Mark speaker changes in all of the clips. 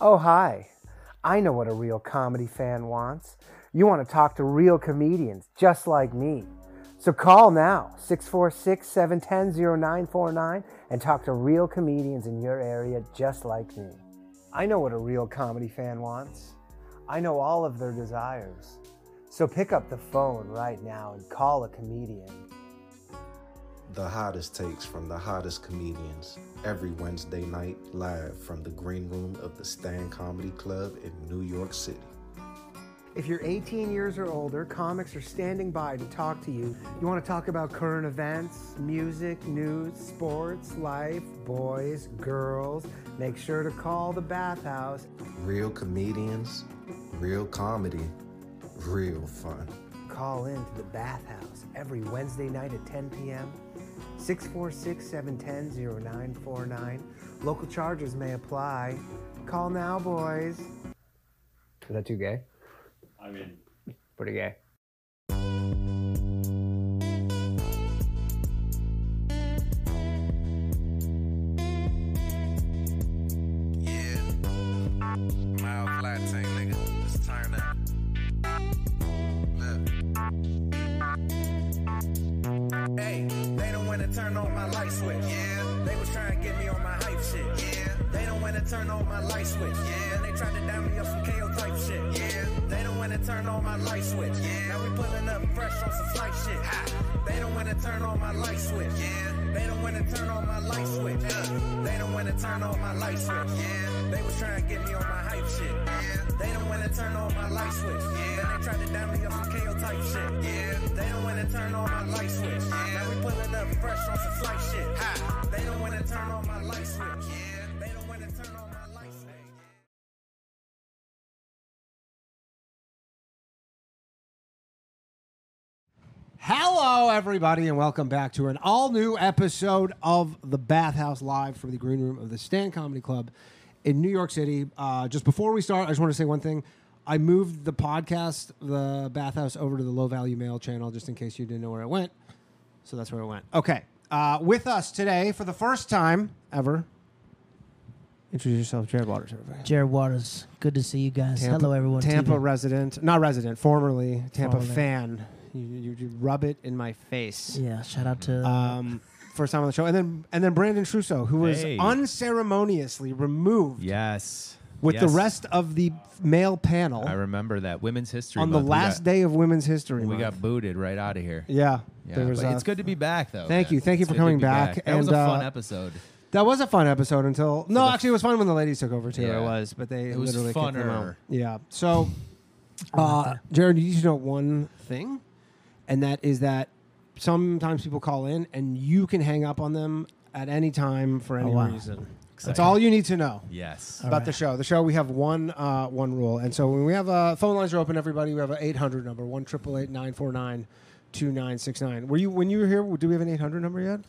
Speaker 1: Oh, hi. I know what a real comedy fan wants. You want to talk to real comedians just like me. So call now, 646 710 0949, and talk to real comedians in your area just like me. I know what a real comedy fan wants. I know all of their desires. So pick up the phone right now and call a comedian.
Speaker 2: The hottest takes from the hottest comedians every Wednesday night live from the green room of the Stan Comedy Club in New York City.
Speaker 1: If you're 18 years or older, comics are standing by to talk to you. You want to talk about current events, music, news, sports, life, boys, girls? Make sure to call the bathhouse.
Speaker 2: Real comedians, real comedy, real fun.
Speaker 1: Call in to the bathhouse every Wednesday night at 10 p.m. 646 710 0949. Local charges may apply. Call now, boys. Is that too gay?
Speaker 3: I mean,
Speaker 1: Pretty gay.
Speaker 4: Yeah. Mild latte, nigga. It's turn up. Look. Hey, they don't wanna turn on my light switch. Yeah. They was trying to get me on my hype shit. Yeah. They don't wanna turn on my light switch. Yeah. And they tried to down me up some KO type shit. Yeah. They don't wanna turn on my light switch. Yeah. Now we pulling up fresh on some flight shit. Ha. They don't wanna turn on my light switch. Yeah. They don't wanna turn on my light switch. Yeah. They don't wanna turn on my light switch. Yeah. They was trying to get me on my hype shit. Yeah. They don't wanna turn on my light switch. Yeah. And they tried to down me up some KO type shit. Yeah. They don't wanna turn on my light switch. Yeah. Now we pulling up fresh on some flight shit. Ha. They don't wanna turn on my light switch. Yeah. They don't wanna turn on my light switch.
Speaker 5: Hello, everybody, and welcome back to an all new episode of The Bathhouse Live from the green room of the Stan Comedy Club in New York City. Uh, just before we start, I just want to say one thing. I moved the podcast, The Bathhouse, over to the Low Value Mail channel just in case you didn't know where it went. So that's where it went. Okay. Uh, with us today for the first time ever, introduce yourself, Jared Waters, everybody.
Speaker 6: Jared Waters, good to see you guys.
Speaker 5: Tampa-
Speaker 6: Hello, everyone.
Speaker 5: Tampa
Speaker 6: TV.
Speaker 5: resident, not resident, formerly Tampa
Speaker 6: Formerly.
Speaker 5: fan. You, you, you rub it in my face.
Speaker 6: yeah, shout out to.
Speaker 5: Um, first time on the show, and then and then Brandon Trusso, who was
Speaker 7: Hey.
Speaker 5: unceremoniously removed
Speaker 7: Yes.
Speaker 5: with the
Speaker 7: Yes.
Speaker 5: rest of the male panel
Speaker 7: I remember that Women's History
Speaker 5: on the
Speaker 7: Month, we
Speaker 5: last
Speaker 7: got-
Speaker 5: day of Women's History.
Speaker 7: We
Speaker 5: Month.
Speaker 7: got booted right out of here.
Speaker 5: yeah.
Speaker 7: Yeah,
Speaker 5: there was,
Speaker 7: but
Speaker 5: uh,
Speaker 7: it's good to be back, though.
Speaker 5: thank
Speaker 7: man.
Speaker 5: you. Thank you
Speaker 7: It's
Speaker 5: for
Speaker 7: good to
Speaker 5: coming
Speaker 7: be
Speaker 5: back,
Speaker 7: That was a
Speaker 5: and,
Speaker 7: fun
Speaker 5: uh,
Speaker 7: episode.
Speaker 5: That was a fun episode until no, actually it was fun when the ladies took over too.
Speaker 7: Yeah.
Speaker 5: It was, but they
Speaker 7: It was
Speaker 5: literally kicked them
Speaker 7: funner.
Speaker 5: out. Yeah. So, uh, Jared, you need to know one thing, and that is that sometimes people call in and you can hang up on them at any time for any
Speaker 6: wow.
Speaker 5: reason. That's
Speaker 7: Oh, Exciting.
Speaker 5: all you need to know
Speaker 7: Yes.
Speaker 5: about the show. The show we have one uh, one rule, and so when we have uh, phone lines are open, everybody we have an eight hundred number one triple eight nine four nine two nine six nine. Were you when you were here? Do we have an eight hundred number yet?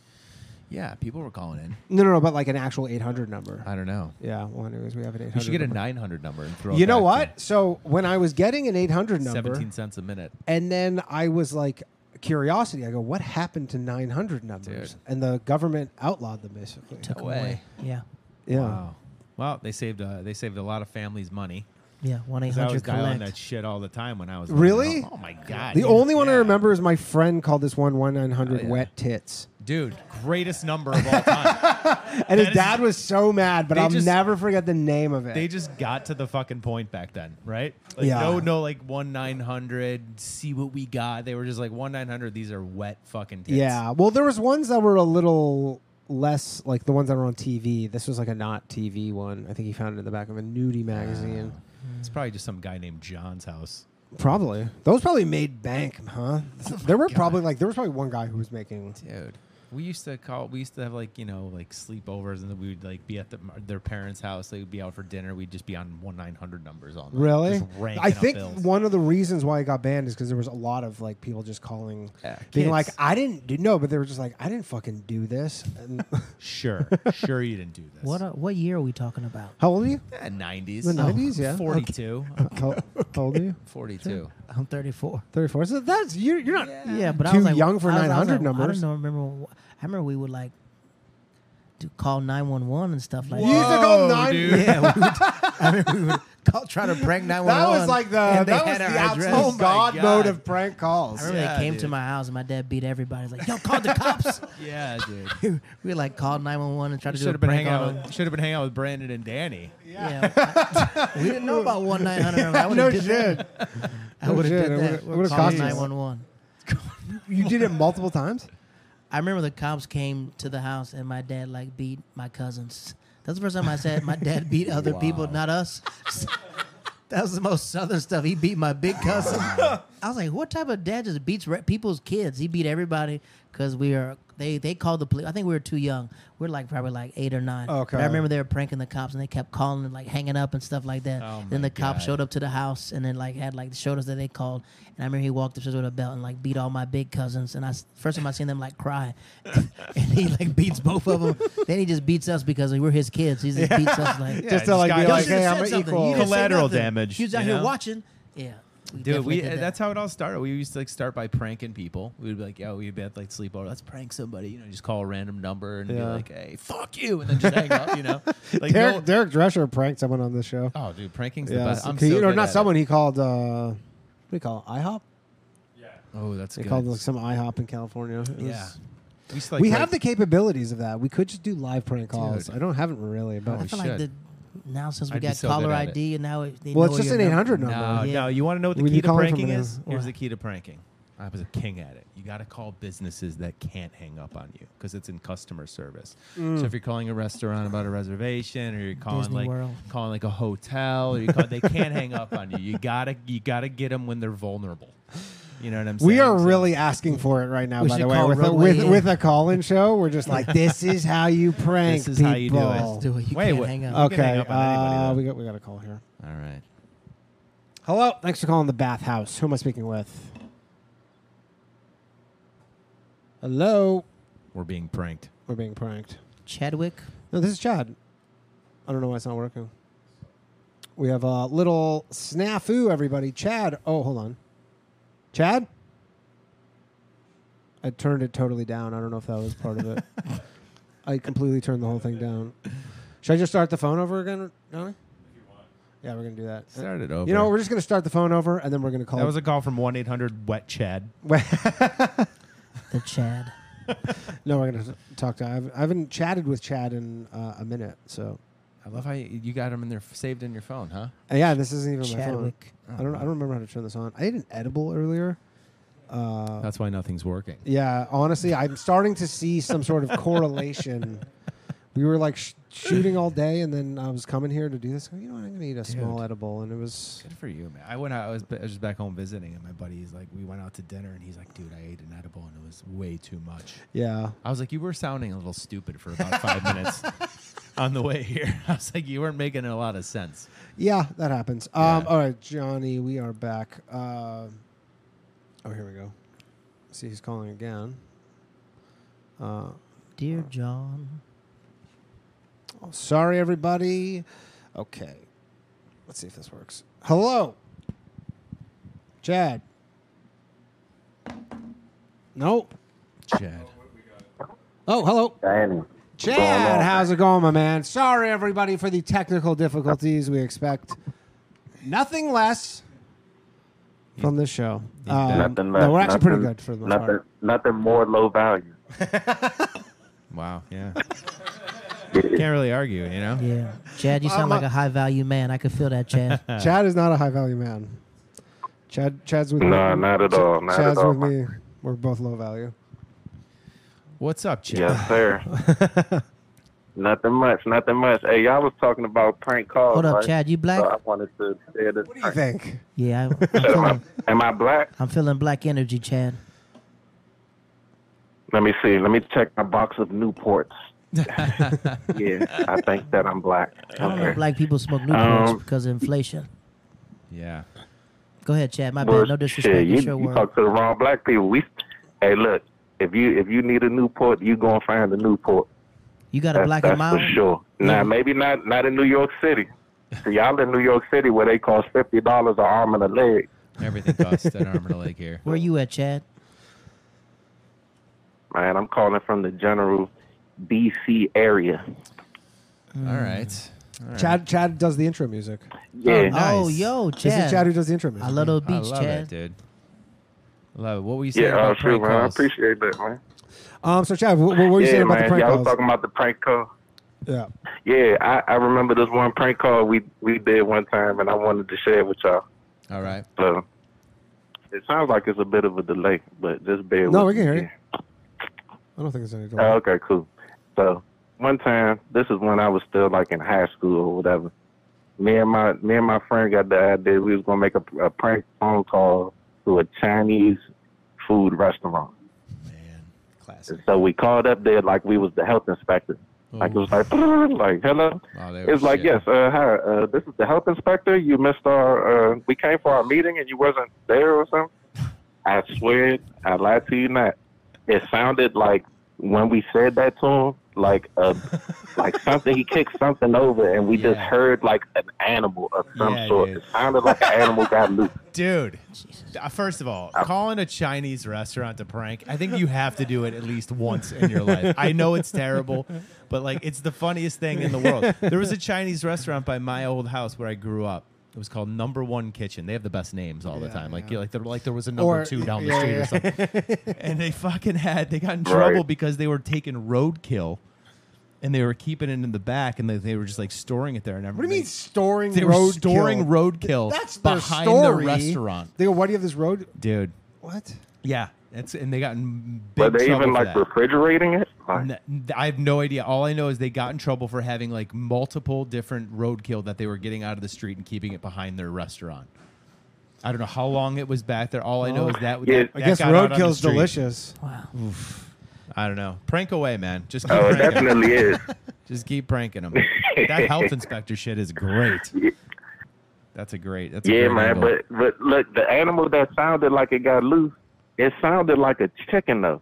Speaker 7: Yeah, people were calling in.
Speaker 5: No, no, no, but like an actual eight hundred number.
Speaker 7: I don't know.
Speaker 5: yeah. Well, anyways, we have an eight hundred.
Speaker 7: We should get a 900 number and throw. it
Speaker 5: You know
Speaker 7: back
Speaker 5: what? So when I was getting an eight hundred
Speaker 7: to
Speaker 5: number,
Speaker 7: 17 cents a minute.
Speaker 5: and then I was like curiosity. I go, what happened to nine hundred numbers?
Speaker 7: Dude.
Speaker 5: And the government outlawed them basically.
Speaker 6: took
Speaker 7: away.
Speaker 6: away. Yeah,
Speaker 5: yeah.
Speaker 7: Wow. Wow. They saved. Uh, they saved a lot of families money.
Speaker 6: yeah. One eight
Speaker 7: 'Cause I was
Speaker 6: hundred
Speaker 7: dialing that
Speaker 6: collect.
Speaker 7: shit all the time when I was.
Speaker 5: Really?
Speaker 7: Oh my god.
Speaker 5: The
Speaker 7: yeah.
Speaker 5: only one I
Speaker 7: Yeah.
Speaker 5: remember is my friend called this one one nine
Speaker 7: Oh,
Speaker 5: hundred
Speaker 7: yeah.
Speaker 5: wet tits,
Speaker 7: Dude, greatest number of all time.
Speaker 5: and his
Speaker 7: That is-
Speaker 5: dad was so mad, but
Speaker 7: They
Speaker 5: I'll
Speaker 7: just-
Speaker 5: never forget the name of it.
Speaker 7: they just got to the fucking point back then, right? Like,
Speaker 5: Yeah.
Speaker 7: No, no, like one nine hundred. See what we got. They were just like one nine hundred. These are wet fucking tits.
Speaker 5: yeah. Well, there was ones that were a little less like the ones that were on TV. This was like a not TV one. I think he found it in the back of a nudie magazine.
Speaker 7: It's probably just some guy named John's house.
Speaker 5: Probably. Those probably made bank, huh? there were probably like there was probably one guy who was making
Speaker 7: Oh Dude, we used to call. We used to have like you know like sleepovers, and then we would like be at the, their parents' house. They would be out for dinner. We'd just be on one nine hundred numbers all night.
Speaker 5: really.
Speaker 7: Just ranking
Speaker 5: I
Speaker 7: up
Speaker 5: think
Speaker 7: bills.
Speaker 5: one of the reasons why it got banned is because there was a lot of like people just calling,
Speaker 7: Yeah,
Speaker 5: being
Speaker 7: kids.
Speaker 5: like, "I didn't do no," but they were just like, "I didn't fucking do this." And
Speaker 7: Sure, sure, you didn't do this.
Speaker 6: What uh, what year are we talking about?
Speaker 5: how old are you?
Speaker 7: nineties? Oh,
Speaker 5: The 90s, yeah.
Speaker 7: forty-two.
Speaker 5: How, how old are you?
Speaker 7: Forty-two.
Speaker 6: I'm thirty four.
Speaker 5: Thirty-four. So that's you're, you're not.
Speaker 6: Yeah. but I
Speaker 5: Too
Speaker 6: was like
Speaker 5: young for
Speaker 6: I was- I was
Speaker 5: 900
Speaker 6: like, I
Speaker 5: numbers.
Speaker 6: don't know, remember. wh- I remember we would like do call nine one one and stuff like
Speaker 5: You used
Speaker 6: that.
Speaker 5: to call
Speaker 7: Whoa,
Speaker 5: nine.
Speaker 7: dude.
Speaker 6: Yeah, we would, I mean, we would call, try to prank 911.
Speaker 5: That was like the
Speaker 6: and
Speaker 5: that
Speaker 6: they
Speaker 5: was
Speaker 6: had
Speaker 5: the
Speaker 6: our address. Oh
Speaker 5: absolute god,
Speaker 7: God.
Speaker 5: mode of prank calls.
Speaker 6: I remember
Speaker 7: Yeah,
Speaker 6: they came to
Speaker 7: dude.
Speaker 6: my house and my dad beat everybody. He's like, yo, call the cops.
Speaker 7: Yeah, dude.
Speaker 6: we like called 911 and tried to do
Speaker 7: Should
Speaker 6: a
Speaker 7: have been
Speaker 6: prank
Speaker 7: hanging
Speaker 6: on
Speaker 7: out.
Speaker 6: them.
Speaker 7: With, should have been hanging out with Brandon and Danny.
Speaker 6: Yeah. we didn't know about 1 900. I would
Speaker 5: no
Speaker 6: have did that.
Speaker 5: shit.
Speaker 6: I
Speaker 5: No
Speaker 6: would have
Speaker 5: shit.
Speaker 6: did
Speaker 5: It
Speaker 6: that.
Speaker 5: would've- would've
Speaker 6: Called
Speaker 5: cost you.
Speaker 6: 911.
Speaker 5: You did it multiple times.
Speaker 6: I remember the cops came to the house and my dad like beat my cousins. That's the first time I said my dad beat other people, not us. that was the most southern stuff. He beat my big cousin. I was like, what type of dad just beats re- people's kids? He beat everybody because we are they they called the police. I think we were too young. We're like probably like eight or nine.
Speaker 5: Okay.
Speaker 6: But I remember they were pranking the cops and they kept calling and like hanging up and stuff like that.
Speaker 7: Oh
Speaker 6: then
Speaker 7: my
Speaker 6: the cops
Speaker 7: God.
Speaker 6: showed up to the house and then like had like showed us that they called. And I remember he walked upstairs with a belt and like beat all my big cousins. And I s- first time I seen them like cry, and he like beats both of them. then he just beats us because we were his kids. He just beats us like
Speaker 5: Just to like
Speaker 7: just
Speaker 5: be
Speaker 7: got-
Speaker 5: like,
Speaker 7: just
Speaker 5: hey,
Speaker 6: said
Speaker 5: I'm an
Speaker 6: something.
Speaker 5: equal.
Speaker 6: You didn't say
Speaker 7: Collateral
Speaker 6: nothing.
Speaker 7: damage,
Speaker 6: He was out
Speaker 7: you
Speaker 6: here
Speaker 7: know?
Speaker 6: watching. Yeah, we
Speaker 7: Dude,
Speaker 6: definitely
Speaker 7: we, uh,
Speaker 6: did that.
Speaker 7: that's how it all started. We used to like start by pranking people. We'd be like, "Yo, we'd be at like sleepover. Let's prank somebody. You know, just call a random number and be
Speaker 5: Yeah.
Speaker 7: like, "Hey, fuck you," and then just hang up. You know, like
Speaker 5: Derek,
Speaker 7: no-
Speaker 5: Derek Drescher pranked someone on this show.
Speaker 7: oh, dude, pranking's the
Speaker 5: Yeah,
Speaker 7: best. I'm
Speaker 5: he-
Speaker 7: so
Speaker 5: you know,
Speaker 7: good
Speaker 5: not
Speaker 7: at it.
Speaker 5: someone he called. Uh, what do you call it? IHOP?
Speaker 7: Oh, that's
Speaker 5: They
Speaker 7: good.
Speaker 5: called like some IHOP in California. It
Speaker 7: yeah,
Speaker 5: was-
Speaker 7: we, used to, like,
Speaker 5: we
Speaker 7: write-
Speaker 5: have the capabilities of that. We could just do live prank calls.
Speaker 7: Dude.
Speaker 5: I don't haven't really, but
Speaker 6: I
Speaker 7: we
Speaker 6: feel like the
Speaker 7: should.
Speaker 6: now since we
Speaker 7: I'd be
Speaker 6: got
Speaker 7: so good
Speaker 6: caller
Speaker 7: at it.
Speaker 6: ID and now it, they
Speaker 5: well,
Speaker 6: know
Speaker 5: it's just
Speaker 6: your
Speaker 5: an 800 number.
Speaker 7: No,
Speaker 6: Yeah.
Speaker 7: no. You want to know what the
Speaker 5: When
Speaker 7: key
Speaker 5: you
Speaker 7: to
Speaker 5: call in from
Speaker 7: pranking
Speaker 5: there,
Speaker 7: is? Here's
Speaker 6: what?
Speaker 7: the key to pranking. I was a king at it. You got to call businesses that can't hang up on you because it's in customer service. So if you're calling a restaurant about a reservation, or you're calling
Speaker 6: Mm. Disney
Speaker 7: like
Speaker 6: World.
Speaker 7: calling like a hotel, or you call, they can't hang up on you. You gotta you gotta get them when they're vulnerable. You know what I'm saying?
Speaker 5: We are
Speaker 7: So-
Speaker 5: really asking for it right now,
Speaker 6: We
Speaker 5: by the
Speaker 6: should
Speaker 5: way.
Speaker 6: call
Speaker 5: With a,
Speaker 6: Roadway
Speaker 5: with,
Speaker 6: in.
Speaker 5: with a call in show, we're just like, this is how you prank
Speaker 7: This is
Speaker 5: people.
Speaker 7: how you do it.
Speaker 6: number. Do it. You
Speaker 7: Wait,
Speaker 6: can't
Speaker 7: what-
Speaker 6: hang up.
Speaker 7: Oh.
Speaker 5: Okay.
Speaker 7: can hang up on anybody,
Speaker 5: uh,
Speaker 7: though.
Speaker 5: we, got, we got a call here.
Speaker 7: all right.
Speaker 5: Hello. Thanks for calling the bathhouse. Who am I speaking with? Hello.
Speaker 7: We're being pranked.
Speaker 5: We're being pranked.
Speaker 6: Chadwick.
Speaker 5: No, this is Chad. I don't know why it's not working. We have a little snafu, everybody. Chad. Oh, hold on. Chad? I turned it totally down. I don't know if that was part of it. I completely turned the whole thing down. Should I just start the phone over again, Johnny? Yeah, we're going to do that.
Speaker 7: Start it over.
Speaker 5: You know, we're just going to start the phone over and then we're going to call.
Speaker 7: that was a call from one eight hundred wet Chad.
Speaker 6: The Chad.
Speaker 5: no, we're going to talk to. I haven't, I haven't chatted with Chad in uh, a minute. So,
Speaker 7: I love how you, you got them in there saved in your phone, huh?
Speaker 5: Uh, yeah, this isn't even my phone.
Speaker 6: Chadwick.
Speaker 5: I don't. I don't remember how to turn this on. I ate an edible earlier. Uh,
Speaker 7: That's why nothing's working.
Speaker 5: yeah, honestly, I'm starting to see some sort of correlation. We were like sh- shooting all day, and then I was coming here to do this. You know what? I'm gonna eat a small
Speaker 7: Dude.
Speaker 5: edible, and it was.
Speaker 7: Good for you, man. I went out. I was, I was just back home visiting, and my buddy's like, we went out to dinner, and he's like, dude, I ate an edible, and it was way too much.
Speaker 5: Yeah,
Speaker 7: I was like, you were sounding a little stupid for about five minutes on the way here. I was like, you weren't making a lot of sense.
Speaker 5: yeah, that happens. Um,
Speaker 7: Yeah.
Speaker 5: All right, Johnny, we are back. Uh, oh, here we go. See, he's calling again. Uh,
Speaker 6: Dear John.
Speaker 5: oh, sorry, everybody. Okay, let's see if this works. Hello, Chad. Nope.
Speaker 7: Chad.
Speaker 5: Oh, hello.
Speaker 8: Danny.
Speaker 5: Chad, how's it going, my man? Sorry, everybody, for the technical difficulties. We expect nothing less from this show. Um,
Speaker 8: nothing
Speaker 5: no,
Speaker 8: less.
Speaker 5: we're actually pretty
Speaker 8: nothing-
Speaker 5: good for the most
Speaker 8: nothing,
Speaker 5: part.
Speaker 8: Nothing more low value.
Speaker 7: Wow. Yeah. Can't really argue, you know?
Speaker 6: Yeah. Chad, you sound like a high value man. I could feel that, Chad.
Speaker 5: Chad is not a high value man. Chad, Chad's with me.
Speaker 8: No, not at all. Not
Speaker 5: Chad's
Speaker 8: at all.
Speaker 5: with me. We're both low value.
Speaker 7: What's up, Chad?
Speaker 8: Yes, sir. nothing much. Nothing much. Hey, y'all was talking about prank calls.
Speaker 6: Hold up,
Speaker 8: right?
Speaker 6: Chad. You
Speaker 8: So I
Speaker 6: black?
Speaker 8: wanted to share this.
Speaker 5: What do you think?
Speaker 6: Yeah. I, I'm, feeling,
Speaker 8: Am I black?
Speaker 6: I'm feeling black energy, Chad.
Speaker 8: Let me see. Let me check my box of Newports. yeah, I think that I'm black.
Speaker 6: I don't know
Speaker 8: Okay.
Speaker 6: if black people smoke Newports
Speaker 8: Um,
Speaker 6: because of inflation.
Speaker 7: Yeah.
Speaker 6: Go ahead, Chad. My
Speaker 8: Well,
Speaker 6: bad. No disrespect.
Speaker 8: shit,
Speaker 6: it's
Speaker 8: you,
Speaker 6: your
Speaker 8: you
Speaker 6: word.
Speaker 8: talk to the wrong black people. We, hey, look. If you if you need a Newport, you gonna find a Newport.
Speaker 6: You got a
Speaker 8: That's,
Speaker 6: black
Speaker 8: that's
Speaker 6: and mild?
Speaker 8: for sure.
Speaker 6: Yeah.
Speaker 8: Now, maybe not not in New York City. See, y'all in New York City where they cost fifty dollars an arm and a leg.
Speaker 7: Everything costs an arm and a leg here.
Speaker 6: Where you at, Chad?
Speaker 8: Man, I'm calling from the general D.C. area.
Speaker 7: Mm. All right.
Speaker 5: Chad Chad does the intro music.
Speaker 8: Yeah.
Speaker 6: Oh,
Speaker 7: Nice.
Speaker 6: yo,
Speaker 5: Is
Speaker 6: Chad.
Speaker 5: it Chad who does the intro music?
Speaker 6: I love those
Speaker 7: I
Speaker 6: beats,
Speaker 7: love
Speaker 6: Chad.
Speaker 7: it, dude. Love it. What were you saying
Speaker 8: yeah, uh,
Speaker 7: about
Speaker 8: sure,
Speaker 7: prank
Speaker 8: man. I
Speaker 7: calls?
Speaker 8: appreciate that, man.
Speaker 5: Um, so Chad, what, what were you
Speaker 8: yeah,
Speaker 5: saying about
Speaker 8: man.
Speaker 5: the prank
Speaker 8: Y'all
Speaker 5: calls?
Speaker 8: was talking about the prank call.
Speaker 5: yeah.
Speaker 8: Yeah, I, I remember this one prank call we we did one time, and I wanted to share it with y'all.
Speaker 7: All right.
Speaker 8: So it sounds like it's a bit of a delay, but just bear with
Speaker 5: No, we
Speaker 8: me
Speaker 5: can hear
Speaker 8: here.
Speaker 5: you. I don't think there's any.
Speaker 8: Oh, okay, cool. So one time, this is when I was still like in high school or whatever. Me and my me and my friend got the idea we was gonna make a, a prank phone call to a Chinese food restaurant.
Speaker 7: Man, classic.
Speaker 8: And so we called up there like we was the health inspector. Like it was like like hello.
Speaker 7: Oh, they were
Speaker 8: It's like
Speaker 7: shit.
Speaker 8: yes, uh, hi, uh, this is the health inspector. You missed our uh, we came for our meeting and you wasn't there or something. I swear, I lied to you not. It sounded like when we said that to him, like uh, like something he kicked something over, and we just
Speaker 7: Yeah.
Speaker 8: heard like an animal of some
Speaker 7: Yeah,
Speaker 8: sort.
Speaker 7: dude.
Speaker 8: It sounded like an animal got loose.
Speaker 7: Dude, uh, first of all, calling a Chinese restaurant to prank, I think you have to do it at least once in your life. I know it's terrible, but like it's the funniest thing in the world. There was a Chinese restaurant by my old house where I grew up. It was called Number One Kitchen. They have the best names all the time. Like, yeah, like, there, like there was a number
Speaker 5: Or-
Speaker 7: two down the
Speaker 5: yeah,
Speaker 7: street
Speaker 5: yeah.
Speaker 7: or something. and they fucking had, they got in
Speaker 8: Right.
Speaker 7: trouble because they were taking roadkill and they were keeping it in the back and they, they were just like storing it there and
Speaker 5: What do
Speaker 7: everything.
Speaker 5: you mean storing
Speaker 7: They were
Speaker 5: roadkill?
Speaker 7: storing roadkill
Speaker 5: That's their
Speaker 7: behind
Speaker 5: story.
Speaker 7: the restaurant.
Speaker 5: They go, why do you have this road?
Speaker 7: Dude.
Speaker 5: What?
Speaker 7: Yeah, that's and they got in big
Speaker 8: Were they
Speaker 7: trouble
Speaker 8: even
Speaker 7: for
Speaker 8: like
Speaker 7: that.
Speaker 8: refrigerating it? Like,
Speaker 7: N- n- I have no idea. All I know is they got in trouble for having like multiple different roadkill that they were getting out of the street and keeping it behind their restaurant. I don't know how long it was back there. All I know is that.
Speaker 8: Yeah.
Speaker 7: that-
Speaker 5: I
Speaker 7: that
Speaker 5: guess
Speaker 7: got out on the
Speaker 5: roadkill's
Speaker 7: street.
Speaker 5: delicious.
Speaker 7: I don't know. Prank away, man. Just keep
Speaker 8: oh, it
Speaker 7: pranking 'em.
Speaker 8: definitely is.
Speaker 7: Just keep pranking them. that health inspector shit is great. That's a great. That's a
Speaker 8: Yeah,
Speaker 7: great
Speaker 8: man.
Speaker 7: angle.
Speaker 8: But but look, the animal that sounded like it got loose, it sounded like a chicken though,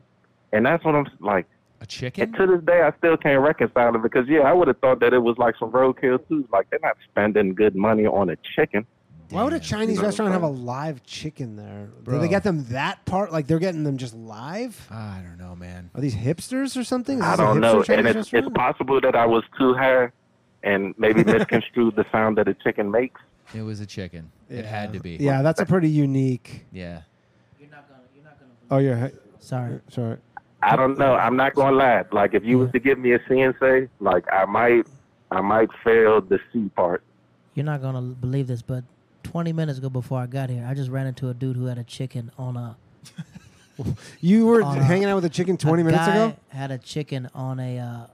Speaker 8: and that's what I'm s- like.
Speaker 7: a
Speaker 8: And
Speaker 7: chicken.
Speaker 8: to this day, I still can't reconcile it because yeah, I would have thought that it was like some roadkill too. Like they're not spending good money on a chicken.
Speaker 5: Why would a
Speaker 7: Damn.
Speaker 5: Chinese
Speaker 8: No,
Speaker 5: restaurant have a
Speaker 8: bro.
Speaker 5: live chicken there? Do
Speaker 7: Bro.
Speaker 5: they get them that part? Like they're getting them just live?
Speaker 7: I don't know, man.
Speaker 5: Are these hipsters or something? Is
Speaker 8: I
Speaker 5: this a
Speaker 8: don't
Speaker 5: hipster
Speaker 8: know,
Speaker 5: Chinese
Speaker 8: and it's,
Speaker 5: restaurant?
Speaker 8: it's possible that I was too high and maybe misconstrued the sound that a chicken makes.
Speaker 7: It was a chicken. It had to be.
Speaker 5: Yeah, that's a pretty unique.
Speaker 7: Yeah.
Speaker 6: You're not gonna- you're not gonna believe-
Speaker 5: Oh, yeah.
Speaker 6: Sorry.
Speaker 5: Sorry.
Speaker 8: I don't know. I'm not gonna lie. Like if you was to give me a CNC, like I might, I might fail the C part.
Speaker 6: You're not gonna believe this, but 20 minutes ago before I got here, I just ran into a dude who had a chicken on a.
Speaker 5: You were
Speaker 6: On a-
Speaker 5: hanging out with a chicken 20
Speaker 6: a
Speaker 5: minutes
Speaker 6: guy
Speaker 5: ago?
Speaker 6: Had a chicken on a uh,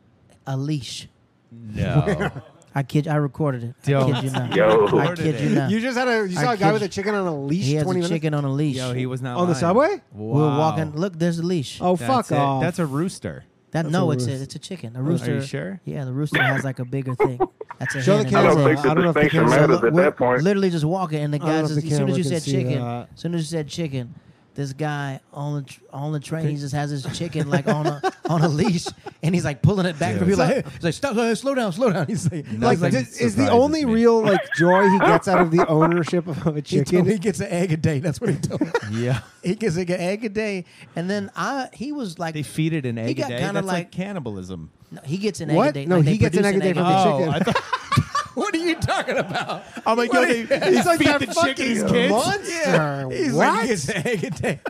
Speaker 6: a leash.
Speaker 7: No.
Speaker 6: I kid. I recorded it. I
Speaker 7: Don't.
Speaker 6: kid you not.
Speaker 8: Yo.
Speaker 6: I kid you not.
Speaker 5: You just had a you saw
Speaker 6: I
Speaker 5: a guy
Speaker 6: kid
Speaker 5: with a
Speaker 6: you.
Speaker 5: chicken on a leash
Speaker 6: he has a
Speaker 5: 20 minutes.
Speaker 6: chicken on a leash.
Speaker 7: Yo, he was not
Speaker 5: On the
Speaker 7: lying.
Speaker 5: subway?
Speaker 6: we were
Speaker 7: Wow.
Speaker 6: walking. Look, there's a leash.
Speaker 5: Oh
Speaker 7: That's
Speaker 5: fuck
Speaker 7: it.
Speaker 5: off.
Speaker 7: That's a rooster.
Speaker 6: that no,
Speaker 5: a
Speaker 6: it's
Speaker 5: roost.
Speaker 6: a, it's a chicken. A rooster.
Speaker 7: sure?
Speaker 6: Yeah, the rooster has like a bigger thing. That's a
Speaker 5: Show the
Speaker 6: hen and a
Speaker 5: camera.
Speaker 8: I
Speaker 6: rooster.
Speaker 8: don't think
Speaker 5: I
Speaker 8: the
Speaker 5: don't know if the
Speaker 8: distinction
Speaker 5: camera's-
Speaker 8: matters at
Speaker 5: we're-
Speaker 8: that point.
Speaker 6: Literally just walking, and the
Speaker 5: don't know
Speaker 6: guy
Speaker 5: if
Speaker 6: just
Speaker 5: the
Speaker 6: as soon as
Speaker 5: camera
Speaker 6: you
Speaker 5: can
Speaker 6: said
Speaker 5: see uh,
Speaker 6: chicken,
Speaker 5: that.
Speaker 6: as soon as you said chicken, this guy on the tr- on the train, he just has his chicken like on a on a leash, and he's like pulling it back from people. Like, hey, he's like, stop, uh, slow down, slow down. He's like,
Speaker 5: like,
Speaker 7: That's like
Speaker 5: this is the
Speaker 7: surprises
Speaker 5: only
Speaker 7: me.
Speaker 5: real like joy he gets out of the ownership of a
Speaker 6: he told me
Speaker 5: chicken.
Speaker 6: he gets an egg a day. That's what he told me.
Speaker 7: Yeah.
Speaker 6: he gets like an egg a day, and then I he was like
Speaker 7: They feed it an egg
Speaker 6: got
Speaker 7: a day.
Speaker 6: kinda
Speaker 7: That's like,
Speaker 6: like-
Speaker 7: cannibalism.
Speaker 6: no, he gets an egg
Speaker 5: What?
Speaker 6: a day.
Speaker 5: No,
Speaker 6: like,
Speaker 5: he
Speaker 6: they
Speaker 5: gets an
Speaker 6: produce
Speaker 5: egg a day from the
Speaker 7: Oh,
Speaker 5: chicken.
Speaker 7: I thought-
Speaker 6: What are you talking about?
Speaker 7: I'm like, yo, they, they
Speaker 5: He's like
Speaker 7: feed
Speaker 5: that
Speaker 7: the
Speaker 5: fucking
Speaker 7: chickens, kids.
Speaker 5: monster.
Speaker 7: Yeah. He's
Speaker 5: What?
Speaker 7: like, he gets an egg a day.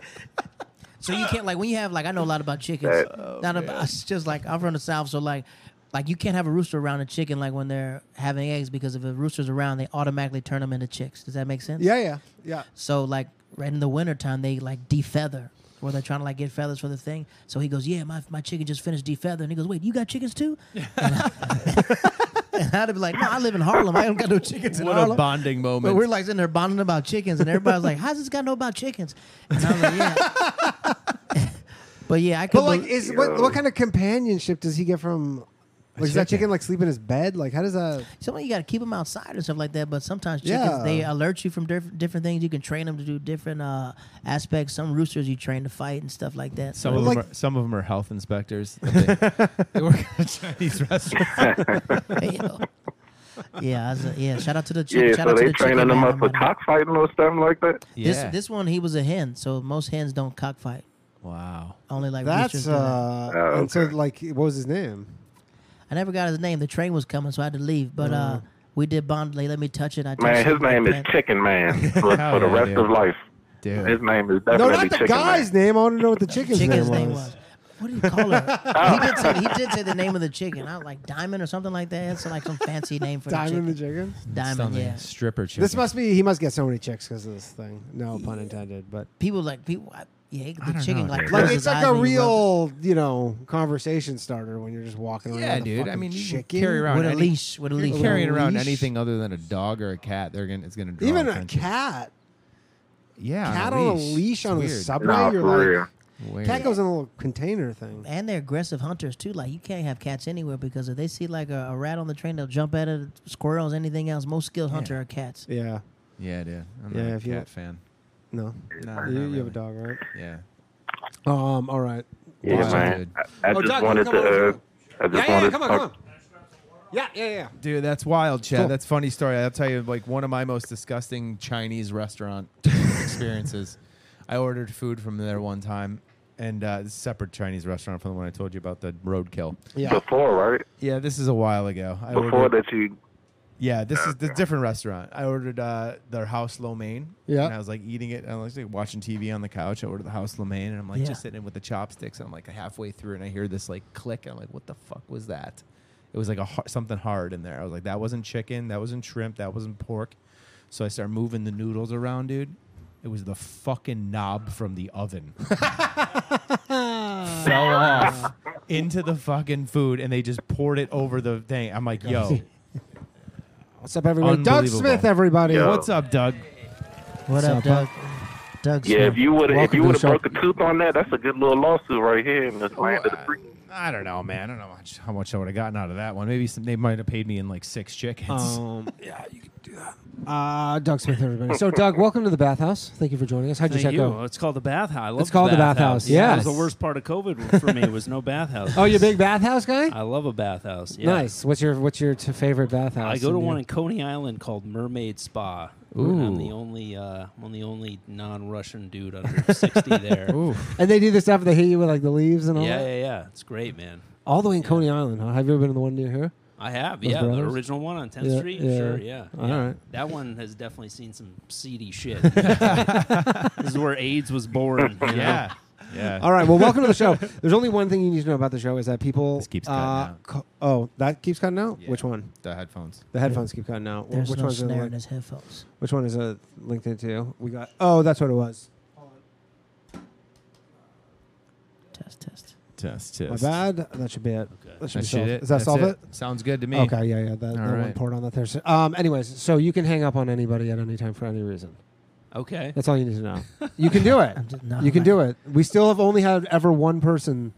Speaker 6: So you can't like when you have like I know a lot about chickens.
Speaker 7: Oh,
Speaker 6: not about it's just like I'm from the south, so like like you can't have a rooster around a chicken like when they're having eggs because if a rooster's around, they automatically turn them into chicks. Does that make sense?
Speaker 5: Yeah, yeah, yeah.
Speaker 6: So like right in the wintertime, they like defeather where they're trying to like get feathers for the thing. So he goes, yeah, my, my chicken just finished defeathering. he goes, wait, you got chickens too? And, I, and I'd be like, no, I live in Harlem. I don't got no chickens in
Speaker 7: What
Speaker 6: Harlem.
Speaker 7: a bonding moment.
Speaker 6: But we're like sitting there bonding about chickens, and everybody's like, "How's this guy know about chickens?" And I'm like, "Yeah." but yeah, I could.
Speaker 5: But like,
Speaker 6: bel-
Speaker 5: is what, what kind of companionship does he get from? Like, does that chicken like sleep in his bed? Like, how does that?
Speaker 6: sometimes you got to keep them outside and stuff like that. But sometimes chickens
Speaker 5: Yeah.
Speaker 6: they alert you from diff- different things. You can train them to do different uh, aspects. Some roosters you train to fight and stuff like that.
Speaker 7: Some
Speaker 6: So-
Speaker 7: of,
Speaker 5: Like-
Speaker 7: them are, some of them are health inspectors. They, they work at a Chinese restaurant.
Speaker 6: yeah, I was, a- yeah. Shout out to the chick,
Speaker 8: Yeah,
Speaker 6: shout
Speaker 8: so
Speaker 6: out to
Speaker 8: they
Speaker 6: the chicken
Speaker 8: training them
Speaker 6: man
Speaker 8: up
Speaker 6: on
Speaker 8: for
Speaker 6: my-
Speaker 8: cockfighting or something like that.
Speaker 6: This
Speaker 7: Yeah.
Speaker 6: this one he was a hen, so most hens don't cockfight.
Speaker 7: wow.
Speaker 6: Only like roosters
Speaker 5: That's
Speaker 6: do that.
Speaker 8: Oh,
Speaker 5: uh. And so like, what was his name?
Speaker 6: I I never got his name. The train was coming, so I had to leave. But
Speaker 5: Mm.
Speaker 6: uh, we did Bond. They let me touch it. I
Speaker 8: Man,
Speaker 6: touched
Speaker 8: his
Speaker 6: it.
Speaker 8: name is
Speaker 6: Man.
Speaker 8: Chicken Man for, for the
Speaker 7: yeah,
Speaker 8: rest
Speaker 7: dude.
Speaker 8: of life.
Speaker 7: Dude.
Speaker 8: His name is
Speaker 5: No,
Speaker 8: definitely
Speaker 5: not the
Speaker 8: Chicken
Speaker 5: guy's
Speaker 8: Man.
Speaker 5: name. I want to know what the chicken's,
Speaker 6: chicken's
Speaker 5: name,
Speaker 6: name
Speaker 5: was.
Speaker 6: was. What do you call her? he, did say, he did say the name of the chicken. I was like Diamond or something like that. It's like some fancy name for
Speaker 5: Diamond
Speaker 6: the
Speaker 5: the
Speaker 6: chicken.
Speaker 5: chicken.
Speaker 6: Diamond, yeah.
Speaker 7: Stripper chicken.
Speaker 5: This must be. He must get so many chicks because of this thing. No pun intended, but
Speaker 6: People like people. I, yeah,
Speaker 7: I
Speaker 6: the
Speaker 7: don't
Speaker 6: chicken
Speaker 7: know,
Speaker 6: like
Speaker 7: dude.
Speaker 5: like
Speaker 6: closes
Speaker 5: it's
Speaker 6: his
Speaker 5: like
Speaker 6: eyes
Speaker 5: a
Speaker 6: when you rub
Speaker 5: real, you know, conversation starter when you're just walking around.
Speaker 7: yeah,
Speaker 5: with a
Speaker 7: dude. I
Speaker 5: fucking
Speaker 7: mean, you can
Speaker 5: chicken.
Speaker 7: carry around
Speaker 6: With a
Speaker 7: any-
Speaker 6: leash, with a
Speaker 7: if you're
Speaker 6: leash.
Speaker 7: Carrying
Speaker 5: With a
Speaker 7: around
Speaker 5: leash.
Speaker 7: anything other than a dog or a cat, they're gonna it's gonna draw
Speaker 5: Even a
Speaker 7: attention.
Speaker 5: cat.
Speaker 7: Yeah,
Speaker 5: Cat on a leash
Speaker 7: It's
Speaker 5: on the
Speaker 7: weird.
Speaker 5: subway.
Speaker 8: Nah,
Speaker 5: you're
Speaker 8: for
Speaker 5: like,
Speaker 8: real.
Speaker 7: Weird.
Speaker 5: cat goes in a little container thing.
Speaker 6: and they're aggressive hunters too. Like you can't have cats anywhere because if they see like a, a rat on the train, they'll jump at it. Squirrels, anything else. Most skilled hunter are cats.
Speaker 5: Yeah.
Speaker 7: Yeah, dude. I'm
Speaker 5: Yeah,
Speaker 7: not a
Speaker 5: if you-
Speaker 7: cat fan.
Speaker 5: No.
Speaker 7: No,
Speaker 5: You, you have a dog, right?
Speaker 7: Yeah.
Speaker 5: Um. All right.
Speaker 8: Yeah,
Speaker 7: Wow,
Speaker 8: man.
Speaker 7: dude.
Speaker 8: I, I
Speaker 5: Oh,
Speaker 8: just
Speaker 5: Doug,
Speaker 8: wanted
Speaker 5: come on,
Speaker 8: to. Uh, I just
Speaker 5: come Yeah. Yeah.
Speaker 8: wanted
Speaker 5: yeah come on.
Speaker 8: to
Speaker 5: Come on. Yeah. Yeah. Yeah.
Speaker 7: Dude, that's wild, Chad.
Speaker 5: Cool.
Speaker 7: That's a funny story. I'll tell you, like one of my most disgusting Chinese restaurant experiences. I ordered food from there one time, and uh, this is a separate Chinese restaurant from the one I told you about, the roadkill.
Speaker 5: Yeah.
Speaker 8: before, right?
Speaker 7: Yeah, this is a while ago. I
Speaker 8: Before
Speaker 7: ordered,
Speaker 8: that, you
Speaker 7: Yeah, this is the different restaurant. I ordered uh, their house lo mein.
Speaker 5: Yeah.
Speaker 7: And I was like eating it. And I was like watching TV on the couch. I ordered the house lo mein, and I'm like
Speaker 6: Yeah.
Speaker 7: just sitting with the chopsticks. I'm like halfway through, and I hear this like click. I'm like, what the fuck was that? It was like a har- something hard in there. I was like, that wasn't chicken. That wasn't shrimp. That wasn't pork. So I start moving the noodles around, dude. It was the fucking knob from the oven
Speaker 5: Ah.
Speaker 7: fell off into the fucking food, and they just poured it over the thing. I'm like, yo,
Speaker 5: What's up, everybody? Doug
Speaker 7: Unbelievable.
Speaker 5: Smith, everybody.
Speaker 8: Yo.
Speaker 7: what's up, Doug?
Speaker 6: What up,
Speaker 5: What's up,
Speaker 6: Doug? Doug.
Speaker 8: yeah. If
Speaker 6: Smith.
Speaker 8: you would, if
Speaker 5: Welcome
Speaker 8: you
Speaker 5: to
Speaker 8: would have
Speaker 5: the show.
Speaker 8: broke a tooth on that, that's a good little lawsuit right here in this land of the free.
Speaker 7: I don't know, man. I don't know how much, how much I would have gotten out of that one. Maybe some, they might have paid me in like six chickens.
Speaker 5: Um, yeah, you can do that. Uh, Doug Smith, everybody. So, Doug, welcome to the bathhouse. Thank you for joining us. How'd your
Speaker 9: Thank
Speaker 5: set
Speaker 9: you.
Speaker 5: go?
Speaker 9: It's called the bathhouse. I love
Speaker 5: It's called the bathhouse,
Speaker 9: Yeah, that was
Speaker 5: yes.
Speaker 9: the worst part of COVID for me. was no bathhouse.
Speaker 5: Oh, you a big bathhouse guy?
Speaker 9: I love a bathhouse. Yeah.
Speaker 5: Nice. What's your What's your t- favorite bathhouse?
Speaker 9: I go to
Speaker 5: in
Speaker 9: one
Speaker 5: your-
Speaker 9: in Coney Island called Mermaid Spa. and I'm the
Speaker 7: Ooh.
Speaker 9: only uh, I'm the only non-Russian dude under 60 there.
Speaker 7: Ooh.
Speaker 5: and they do this after they hit you with like the leaves and all
Speaker 9: Yeah,
Speaker 5: that.
Speaker 9: yeah, yeah. It's great, man.
Speaker 5: All the way in Coney Island, huh? Have you ever been to the one near here?
Speaker 9: I have,
Speaker 5: Those
Speaker 9: yeah, the
Speaker 5: brothers?
Speaker 9: original one on 10th
Speaker 5: Yeah,
Speaker 9: Street.
Speaker 5: yeah.
Speaker 9: Sure, yeah.
Speaker 5: All
Speaker 9: yeah.
Speaker 5: right.
Speaker 9: That one has definitely seen some seedy shit. this is where AIDS was born. you know?
Speaker 7: yeah, yeah.
Speaker 5: All right. Well, welcome to the show. There's only one thing you need to know about the show is that people
Speaker 7: This keeps
Speaker 5: uh,
Speaker 7: cutting out.
Speaker 5: co- oh, that keeps cutting out. Which one?
Speaker 7: The headphones.
Speaker 5: The headphones keep cutting out. Wh-
Speaker 6: There's
Speaker 5: which
Speaker 6: no
Speaker 5: one's it
Speaker 6: snare in
Speaker 5: linked-
Speaker 6: his headphones.
Speaker 5: Which one is it linked into? We got. Oh, that's what it was.
Speaker 6: Test, test.
Speaker 7: Test,
Speaker 5: My
Speaker 7: test.
Speaker 5: bad. That should be it. That should
Speaker 7: That shit
Speaker 5: be solved.
Speaker 7: it.
Speaker 5: Does that
Speaker 7: That's
Speaker 5: solve it?
Speaker 7: Sounds good to me.
Speaker 5: Okay. Yeah. Yeah. That, that one
Speaker 7: right.
Speaker 5: poured on the Thursday. Um. Anyways, so you can hang up on anybody at any time for any reason.
Speaker 9: Okay.
Speaker 5: That's all you need to know. You can do it.
Speaker 6: just not
Speaker 5: you can
Speaker 6: like-
Speaker 5: do it. We still have only had ever one person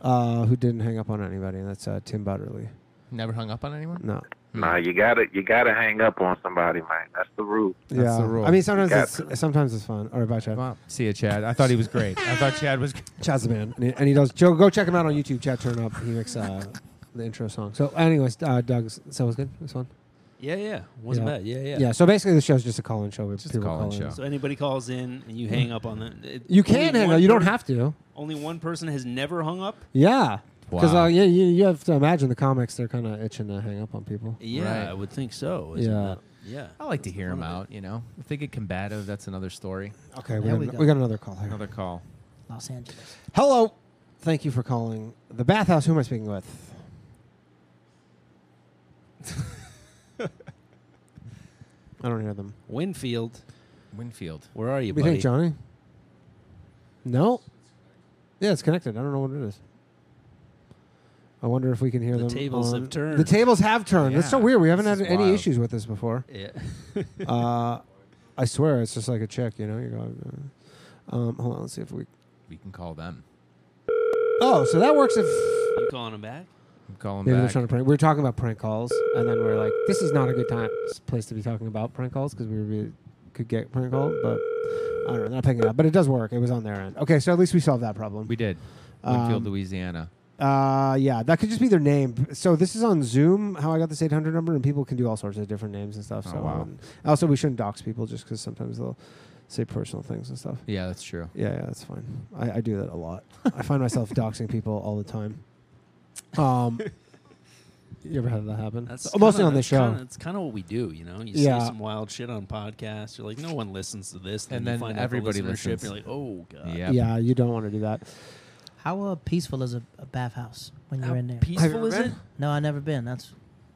Speaker 5: uh, who didn't hang up on anybody, and that's uh, Tim Butterly.
Speaker 7: Never hung up on anyone.
Speaker 5: No.
Speaker 8: Nah, you gotta, you gotta hang up on somebody, man. That's the rule.
Speaker 7: That's
Speaker 5: yeah.
Speaker 7: the rule.
Speaker 5: I mean, sometimes
Speaker 8: Yeah.
Speaker 5: it's sometimes it's fun. All right, bye, Chad.
Speaker 7: Wow. See you, Chad. I thought he was great. I thought Chad was.
Speaker 5: Chad's the man, and he, and he does. Joe, go check him out on YouTube. Chad, turn up. He makes uh, the intro song. So, anyways, uh, Doug, so was good. This one.
Speaker 9: Yeah, yeah. Wasn't
Speaker 5: Yeah.
Speaker 9: bad. Yeah, yeah.
Speaker 5: Yeah. So basically, the show's just a call-in show. Where
Speaker 7: Just a
Speaker 5: people
Speaker 7: call-in
Speaker 5: call in.
Speaker 7: show.
Speaker 9: So anybody calls in and you hang up on them. it- only
Speaker 5: You can hang
Speaker 9: one
Speaker 5: up. You don't
Speaker 9: per-
Speaker 5: have to.
Speaker 9: Only one person has never hung up.
Speaker 5: Yeah. Because
Speaker 7: Wow.
Speaker 5: uh, yeah, you, you have to imagine the comics. They're kind of itching to hang up on people.
Speaker 9: Yeah,
Speaker 7: Right.
Speaker 9: I would think so.
Speaker 5: Yeah.
Speaker 9: Yeah, yeah.
Speaker 7: I like to hear him out. You know, if they get combative, that's another story.
Speaker 5: Okay, we
Speaker 6: There
Speaker 5: got,
Speaker 6: we
Speaker 5: an-
Speaker 6: go.
Speaker 5: we got another call here.
Speaker 7: Another call.
Speaker 6: Los Angeles.
Speaker 5: Hello. Thank you for calling the bathhouse. Who am I speaking with? I don't hear them.
Speaker 9: Winfield,
Speaker 7: Winfield.
Speaker 9: where are you,
Speaker 5: We
Speaker 9: buddy?
Speaker 5: think Johnny? No. Yeah, it's connected. I don't know what it is. I wonder if we can hear
Speaker 9: The
Speaker 5: them.
Speaker 9: tables
Speaker 5: on-
Speaker 9: have turned.
Speaker 5: The tables have turned. That's so
Speaker 7: Yeah.
Speaker 5: weird. We haven't
Speaker 7: This
Speaker 5: had
Speaker 7: is
Speaker 5: any
Speaker 7: wild.
Speaker 5: issues with this before.
Speaker 9: yeah.
Speaker 5: uh, I swear, it's just like a check. You know, you go. uh, Um, hold on, let's see if we.
Speaker 7: We can call them.
Speaker 5: Oh, so that works if
Speaker 9: you calling him back?
Speaker 7: We can call them
Speaker 5: Maybe they're
Speaker 7: back.
Speaker 5: trying to prank. We were talking about prank calls, and then we are like, "This is not a good time place to be talking about prank calls because we really could get prank called." But I don't know, they're not picking it up. But it does work. It was on their end. Okay, so at least we solved that problem.
Speaker 7: we did.
Speaker 5: Um,
Speaker 7: Winfield, Louisiana.
Speaker 5: uh, yeah, that could just be their name. So this is on Zoom. How I got this eight hundred number, and people can do all sorts of different names and stuff.
Speaker 7: Oh,
Speaker 5: so I
Speaker 7: wow.
Speaker 5: wouldn't- also, we shouldn't dox people just because sometimes they'll say personal things and stuff.
Speaker 7: Yeah, that's true.
Speaker 5: Yeah, yeah, that's fine. I, I do that a lot. I find myself doxing people all the time. Um, You ever had that happen?
Speaker 9: That's
Speaker 5: Oh, mostly
Speaker 9: kinda-
Speaker 5: on the
Speaker 9: that's
Speaker 5: show.
Speaker 9: Kinda, it's kind of what we do, you know. You
Speaker 5: Yeah.
Speaker 9: see some wild shit on podcasts. You're like, no one listens to this,
Speaker 7: And
Speaker 9: you
Speaker 7: then
Speaker 9: find out the
Speaker 7: everybody
Speaker 9: listenership,
Speaker 7: listens.
Speaker 9: You're like, oh god.
Speaker 7: Yep.
Speaker 5: Yeah, you don't want to do that.
Speaker 6: How uh, peaceful is a, a bathhouse when you're
Speaker 9: How
Speaker 6: in there?
Speaker 9: peaceful is
Speaker 5: been?
Speaker 9: it?
Speaker 6: no, I've never been. That's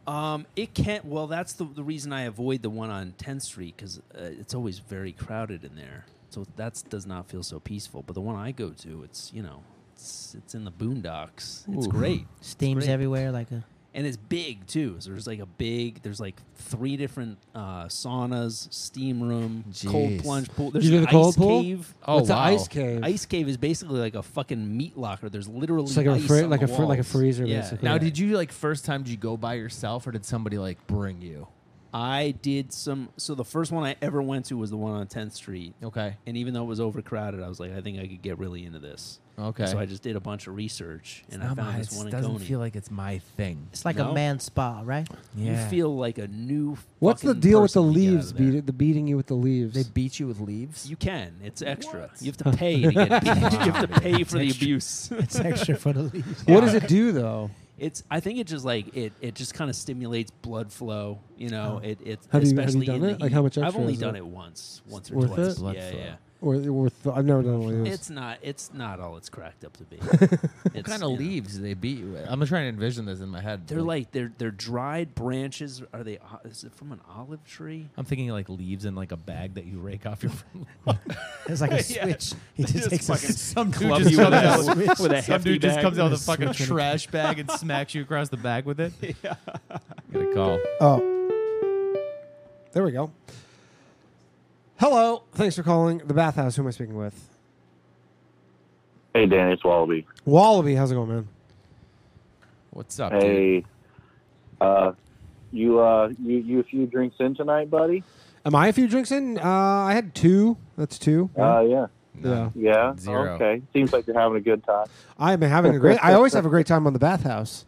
Speaker 9: Um, it can't. Well, that's the the reason I avoid the one on 10th Street because uh, it's always very crowded in there. So that does not feel so peaceful. But the one I go to, it's you know, it's it's in the boondocks. It's
Speaker 7: Ooh.
Speaker 9: great,
Speaker 6: steams
Speaker 9: great.
Speaker 6: everywhere. Like a
Speaker 9: and it's big too. So there's like a big. There's like three different uh, saunas, steam room, cold
Speaker 7: Jeez.
Speaker 9: plunge pool. There's
Speaker 5: you do
Speaker 9: an
Speaker 5: the cold
Speaker 9: ice
Speaker 5: pool?
Speaker 9: cave.
Speaker 7: Oh,
Speaker 5: What's a
Speaker 7: wow.
Speaker 5: ice cave?
Speaker 9: Ice cave is basically like a fucking meat locker. There's literally
Speaker 5: It's like a
Speaker 9: ice
Speaker 5: fri-
Speaker 9: on
Speaker 5: like
Speaker 9: the
Speaker 5: a fr- like a
Speaker 9: walls.
Speaker 5: freezer,
Speaker 9: Yeah.
Speaker 5: basically.
Speaker 7: Now,
Speaker 5: Yeah.
Speaker 7: did you like first time? Did you go by yourself, or did somebody like bring you?
Speaker 9: I did some. So the first one I ever went to was the one on 10th Street.
Speaker 7: Okay.
Speaker 9: And even though it was overcrowded, I was like, I think I could get really into this.
Speaker 7: Okay.
Speaker 9: So I just did a bunch of research and
Speaker 5: Oh
Speaker 9: I
Speaker 7: Not
Speaker 9: found
Speaker 7: my-
Speaker 9: this one
Speaker 7: it
Speaker 9: in
Speaker 7: doesn't
Speaker 9: Coney.
Speaker 7: feel like it's my thing.
Speaker 6: it's like
Speaker 9: No.
Speaker 6: a man spa, right?
Speaker 7: Yeah.
Speaker 9: You feel like a new.
Speaker 5: What's the
Speaker 9: fucking
Speaker 5: deal with the
Speaker 9: person when you get out
Speaker 5: leaves?
Speaker 9: of there.
Speaker 5: Beat the beating you with the leaves.
Speaker 7: they beat you with leaves.
Speaker 9: You can. It's extra. You have to pay to get. beat. you have to pay for the abuse.
Speaker 6: It's extra for the leaves.
Speaker 5: what does it do though?
Speaker 9: It's. I think it just like it. It just kind of stimulates blood flow. You know. It. It.
Speaker 5: Oh. Have you- have you
Speaker 9: especially
Speaker 5: done
Speaker 9: in the
Speaker 5: it? Like, how
Speaker 9: heat.
Speaker 5: much
Speaker 9: I've
Speaker 5: extra
Speaker 9: only
Speaker 5: is
Speaker 9: done
Speaker 5: it?
Speaker 9: it once. Once or
Speaker 5: Worth
Speaker 9: twice.
Speaker 5: it?
Speaker 7: Blood
Speaker 9: yeah.
Speaker 7: flow.
Speaker 9: Yeah.
Speaker 5: Or or th- I've never done one of these.
Speaker 9: It's not. It's not all it's cracked up to be.
Speaker 7: What kind of leaves do they beat you with? I'm trying to envision this in my head.
Speaker 9: They're like they're they're dried branches. Are they? o- Is it from an olive tree?
Speaker 7: I'm thinking like leaves in like a bag that you rake off your.
Speaker 6: It's like a switch. He just takes a s-
Speaker 7: some dude
Speaker 9: club
Speaker 7: just
Speaker 9: you with
Speaker 7: comes
Speaker 9: a
Speaker 7: out
Speaker 9: switch.
Speaker 7: with,
Speaker 9: With a
Speaker 7: some dude
Speaker 9: hefty
Speaker 7: just
Speaker 9: bag.
Speaker 7: comes out with a
Speaker 9: With a
Speaker 7: fucking trash bag and smacks you across the back with it. Yeah. Got a call.
Speaker 5: Oh. There we go. Hello. Thanks for calling the bathhouse. Who am I speaking with?
Speaker 10: Hey, Danny, it's Wallaby.
Speaker 5: Wallaby. How's it going, man?
Speaker 7: What's up, dude?
Speaker 10: Hey, uh, you uh, you you a few drinks in tonight, buddy?
Speaker 5: Am I a few drinks in? Uh, I had two. That's two.
Speaker 10: Uh, yeah,
Speaker 5: yeah.
Speaker 10: yeah.
Speaker 7: Zero.
Speaker 10: Okay, seems like you're having a good time.
Speaker 5: I've been having a great. I always have a great time on the bathhouse.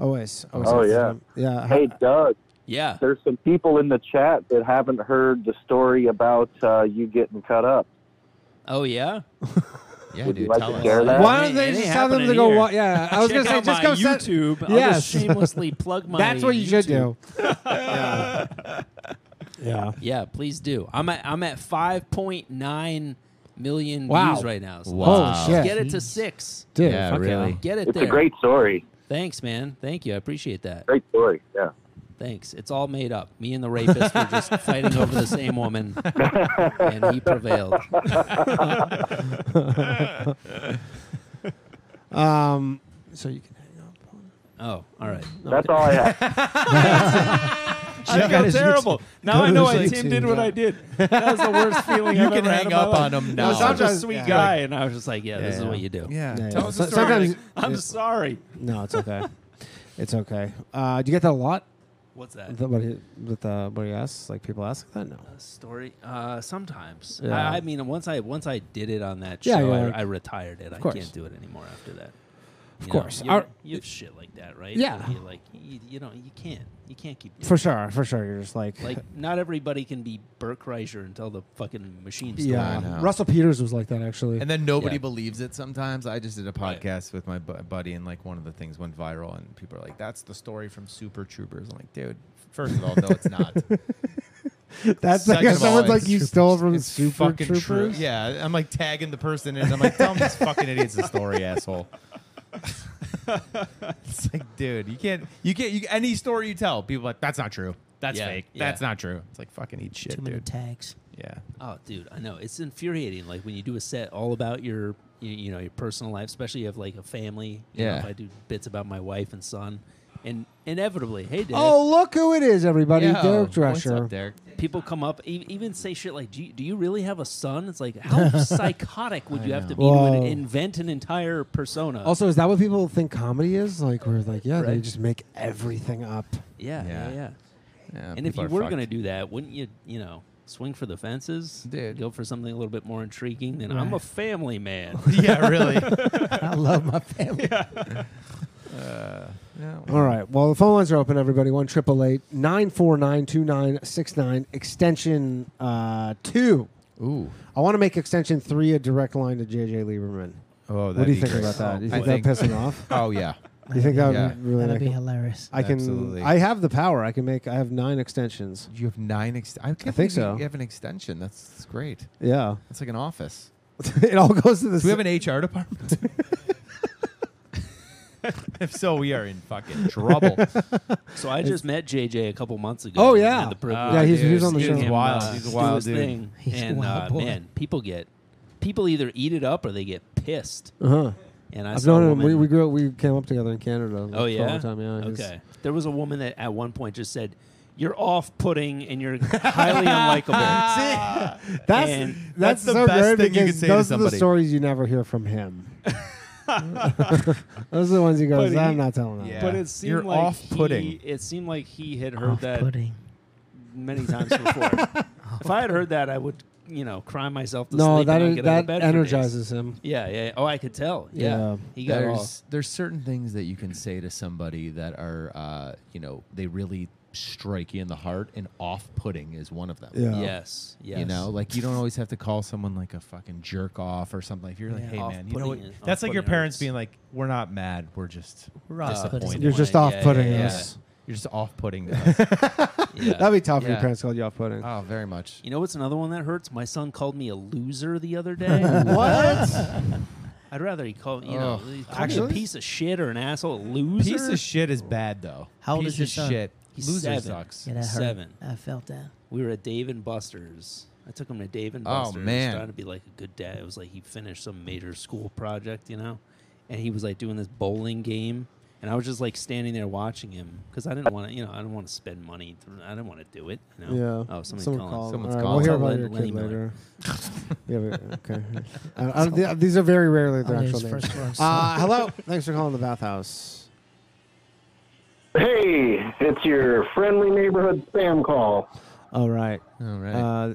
Speaker 5: Always. always
Speaker 10: Oh,
Speaker 5: have
Speaker 10: yeah.
Speaker 5: fun. Yeah.
Speaker 10: Hey, Doug,
Speaker 9: Yeah.
Speaker 10: there's some people in the chat that haven't heard the story about uh, you getting cut up.
Speaker 9: Oh yeah.
Speaker 7: Yeah,
Speaker 10: Would
Speaker 7: dude.
Speaker 10: you like
Speaker 7: tell
Speaker 10: to
Speaker 7: us.
Speaker 10: share that?
Speaker 5: Why don't they
Speaker 9: It ain't
Speaker 5: just tell them to
Speaker 9: happening
Speaker 5: go?
Speaker 9: here.
Speaker 5: Wa- yeah. I was
Speaker 9: Check
Speaker 5: gonna say
Speaker 9: out my
Speaker 5: just go set-
Speaker 9: YouTube. I'll
Speaker 5: Yes.
Speaker 9: just shamelessly plug my.
Speaker 5: That's what you should
Speaker 9: YouTube.
Speaker 5: do. yeah.
Speaker 9: Yeah, please do. I'm at I'm at 5.9 million
Speaker 5: Wow.
Speaker 9: views right now. So
Speaker 7: Wow.
Speaker 9: let's
Speaker 5: Holy shit.
Speaker 9: Get it to six.
Speaker 5: Dude,
Speaker 7: Yeah,
Speaker 5: fuck
Speaker 7: really.
Speaker 9: Get it
Speaker 10: It's
Speaker 9: there.
Speaker 10: a great story.
Speaker 9: Thanks, man. Thank you. I appreciate that.
Speaker 10: Great story. Yeah.
Speaker 9: Thanks. It's all made up. Me and the rapist were just fighting over the same woman, and he prevailed.
Speaker 5: Um. So you can hang up. on-
Speaker 9: Oh, all right.
Speaker 10: That's all I have.
Speaker 7: I feel terrible. Now I
Speaker 5: to
Speaker 7: know
Speaker 5: his
Speaker 7: why
Speaker 5: YouTube.
Speaker 7: Tim did what I did.
Speaker 9: That was the worst feeling
Speaker 7: You can hang up on him now.
Speaker 9: such a
Speaker 5: Sometimes-
Speaker 9: sweet
Speaker 5: yeah.
Speaker 9: guy, and I was just like, yeah, this is
Speaker 7: Yeah.
Speaker 9: what you do.
Speaker 7: Yeah.
Speaker 5: Yeah,
Speaker 7: Tell
Speaker 5: yeah.
Speaker 7: us
Speaker 5: So-
Speaker 7: a story.
Speaker 5: sometimes-
Speaker 7: I'm sorry.
Speaker 5: No, it's okay. it's okay. Uh, do you get that a lot?
Speaker 9: What's that?
Speaker 5: That what he, that the what he asks? Like people ask that? No.
Speaker 9: story uh sometimes
Speaker 5: Yeah.
Speaker 9: I, I mean once i once i did it on that
Speaker 5: Yeah,
Speaker 9: show
Speaker 5: you're
Speaker 9: I,
Speaker 5: like-
Speaker 9: I retired it i
Speaker 5: course.
Speaker 9: can't do it anymore after that of
Speaker 5: course.
Speaker 9: you,
Speaker 5: Our-
Speaker 9: you have shit like that right
Speaker 5: Yeah.
Speaker 9: you like you, you don't you can't you can't keep doing
Speaker 5: For
Speaker 9: it.
Speaker 5: sure. For sure. You're just like.
Speaker 9: like not everybody can be Burt Kreischer until the fucking machine stops.
Speaker 7: I
Speaker 5: yeah.
Speaker 7: know.
Speaker 5: Russell Peters was like that actually.
Speaker 7: And then nobody
Speaker 9: Yeah.
Speaker 7: believes it sometimes. I just did a
Speaker 9: Right.
Speaker 7: podcast with my bu- buddy, and like one of the things went viral, and people are like, that's the story from Super Troopers. I'm like, dude, first of all, no, it's not.
Speaker 5: That's
Speaker 7: Second
Speaker 5: like
Speaker 7: of all,
Speaker 5: someone's like
Speaker 7: it's
Speaker 5: you
Speaker 7: troopers.
Speaker 5: stole from
Speaker 7: It's
Speaker 5: Super
Speaker 7: fucking
Speaker 5: Troopers.
Speaker 7: True. Yeah, I'm like tagging the person, and I'm like, tell him this fucking idiot's the story, asshole. it's like, dude, you can't, you can't, you, any story you tell, people are like, that's not true. That's
Speaker 9: Yeah,
Speaker 7: fake.
Speaker 9: yeah.
Speaker 7: That's not true. It's like fucking eat shit,
Speaker 6: too many
Speaker 7: dude.
Speaker 6: tags.
Speaker 7: Yeah.
Speaker 9: Oh, dude, I know it's infuriating. Like when you do a set all about your, you, you know, your personal life, especially if like a family. You know,
Speaker 7: Yeah.
Speaker 9: if I do bits about my wife and son, and inevitably, hey, Dad,
Speaker 5: Oh, look who it is, everybody!
Speaker 7: Yo,
Speaker 5: Derek
Speaker 7: What's up,
Speaker 5: Drescher.
Speaker 7: Derek?
Speaker 9: people come up e- even say shit like do you, do you really have a son it's like how psychotic would you have to be
Speaker 5: Whoa.
Speaker 9: to invent an entire persona
Speaker 5: Also, is that what people think comedy is? Like we're like, yeah, they
Speaker 9: Uh. Right.
Speaker 5: just make everything up.
Speaker 9: yeah yeah
Speaker 7: Yeah.
Speaker 9: yeah,
Speaker 7: Yeah,
Speaker 9: and if
Speaker 7: people
Speaker 9: you
Speaker 7: are
Speaker 9: were
Speaker 7: fucked.
Speaker 9: going to do that wouldn't you you know swing for the fences
Speaker 7: Dude.
Speaker 9: go for something a little bit more intriguing than i'm a family man
Speaker 7: yeah, really.
Speaker 6: I love my family.
Speaker 11: Uh,
Speaker 9: Uh,
Speaker 7: Yeah.
Speaker 5: All right. Well, the phone lines are open, everybody. One triple eight nine four nine two nine six nine extension uh, two.
Speaker 7: Ooh.
Speaker 5: I want to make extension three a direct line to JJ Lieberman.
Speaker 7: Oh,
Speaker 5: What do you think about that? Do you
Speaker 7: I
Speaker 5: think that pissing off?
Speaker 7: Oh yeah.
Speaker 5: You think that would
Speaker 11: Yeah.
Speaker 5: really?
Speaker 6: That'd
Speaker 5: make
Speaker 6: be
Speaker 5: it-
Speaker 6: hilarious.
Speaker 5: I can.
Speaker 11: Absolutely.
Speaker 5: I have the power. I can make. I have nine extensions.
Speaker 11: You have nine. Ex- I, can't
Speaker 5: think
Speaker 11: believe you-
Speaker 5: so.
Speaker 11: You have an extension. That's, that's great.
Speaker 5: Yeah,
Speaker 11: That's like an office.
Speaker 5: it all goes to the.
Speaker 11: Do we have
Speaker 5: s-
Speaker 11: an HR department? if so, we are in fucking trouble.
Speaker 9: So I just met JJ a couple months ago.
Speaker 5: Oh,
Speaker 9: and
Speaker 5: yeah.
Speaker 9: had the privilege
Speaker 5: Yeah,
Speaker 9: of
Speaker 5: he's- he was on the
Speaker 9: seeing
Speaker 5: show.
Speaker 9: him,
Speaker 11: Wild.
Speaker 9: uh,
Speaker 11: He's a
Speaker 9: do
Speaker 11: wild
Speaker 9: his
Speaker 11: dude.
Speaker 9: Thing.
Speaker 6: He's a
Speaker 9: and
Speaker 6: wild
Speaker 9: uh,
Speaker 6: boy.
Speaker 9: man, people get people either eat it up or they get pissed.
Speaker 5: Uh-huh.
Speaker 9: And I
Speaker 5: I've
Speaker 9: saw a
Speaker 5: known him. We,
Speaker 9: woman-
Speaker 5: we grew up. We came up together in Canada. like,
Speaker 9: Oh
Speaker 5: for a
Speaker 9: yeah.
Speaker 5: long time. Yeah. he's-
Speaker 9: okay. There was a woman that at one point just said, "You're off-putting and you're highly unlikable."
Speaker 5: That's
Speaker 9: And
Speaker 11: that's
Speaker 5: that's,
Speaker 11: the
Speaker 5: so
Speaker 11: best
Speaker 5: great
Speaker 11: thing you could
Speaker 5: because
Speaker 11: say to
Speaker 5: those are the
Speaker 11: somebody.
Speaker 5: stories you never hear from him. those are the ones he goes.
Speaker 9: But
Speaker 5: I'm
Speaker 9: he-
Speaker 5: not telling that.
Speaker 11: Yeah.
Speaker 9: But it seemed
Speaker 11: You're
Speaker 9: like
Speaker 11: off-putting.
Speaker 9: he- it seemed like he had heard
Speaker 6: Off
Speaker 9: that
Speaker 6: pudding.
Speaker 9: many times before. if I had heard that, I would, you know, cry myself to
Speaker 5: No,
Speaker 9: sleep
Speaker 5: that
Speaker 9: and not
Speaker 5: is,
Speaker 9: get out of
Speaker 5: that
Speaker 9: bed for days.
Speaker 5: energizes him.
Speaker 9: Yeah, yeah. Oh, I could tell. Yeah,
Speaker 5: Yeah.
Speaker 9: he got
Speaker 7: There's
Speaker 9: off.
Speaker 7: there's certain things that you can say to somebody that are uh, you know they really strike you in the heart, and off-putting is one of them.
Speaker 5: Yeah.
Speaker 9: Yes, yes.
Speaker 7: You know, like you don't always have to call someone like a fucking jerk off or something. If you're like,
Speaker 9: Yeah,
Speaker 7: hey man, you know what?
Speaker 9: off-putting is-
Speaker 11: That's like your
Speaker 9: off-putting
Speaker 11: parents
Speaker 9: hurts.
Speaker 11: being like, "We're not mad. We're just
Speaker 6: We're off pudding.
Speaker 11: disappointed.
Speaker 5: You're just
Speaker 9: Yeah,
Speaker 5: off-putting
Speaker 9: yeah, yeah.
Speaker 5: us.
Speaker 11: you're just off-putting." to us."
Speaker 9: Yeah.
Speaker 5: That'd be tough if your
Speaker 7: Yeah.
Speaker 5: parents called you off-putting.
Speaker 7: Oh, very much.
Speaker 9: you know what's another one that hurts? My son called me a loser the other day.
Speaker 11: what?
Speaker 9: I'd rather he called you know
Speaker 7: Ugh.
Speaker 9: he called me
Speaker 5: Actually-
Speaker 9: a piece of shit or an asshole a loser.
Speaker 11: Piece of shit is bad though.
Speaker 6: How old
Speaker 11: Piece
Speaker 6: is your
Speaker 11: of
Speaker 6: son?
Speaker 11: Shit.
Speaker 9: He's
Speaker 11: Loser
Speaker 9: seven.
Speaker 11: sucks.
Speaker 6: Yeah, that hurt.
Speaker 9: Seven.
Speaker 6: I felt that.
Speaker 9: We were at Dave and Buster's. I took him to Dave and
Speaker 7: Oh,
Speaker 9: Buster's.
Speaker 7: man.
Speaker 9: Trying to be like a good dad. It was like he finished some major school project, you know? And he was like doing this bowling game. And I was just like standing there watching him because I didn't want to, you know, I didn't want to spend money. th- I didn't want to do it. You know?
Speaker 5: Yeah.
Speaker 9: Oh, somebody's
Speaker 5: Someone
Speaker 9: calling.
Speaker 5: called.
Speaker 7: Someone's
Speaker 5: All right,
Speaker 7: calling.
Speaker 5: We'll
Speaker 9: Tell
Speaker 5: hear about your
Speaker 9: Lenny
Speaker 5: kid
Speaker 9: Miller.
Speaker 5: later. yeah, but- okay. Uh, uh, th- these are very rarely their
Speaker 6: Oh,
Speaker 5: actual
Speaker 6: there's
Speaker 5: names.
Speaker 6: first one.
Speaker 5: Uh, hello. Thanks for calling the bathhouse.
Speaker 12: Hey, it's your friendly neighborhood spam call.
Speaker 5: All right.
Speaker 7: All right.
Speaker 5: Uh,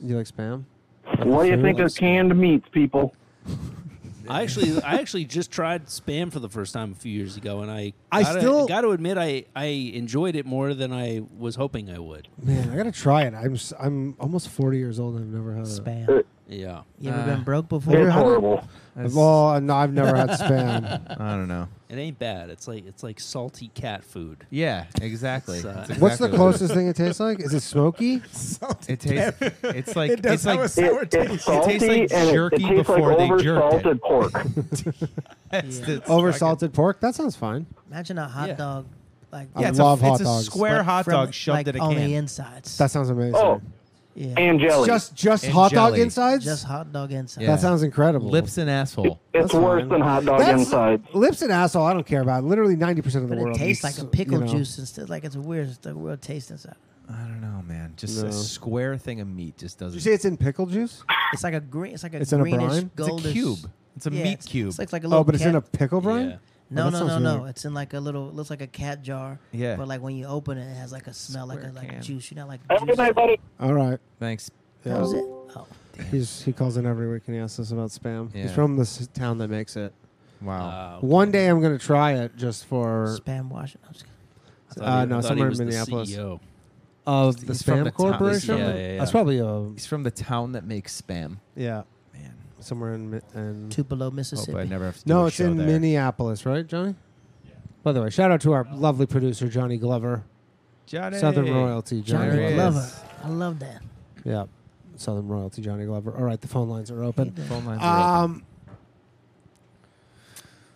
Speaker 5: you like spam?
Speaker 12: What do you think of canned meats, people?
Speaker 9: I actually, I actually just tried spam for the first time a few years ago, and I,
Speaker 5: I
Speaker 9: gotta,
Speaker 5: still-
Speaker 9: got to admit, I, I enjoyed it more than I was hoping I would.
Speaker 5: Man, I gotta try it. I'm s- I'm almost 40 years old. and I've never had it.
Speaker 6: Spam.
Speaker 9: Yeah.
Speaker 6: You ever
Speaker 11: Uh,
Speaker 6: been broke
Speaker 12: It's
Speaker 6: before?
Speaker 12: Uh, horrible.
Speaker 5: Well, uh, no, I've never had spam.
Speaker 11: I don't know.
Speaker 9: It ain't bad. It's like, it's like salty cat food.
Speaker 7: Yeah, exactly.
Speaker 9: It's, uh,
Speaker 7: That's
Speaker 5: What's the
Speaker 7: exactly what
Speaker 5: closest thing it tastes like? Is it smoky?
Speaker 7: It tastes. It's like
Speaker 11: does
Speaker 7: it's
Speaker 11: have
Speaker 7: like
Speaker 11: a
Speaker 12: It,
Speaker 11: sour
Speaker 12: it's
Speaker 11: It
Speaker 12: salty
Speaker 11: tastes like
Speaker 12: and it, it
Speaker 11: jerky
Speaker 12: tastes like
Speaker 11: before they
Speaker 12: over
Speaker 11: jerked
Speaker 12: salted
Speaker 11: it.
Speaker 12: pork.
Speaker 11: It's- it's
Speaker 5: Over
Speaker 11: fucking-
Speaker 5: salted pork? That sounds fine.
Speaker 6: Imagine a hot
Speaker 11: Yeah.
Speaker 6: dog like
Speaker 5: I
Speaker 11: Yeah,
Speaker 6: that,
Speaker 11: it's a,
Speaker 5: love hot
Speaker 11: it's a
Speaker 5: dogs.
Speaker 11: square
Speaker 6: but
Speaker 11: hot
Speaker 6: from,
Speaker 11: dog shoved
Speaker 6: like,
Speaker 11: in a
Speaker 6: on
Speaker 11: can.
Speaker 6: the insides.
Speaker 5: That sounds amazing.
Speaker 12: Oh,
Speaker 6: yeah.
Speaker 12: and jelly.
Speaker 5: just just
Speaker 7: And
Speaker 5: hot dog
Speaker 7: jelly.
Speaker 5: insides?
Speaker 6: just hot dog insides.
Speaker 7: Yeah.
Speaker 5: That sounds incredible.
Speaker 7: lips and asshole.
Speaker 12: it's
Speaker 5: that's
Speaker 12: worse
Speaker 5: fine.
Speaker 12: than hot dog
Speaker 5: That's-
Speaker 12: insides.
Speaker 5: Lips and asshole, I don't care about. Literally 90% of the
Speaker 6: But
Speaker 5: world.
Speaker 6: it tastes like
Speaker 5: eats,
Speaker 6: a pickle
Speaker 5: you know.
Speaker 6: juice instead. Like it's a weird, it's a weird taste inside.
Speaker 11: I don't know, man. Just
Speaker 5: No.
Speaker 11: a square thing of meat just
Speaker 5: Did
Speaker 11: doesn't.
Speaker 5: you say it's in pickle juice?
Speaker 6: It's like a green. It's like a
Speaker 5: It's in a
Speaker 6: greenish
Speaker 5: brine? It's a
Speaker 6: goldish.
Speaker 11: cube. It's a
Speaker 6: yeah,
Speaker 11: meat
Speaker 6: it's-
Speaker 11: cube.
Speaker 6: It's like, like a little.
Speaker 5: Oh, but it's in a
Speaker 6: cat-
Speaker 5: pickle brine?
Speaker 9: Yeah.
Speaker 5: Oh,
Speaker 6: No,
Speaker 5: that
Speaker 6: no, no,
Speaker 5: sounds
Speaker 6: no.
Speaker 5: weird.
Speaker 6: It's in like a little. Looks like a cat jar.
Speaker 11: Yeah.
Speaker 6: But like when you open it, it has like a smell, like a like
Speaker 11: can.
Speaker 6: juice. You know, like
Speaker 12: Have a
Speaker 6: juice.
Speaker 12: good night, buddy.
Speaker 5: All right.
Speaker 7: Thanks.
Speaker 6: That was it. Oh,
Speaker 5: He's, he calls in every week and he asks us about spam. He's
Speaker 7: Yeah.
Speaker 5: from this town that makes it.
Speaker 11: wow.
Speaker 9: Uh,
Speaker 5: One day I'm going to try it just for
Speaker 6: Oh, spam washing. I'm just kidding.
Speaker 9: I thought he-
Speaker 5: uh,
Speaker 9: I
Speaker 5: no,
Speaker 9: thought he
Speaker 5: somewhere in
Speaker 9: was the
Speaker 5: Minneapolis.
Speaker 7: E
Speaker 9: CEO.
Speaker 5: of the
Speaker 7: He's from the
Speaker 5: spam
Speaker 7: town-
Speaker 5: corporation.
Speaker 9: Yeah, yeah, yeah.
Speaker 5: That's probably a
Speaker 7: He's from the town that makes spam.
Speaker 5: yeah,
Speaker 7: Man,
Speaker 5: somewhere in Mi- in
Speaker 6: Tupelo,
Speaker 7: hope
Speaker 6: Mississippi.
Speaker 7: I never have to. do
Speaker 5: No,
Speaker 7: a
Speaker 5: it's
Speaker 7: show
Speaker 5: in
Speaker 7: there.
Speaker 5: Minneapolis, right, Johnny? By the way, shout out to our lovely producer Johnny Glover,
Speaker 11: Johnny.
Speaker 5: Southern royalty, Johnny.
Speaker 6: Johnny
Speaker 11: There it
Speaker 6: Glover.
Speaker 11: is.
Speaker 6: I love that.
Speaker 5: Yeah, Southern royalty, Johnny Glover. All right, the phone lines are open.
Speaker 7: Phone lines are open.
Speaker 5: Um,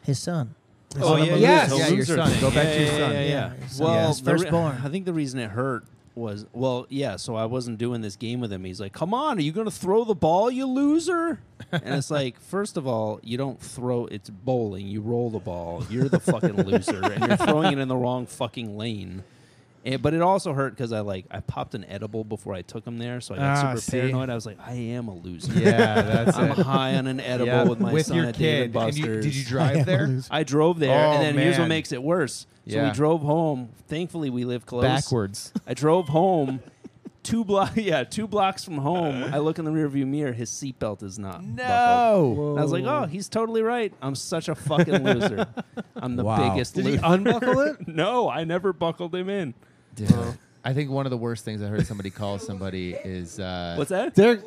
Speaker 6: His son.
Speaker 9: Oh, yeah,
Speaker 5: Yes.
Speaker 7: Yeah, your son. Go back to your son.
Speaker 9: Yeah, yeah.
Speaker 6: Yeah, his son.
Speaker 9: Well,
Speaker 6: Yeah, his
Speaker 9: the re-
Speaker 6: firstborn.
Speaker 9: I think the reason it hurt was well, yeah. So I wasn't doing this game with him. He's like, "Come on, are you going to throw the ball, you loser?" and it's like, first of all, you don't throw. It's bowling. You roll the ball. You're the fucking loser, and you're throwing it in the wrong fucking lane. And, but it also hurt because I like I popped an edible before I took him there, so I got
Speaker 11: Ah,
Speaker 9: super
Speaker 11: see?
Speaker 9: paranoid. I was like, I am a loser.
Speaker 11: Yeah, that's
Speaker 9: I'm
Speaker 11: it.
Speaker 9: high on an edible
Speaker 11: Yeah,
Speaker 9: with my son
Speaker 11: your
Speaker 9: at Dave
Speaker 11: kid.
Speaker 9: and
Speaker 11: And you-
Speaker 9: Buster's.
Speaker 11: did you drive there?
Speaker 9: I drove there,
Speaker 11: Oh,
Speaker 9: and then here's
Speaker 11: man.
Speaker 9: what makes it worse. So
Speaker 7: Yeah.
Speaker 9: we drove home. Thankfully, we live close.
Speaker 7: Backwards.
Speaker 9: I drove home. Two block, yeah, two blocks from home. I look in the rearview mirror. His seatbelt is not. buckled.
Speaker 11: No.
Speaker 9: And I was like, oh, he's totally right. I'm such a fucking loser. I'm the
Speaker 7: Wow.
Speaker 9: biggest
Speaker 5: did he
Speaker 9: loser.
Speaker 5: unbuckle it?
Speaker 9: no, I never buckled him in.
Speaker 7: Dude, I think one of the worst things I heard somebody call somebody is uh,
Speaker 9: What's that?
Speaker 5: Derek,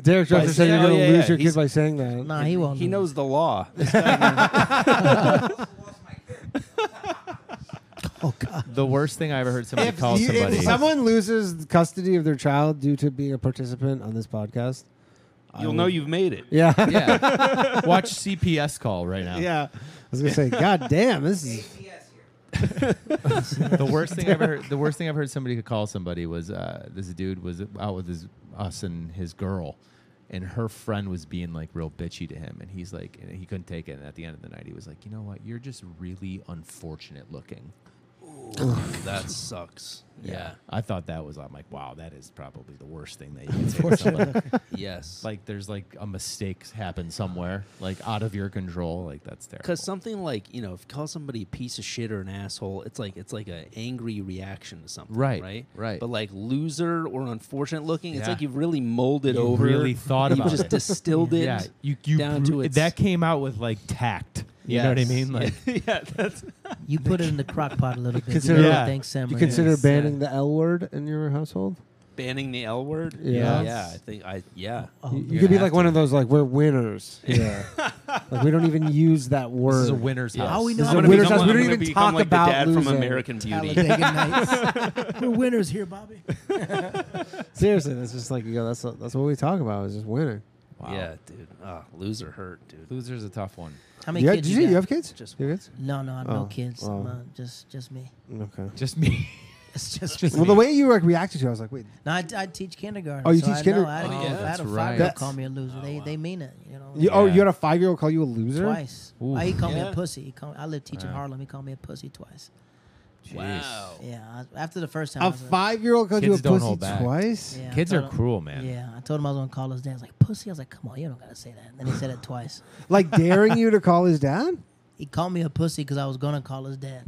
Speaker 5: Derek Jefferson said
Speaker 9: saying-
Speaker 5: you're gonna
Speaker 9: oh, yeah,
Speaker 5: lose
Speaker 9: yeah,
Speaker 5: your kid
Speaker 9: he's-
Speaker 5: by saying that.
Speaker 6: Nah, he won't.
Speaker 9: He
Speaker 6: do
Speaker 9: knows the law.
Speaker 6: Oh God.
Speaker 7: The worst thing I ever heard somebody
Speaker 5: If,
Speaker 7: call
Speaker 5: you- if
Speaker 7: somebody.
Speaker 5: someone loses custody of their child due to being a participant on this podcast, I
Speaker 9: You'll know
Speaker 5: will-
Speaker 9: you've made it.
Speaker 5: Yeah,
Speaker 7: yeah. Watch CPS call right now.
Speaker 5: yeah. I was gonna say, God damn, this is
Speaker 7: The worst thing I ever heard, the worst thing I've heard somebody could call somebody was uh, this dude was out with his us and his girl, and her friend was being like real bitchy to him, and he's like and he couldn't take it. And at the end of the night, he was like, you know what, you're just really unfortunate looking.
Speaker 9: That sucks. Yeah.
Speaker 7: I thought that was I'm like, wow, that is probably the worst thing that you can say to somebody.
Speaker 9: Yes.
Speaker 7: like there's like a mistake happened somewhere, like out of your control. Like that's terrible.
Speaker 9: Because something like you know, if you call somebody a piece of shit or an asshole, it's like it's like an angry reaction to something,
Speaker 7: Right,
Speaker 9: Right,
Speaker 7: right.
Speaker 9: But like loser or unfortunate looking, it's
Speaker 7: Yeah.
Speaker 9: like you've really molded
Speaker 7: You
Speaker 9: over,
Speaker 7: really thought
Speaker 9: you've
Speaker 7: about
Speaker 9: just
Speaker 7: it.
Speaker 9: distilled it,
Speaker 7: yeah, you, you
Speaker 9: down
Speaker 7: bru-
Speaker 9: to its
Speaker 7: that came out with like tact. You know what I
Speaker 9: Yes.
Speaker 7: mean? Like
Speaker 9: yeah, that's
Speaker 6: You put it in the crock pot a little bit.
Speaker 5: Consider-
Speaker 6: you know,
Speaker 7: Yeah.
Speaker 6: thanks, Sam.
Speaker 5: You
Speaker 6: right?
Speaker 5: consider
Speaker 6: Yes.
Speaker 5: banning the L word in your household?
Speaker 9: banning the L word.
Speaker 5: Yeah.
Speaker 9: yeah. I think I yeah.
Speaker 6: Oh,
Speaker 5: You- you
Speaker 7: you're
Speaker 5: could be
Speaker 7: Oh, gonna
Speaker 5: like
Speaker 7: have
Speaker 5: one of those like we're winners. Yeah. like we don't even use that word.
Speaker 7: this is a winner's house.
Speaker 6: All we know
Speaker 5: This is a
Speaker 6: about
Speaker 5: winner's
Speaker 6: is
Speaker 5: house. We
Speaker 9: I'm
Speaker 5: don't
Speaker 9: gonna
Speaker 5: even
Speaker 9: become
Speaker 5: talk
Speaker 9: like
Speaker 5: about
Speaker 9: the dad
Speaker 5: losing.
Speaker 9: from American Beauty.
Speaker 6: Talladega Nights. We're winners here, Bobby.
Speaker 5: Seriously, that's just like you go, that's that's what we talk about is just winning.
Speaker 7: Wow.
Speaker 9: Yeah, dude. Ah, loser hurt, dude.
Speaker 7: Loser's a tough one.
Speaker 6: How many
Speaker 5: You,
Speaker 6: kids
Speaker 5: did
Speaker 6: you,
Speaker 5: you, you
Speaker 6: got?
Speaker 5: have kids?
Speaker 9: Just
Speaker 5: You have kids?
Speaker 6: No, no, no
Speaker 5: Oh,
Speaker 6: kids.
Speaker 5: oh.
Speaker 6: No, just, just me.
Speaker 5: Okay.
Speaker 7: Just me.
Speaker 6: It's just,
Speaker 5: Well,
Speaker 6: me.
Speaker 5: the way you like reacted to, it, I was like, wait,
Speaker 6: No, I, I teach kindergarten.
Speaker 5: Oh, you
Speaker 6: so
Speaker 5: teach
Speaker 6: I
Speaker 5: kinder-
Speaker 6: Know. I had a-
Speaker 7: Oh,
Speaker 6: I had
Speaker 7: that's
Speaker 6: a
Speaker 7: right.
Speaker 6: five-year-old
Speaker 5: That's-
Speaker 6: call me a loser. they, they mean it. You know.
Speaker 5: you, oh,
Speaker 7: Yeah.
Speaker 5: you had a five year old call you a loser?
Speaker 6: Twice.
Speaker 7: Ooh.
Speaker 6: Oh, he called me
Speaker 9: Yeah.
Speaker 6: a pussy. He called, I live teaching Harlem. He called me a pussy twice.
Speaker 9: wow.
Speaker 6: Yeah. I, after the first time. I
Speaker 5: A
Speaker 6: was like-
Speaker 5: five year old called you a
Speaker 7: Kids don't
Speaker 5: pussy
Speaker 7: hold back.
Speaker 5: twice?
Speaker 6: yeah, I
Speaker 7: Kids
Speaker 6: told
Speaker 7: are
Speaker 6: him-
Speaker 7: cruel, man.
Speaker 6: Yeah, I told him I was gonna call his dad. I was like, "Pussy." I was like, "Come on, you don't gotta say that." And then he said it twice.
Speaker 5: Like daring you to call his dad?
Speaker 6: He called me a pussy because I was gonna call his dad.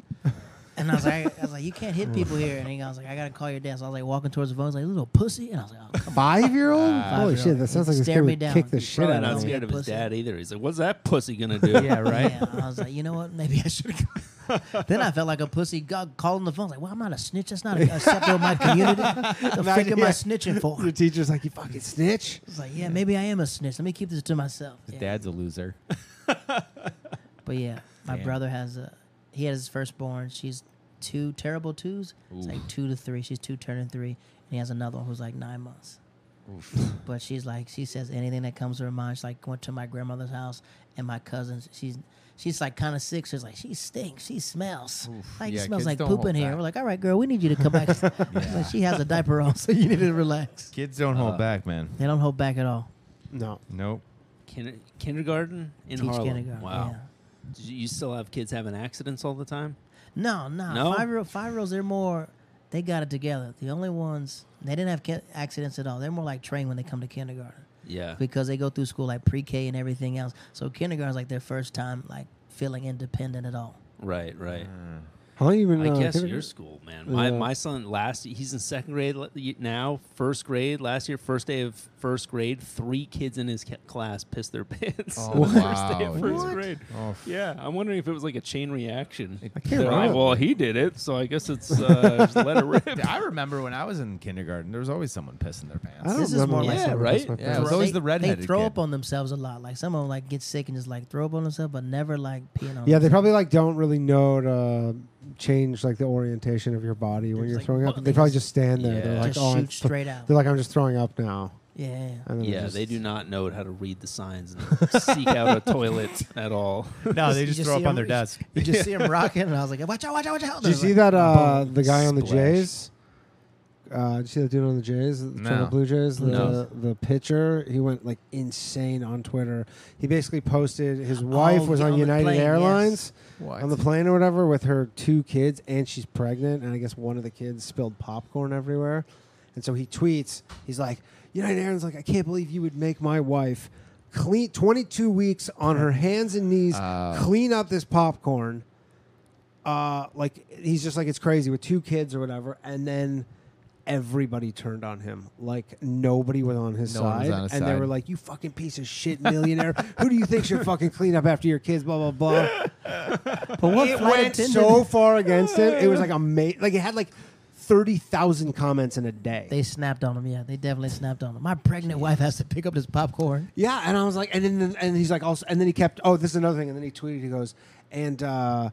Speaker 6: And I was like, I was like, you can't hit people here. And he, I was like, I gotta call your dad. So I was like walking towards the phone. He's like, little pussy. And I was like, oh, come on.
Speaker 5: Five year old? Holy
Speaker 6: Five-year-old.
Speaker 5: shit, that sounds like this
Speaker 6: Stare
Speaker 5: kid
Speaker 6: me
Speaker 5: would
Speaker 6: down.
Speaker 5: kick the
Speaker 6: He's
Speaker 5: shit
Speaker 9: Probably
Speaker 5: out
Speaker 9: not
Speaker 5: of me.
Speaker 9: scared of his
Speaker 6: Pussy.
Speaker 9: dad either. He's like, "What's that pussy gonna do?" yeah,
Speaker 7: right.
Speaker 6: Yeah. I was like, you know what? Maybe I should. then I felt like a pussy go- calling the phone. Like, well, I'm not a snitch. That's not acceptable in my community. The freak am I
Speaker 5: yeah.
Speaker 6: snitching for?
Speaker 5: Your teacher's like, you fucking snitch?
Speaker 6: It's like, yeah, maybe I am a snitch. Let me keep this to myself.
Speaker 7: His
Speaker 6: Yeah.
Speaker 7: dad's a loser.
Speaker 6: But yeah, my
Speaker 7: Damn.
Speaker 6: brother has a. He had his firstborn. She's two terrible twos. It's like two to three. She's two turning three, and he has another one who's like nine months. But she's like, she says anything that comes to her mind. She's like, went to my grandmother's house and my cousins. She's she's like kind of sick. She's like, she stinks. She smells. like
Speaker 7: Yeah,
Speaker 6: it smells
Speaker 7: kids
Speaker 6: like
Speaker 7: don't
Speaker 6: poop in
Speaker 7: hold
Speaker 6: here.
Speaker 7: back.
Speaker 6: We're like, all right, girl, we need you to come back. Like, she has a diaper on, so you need to relax.
Speaker 7: Kids don't
Speaker 6: Oh,
Speaker 9: Uh,
Speaker 7: hold back, man.
Speaker 6: They don't hold back at all.
Speaker 5: No.
Speaker 7: Nope.
Speaker 9: Kinder- kindergarten in
Speaker 6: Teach
Speaker 9: Harlem.
Speaker 6: kindergarten.
Speaker 9: wow.
Speaker 6: yeah.
Speaker 9: Do You still have kids having accidents all the time?
Speaker 6: No, no.
Speaker 9: No?
Speaker 6: Five year five year olds, they're more. They got it together. The only ones they didn't have ki- accidents at all. They're more like trained when they come to kindergarten
Speaker 9: Yeah.
Speaker 6: because they go through school like pre K and everything else. So kindergarten's like their first time like feeling independent at all.
Speaker 9: Right, right.
Speaker 5: Mm. How long you been
Speaker 9: I
Speaker 5: uh,
Speaker 9: guess
Speaker 5: kindergarten?
Speaker 9: your school, man. My
Speaker 5: Yeah.
Speaker 9: my son last he's in second grade le- y- now, first grade last year, first day of first grade, three kids in his ca- class pissed their pants.
Speaker 7: Oh,
Speaker 9: on the First day
Speaker 7: wow,
Speaker 9: of first
Speaker 7: dude.
Speaker 9: grade.
Speaker 7: Oh, f-
Speaker 9: Yeah, I'm wondering if it was like a chain reaction.
Speaker 7: I
Speaker 5: can't
Speaker 9: They're like,
Speaker 5: remember.
Speaker 9: well, he did it, so I guess it's uh, just let it rip.
Speaker 7: I remember when I was in kindergarten, there was always someone pissing their
Speaker 5: I don't
Speaker 7: pants.
Speaker 6: This is
Speaker 5: remember
Speaker 6: more
Speaker 5: last
Speaker 6: like-
Speaker 5: time I
Speaker 9: Yeah,
Speaker 5: pissed my
Speaker 9: right?
Speaker 7: Yeah, it
Speaker 5: pants.
Speaker 7: was always the redheaded
Speaker 6: They throw
Speaker 7: kid.
Speaker 6: up on themselves a lot. Like some of them like get sick and just like throw up on themselves, but never like peeing on.
Speaker 5: Yeah, they
Speaker 6: themselves.
Speaker 5: probably like don't really know to change like the orientation of your body when
Speaker 6: It's
Speaker 5: you're
Speaker 6: like,
Speaker 5: throwing
Speaker 6: oh,
Speaker 5: up. They
Speaker 6: they
Speaker 5: probably
Speaker 6: just-
Speaker 5: just stand there. They're
Speaker 9: Yeah.
Speaker 5: like,
Speaker 6: just
Speaker 5: oh, I'm
Speaker 6: shoot
Speaker 5: thro-
Speaker 6: straight out.
Speaker 5: They're like, I'm just throwing up now.
Speaker 6: Yeah, yeah, yeah.
Speaker 5: And then
Speaker 9: Yeah,
Speaker 5: just-
Speaker 9: they do not know how to read the signs and seek out a toilet at all.
Speaker 7: No, they
Speaker 6: You
Speaker 7: just throw
Speaker 6: see
Speaker 7: up on their
Speaker 6: them-
Speaker 7: desk.
Speaker 6: You just see them rocking, and I was like, "Watch out! Watch out! Watch out!"
Speaker 5: Did you
Speaker 6: They're
Speaker 5: see
Speaker 6: like,
Speaker 5: that? Uh, the guy on the
Speaker 7: Splash.
Speaker 5: Jays. Uh, did you see that dude on the Jays, the Toronto
Speaker 7: No.
Speaker 5: Blue Jays, the,
Speaker 9: No.
Speaker 5: the pitcher? He went like insane on Twitter. He basically posted his wife was
Speaker 6: Oh, yeah,
Speaker 5: on,
Speaker 6: on the
Speaker 5: United
Speaker 6: plane, yes.
Speaker 5: Airlines
Speaker 7: What?
Speaker 5: on the plane or whatever with her two kids, and she's pregnant. And I guess one of the kids spilled popcorn everywhere, and so he tweets. He's like, United Airlines, like I can't believe you would make my wife clean 22 weeks on her hands and knees,
Speaker 3: Oh.
Speaker 5: clean up this popcorn uh, like he's just like it's crazy with two kids or whatever, and then everybody turned on him. Like nobody was on his
Speaker 3: No one was
Speaker 5: side,
Speaker 3: on his
Speaker 5: and they
Speaker 3: side.
Speaker 5: were like, "You fucking piece of shit millionaire! Who do you think should fucking clean up after your kids?" Blah blah blah.
Speaker 6: But what
Speaker 5: It
Speaker 6: flight
Speaker 5: went
Speaker 6: attendant-
Speaker 5: so far against him. It was like amazing. Like it had like thirty thousand comments in a day.
Speaker 6: They snapped on him. Yeah, they definitely snapped on him. My pregnant wife has to pick up this popcorn.
Speaker 5: Yeah, and I was like, and then and he's like, also, and then he kept. Oh, this is another thing. And then he tweeted, he goes, and uh,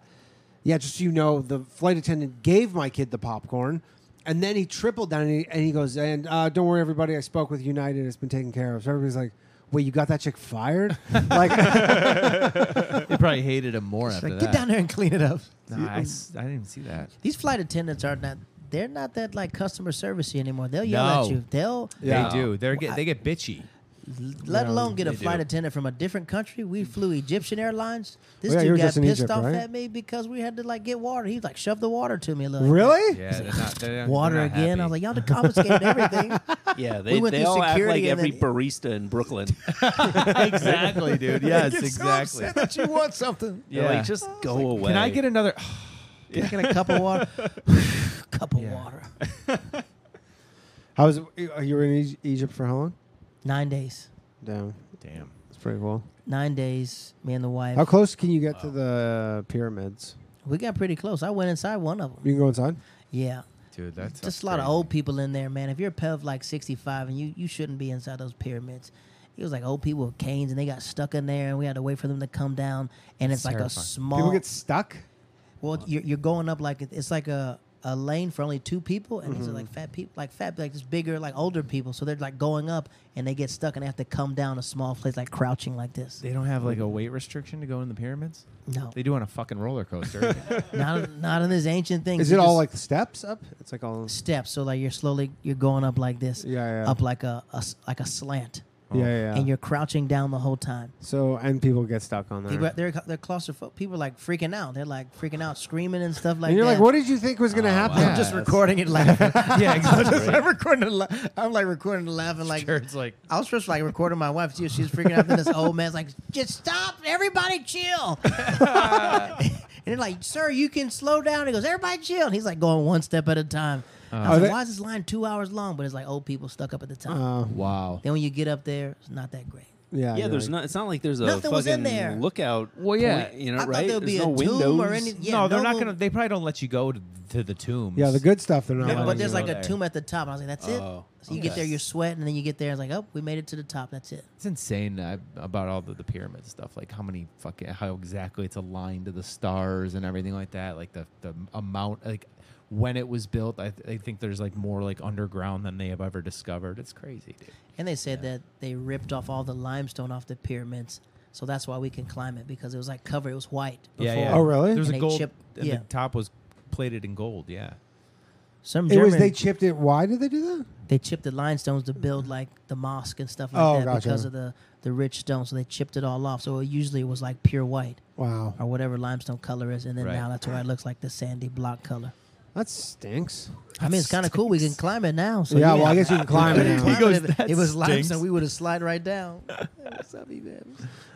Speaker 13: yeah, just so you know, the flight attendant gave my kid the popcorn. And then he tripled down and he, and he goes, and uh, don't worry, everybody, I spoke with United. It's been taken care of. So everybody's like, wait, you got that chick fired? like,
Speaker 7: They probably hated him more after
Speaker 6: Like,
Speaker 7: that.
Speaker 6: get down there and clean it up.
Speaker 7: No, I, s- I didn't even see that.
Speaker 6: These flight attendants are not. They're not that like customer servicey anymore. They'll yell
Speaker 14: No.
Speaker 6: at Oh, you. They'll
Speaker 13: Yeah.
Speaker 14: They do. They get they get bitchy.
Speaker 6: let alone get a
Speaker 14: they do.
Speaker 6: flight attendant from a different country. We flew Egyptian Airlines. This
Speaker 13: Mm. Oh, yeah, you were
Speaker 6: dude got
Speaker 13: just in
Speaker 6: pissed
Speaker 13: Egypt,
Speaker 6: off
Speaker 13: right?
Speaker 6: at me because we had to like get water. He like shoved the water to me a little.
Speaker 13: really?
Speaker 14: Yeah, they're not, they're not-
Speaker 6: Water
Speaker 14: they're not
Speaker 6: again. I was
Speaker 14: happy.
Speaker 6: like, y'all done confiscated everything.
Speaker 9: Yeah, they,
Speaker 6: We went
Speaker 9: they
Speaker 6: through
Speaker 9: all act like
Speaker 6: security and
Speaker 9: every
Speaker 6: then-
Speaker 9: barista in Brooklyn.
Speaker 14: exactly, dude. Yes, exactly.
Speaker 6: that you want something.
Speaker 9: yeah.
Speaker 14: Yeah.
Speaker 9: Like, just go away.
Speaker 14: Can I get another?
Speaker 6: Can I get a cup of water? cup of water.
Speaker 13: How was it? You were in E- Egypt for how long?
Speaker 6: Nine days.
Speaker 13: Damn.
Speaker 14: Damn.
Speaker 13: It's pretty cool.
Speaker 6: Nine days. Me and the wife.
Speaker 13: How close can you get to the pyramids?
Speaker 6: We got pretty close. I went inside one of them.
Speaker 13: You can go inside?
Speaker 6: Yeah.
Speaker 14: Dude, that's
Speaker 6: Just a lot of old people in there, man. If you're a pev like 65 and you, you shouldn't be inside those pyramids. It was like old people with canes and they got stuck in there and we had to wait for them to come down. And it's like a small.
Speaker 13: People get stuck?
Speaker 6: Well, you're, you're going up like it's like a, a lane for only two people, and these are
Speaker 14: Mm-hmm.
Speaker 6: like fat people, like fat, like just bigger, like older people. So they're like going up, and they get stuck, and they have to come down a small place, like crouching like this.
Speaker 14: They don't have like a weight restriction to go in the pyramids.
Speaker 6: No,
Speaker 14: They do on a fucking roller coaster.
Speaker 6: not not in this ancient thing.
Speaker 13: Is
Speaker 6: You
Speaker 13: it all
Speaker 6: just-
Speaker 13: like the steps up? It's like all.
Speaker 6: steps? So like you're slowly you're going up like this,
Speaker 13: Yeah, yeah.
Speaker 6: up like a, a s- like a slant,
Speaker 13: Yeah, yeah.
Speaker 6: and you're crouching down the whole time.
Speaker 13: so, and people get stuck on there.
Speaker 6: People they're they're claustrophobic. People are like freaking out. They're like freaking out, screaming and stuff like
Speaker 13: and you're
Speaker 6: that.
Speaker 13: like, what did you think was going to happen?
Speaker 6: I'm just recording it laughing.
Speaker 14: yeah,
Speaker 6: I'm,
Speaker 14: exactly.
Speaker 6: just, I'm recording. it la- I'm like recording and laughing like
Speaker 14: Sure, it's like
Speaker 6: I was just like recording my wife too. She was freaking out. Then this old man's like, "Just stop, everybody, chill." and they're like, "Sir, you can slow down." He goes, "Everybody, chill." And he's like going one step at a time.
Speaker 14: Uh,
Speaker 6: I
Speaker 13: Are
Speaker 6: was like,
Speaker 13: they-
Speaker 6: "Why is this line two hours long?" But it's like old people stuck up at the time.
Speaker 13: Uh,
Speaker 7: Wow.
Speaker 6: then when you get up there, it's not that great.
Speaker 13: yeah.
Speaker 9: Yeah,
Speaker 13: you're
Speaker 9: there's
Speaker 13: like-
Speaker 9: not. It's not like there's a
Speaker 6: Nothing
Speaker 9: fucking
Speaker 6: was in there.
Speaker 9: lookout.
Speaker 7: Well, yeah.
Speaker 9: point, you know,
Speaker 6: I thought
Speaker 9: right?
Speaker 6: there'd be
Speaker 9: there's no
Speaker 6: a
Speaker 9: windows.
Speaker 6: tomb or any- yeah,
Speaker 14: no, they're
Speaker 6: no
Speaker 14: not
Speaker 6: one-
Speaker 14: gonna. They probably don't let you go to, to the tombs.
Speaker 13: Yeah, the good stuff they're not.
Speaker 14: Yeah,
Speaker 13: letting
Speaker 6: But there's
Speaker 13: you
Speaker 6: like
Speaker 13: do.
Speaker 6: a tomb at the top. And I was like, "That's it."
Speaker 9: Oh,
Speaker 6: So you get
Speaker 9: okay.
Speaker 6: there, you're sweating, and then you get there. It's like, "Oh, we made it to the top. That's it."
Speaker 7: It's insane uh, about all the, the pyramid stuff. Like how many fucking how exactly it's aligned to the stars and everything like that. Like the the amount like when it was built. I, I think there's like more like underground than they have ever discovered. It's crazy, dude.
Speaker 6: And they said that they ripped off all the limestone off the pyramids, so that's why we can climb it because it was like covered. It was white. Before.
Speaker 13: yeah. Oh, really?
Speaker 14: There was a
Speaker 6: And they
Speaker 14: gold.
Speaker 6: chip-
Speaker 14: and
Speaker 6: yeah.
Speaker 14: the top was plated in gold. Yeah.
Speaker 6: Some
Speaker 13: It
Speaker 6: German,
Speaker 13: was, they chipped it. Why did they do that? Mm.
Speaker 6: they chipped the limestones to build like the mosque and stuff like
Speaker 13: Oh,
Speaker 6: that
Speaker 13: gotcha.
Speaker 6: because of the the rich stone. So they chipped it all off. So it usually was like pure white
Speaker 13: Wow.
Speaker 6: or whatever limestone color is, and then
Speaker 14: Right.
Speaker 6: now that's why it looks like the sandy block color.
Speaker 13: That stinks.
Speaker 6: I mean, it's kind of cool. We can climb it now. So
Speaker 13: yeah, well, I guess you can climb it.
Speaker 6: Climb
Speaker 13: now.
Speaker 6: it.
Speaker 14: goes,
Speaker 6: If
Speaker 14: "That
Speaker 6: it was
Speaker 14: stinks."
Speaker 6: limestone, we would have slid right down. What's up, E-Man?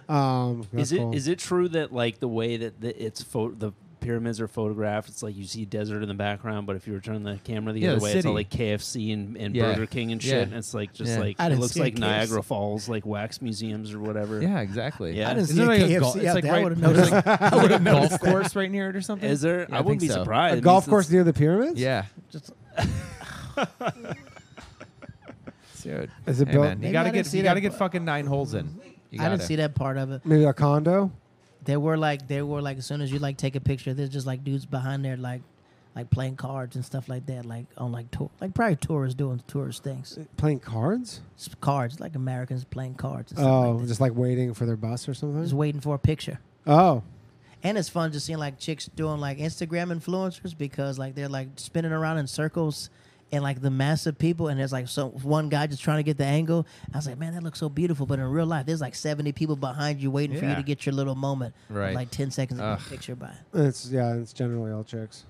Speaker 13: Um, that's
Speaker 9: Is it
Speaker 13: cool.
Speaker 9: is it true that like the way that the, it's pho- the pyramids are photographed, it's like you see desert in the background, but if you turn the camera the
Speaker 7: Yeah,
Speaker 9: other
Speaker 7: the
Speaker 9: way, it's all
Speaker 7: city.
Speaker 9: like KFC and, and
Speaker 7: Yeah.
Speaker 9: Burger King and shit.
Speaker 7: Yeah.
Speaker 9: And it's like just
Speaker 7: Yeah.
Speaker 9: like
Speaker 6: I
Speaker 9: it
Speaker 6: didn't
Speaker 9: looks
Speaker 6: see a
Speaker 9: like
Speaker 6: KFC.
Speaker 9: Niagara Falls, like wax museums or whatever.
Speaker 7: Yeah, exactly.
Speaker 9: Yeah. I
Speaker 6: didn't
Speaker 7: Isn't
Speaker 6: see a
Speaker 7: there, like,
Speaker 6: KFC
Speaker 7: gol- it's
Speaker 6: out
Speaker 7: like
Speaker 6: there. I
Speaker 7: right-
Speaker 6: would've
Speaker 7: there's,
Speaker 6: noticed
Speaker 7: like, there's, like, a golf course right near it or something.
Speaker 9: Is there?
Speaker 7: Yeah,
Speaker 9: I wouldn't
Speaker 7: think
Speaker 9: be
Speaker 7: so.
Speaker 9: surprised. I
Speaker 13: a
Speaker 9: mean,
Speaker 13: golf
Speaker 9: since-
Speaker 13: course near the pyramids?
Speaker 7: Yeah.
Speaker 6: Just-
Speaker 7: Dude,
Speaker 13: Is it
Speaker 7: hey,
Speaker 13: built-
Speaker 7: man, you
Speaker 6: Maybe I
Speaker 14: gotta get.
Speaker 6: didn't see
Speaker 14: You gotta
Speaker 6: that
Speaker 14: get
Speaker 6: bu-
Speaker 14: fucking nine holes in. You
Speaker 6: I
Speaker 14: gotta.
Speaker 6: didn't see that part of it.
Speaker 13: Maybe a condo.
Speaker 6: They were like they were like as soon as you like take a picture, there's just like dudes behind there like like playing cards and stuff like that, like on like tour like probably tourists doing tourist things.
Speaker 13: Playing cards?
Speaker 6: It's cards, like Americans playing cards and stuff
Speaker 13: Oh,
Speaker 6: like that.
Speaker 13: just like waiting for their bus or
Speaker 6: Just
Speaker 13: something.
Speaker 6: waiting for a picture.
Speaker 13: Oh,
Speaker 6: And it's fun just seeing like chicks doing like Instagram influencers because like they're like spinning around in circles and like the mass of people and there's like so one guy just trying to get the angle. I was like, man, that looks so beautiful. But in real life, there's like 70 people behind you waiting for you
Speaker 14: Yeah.
Speaker 6: to get your little moment. of,
Speaker 7: Right.
Speaker 6: Like 10 seconds to get
Speaker 7: Ugh.
Speaker 6: a picture by.
Speaker 13: it's yeah, it's generally all chicks.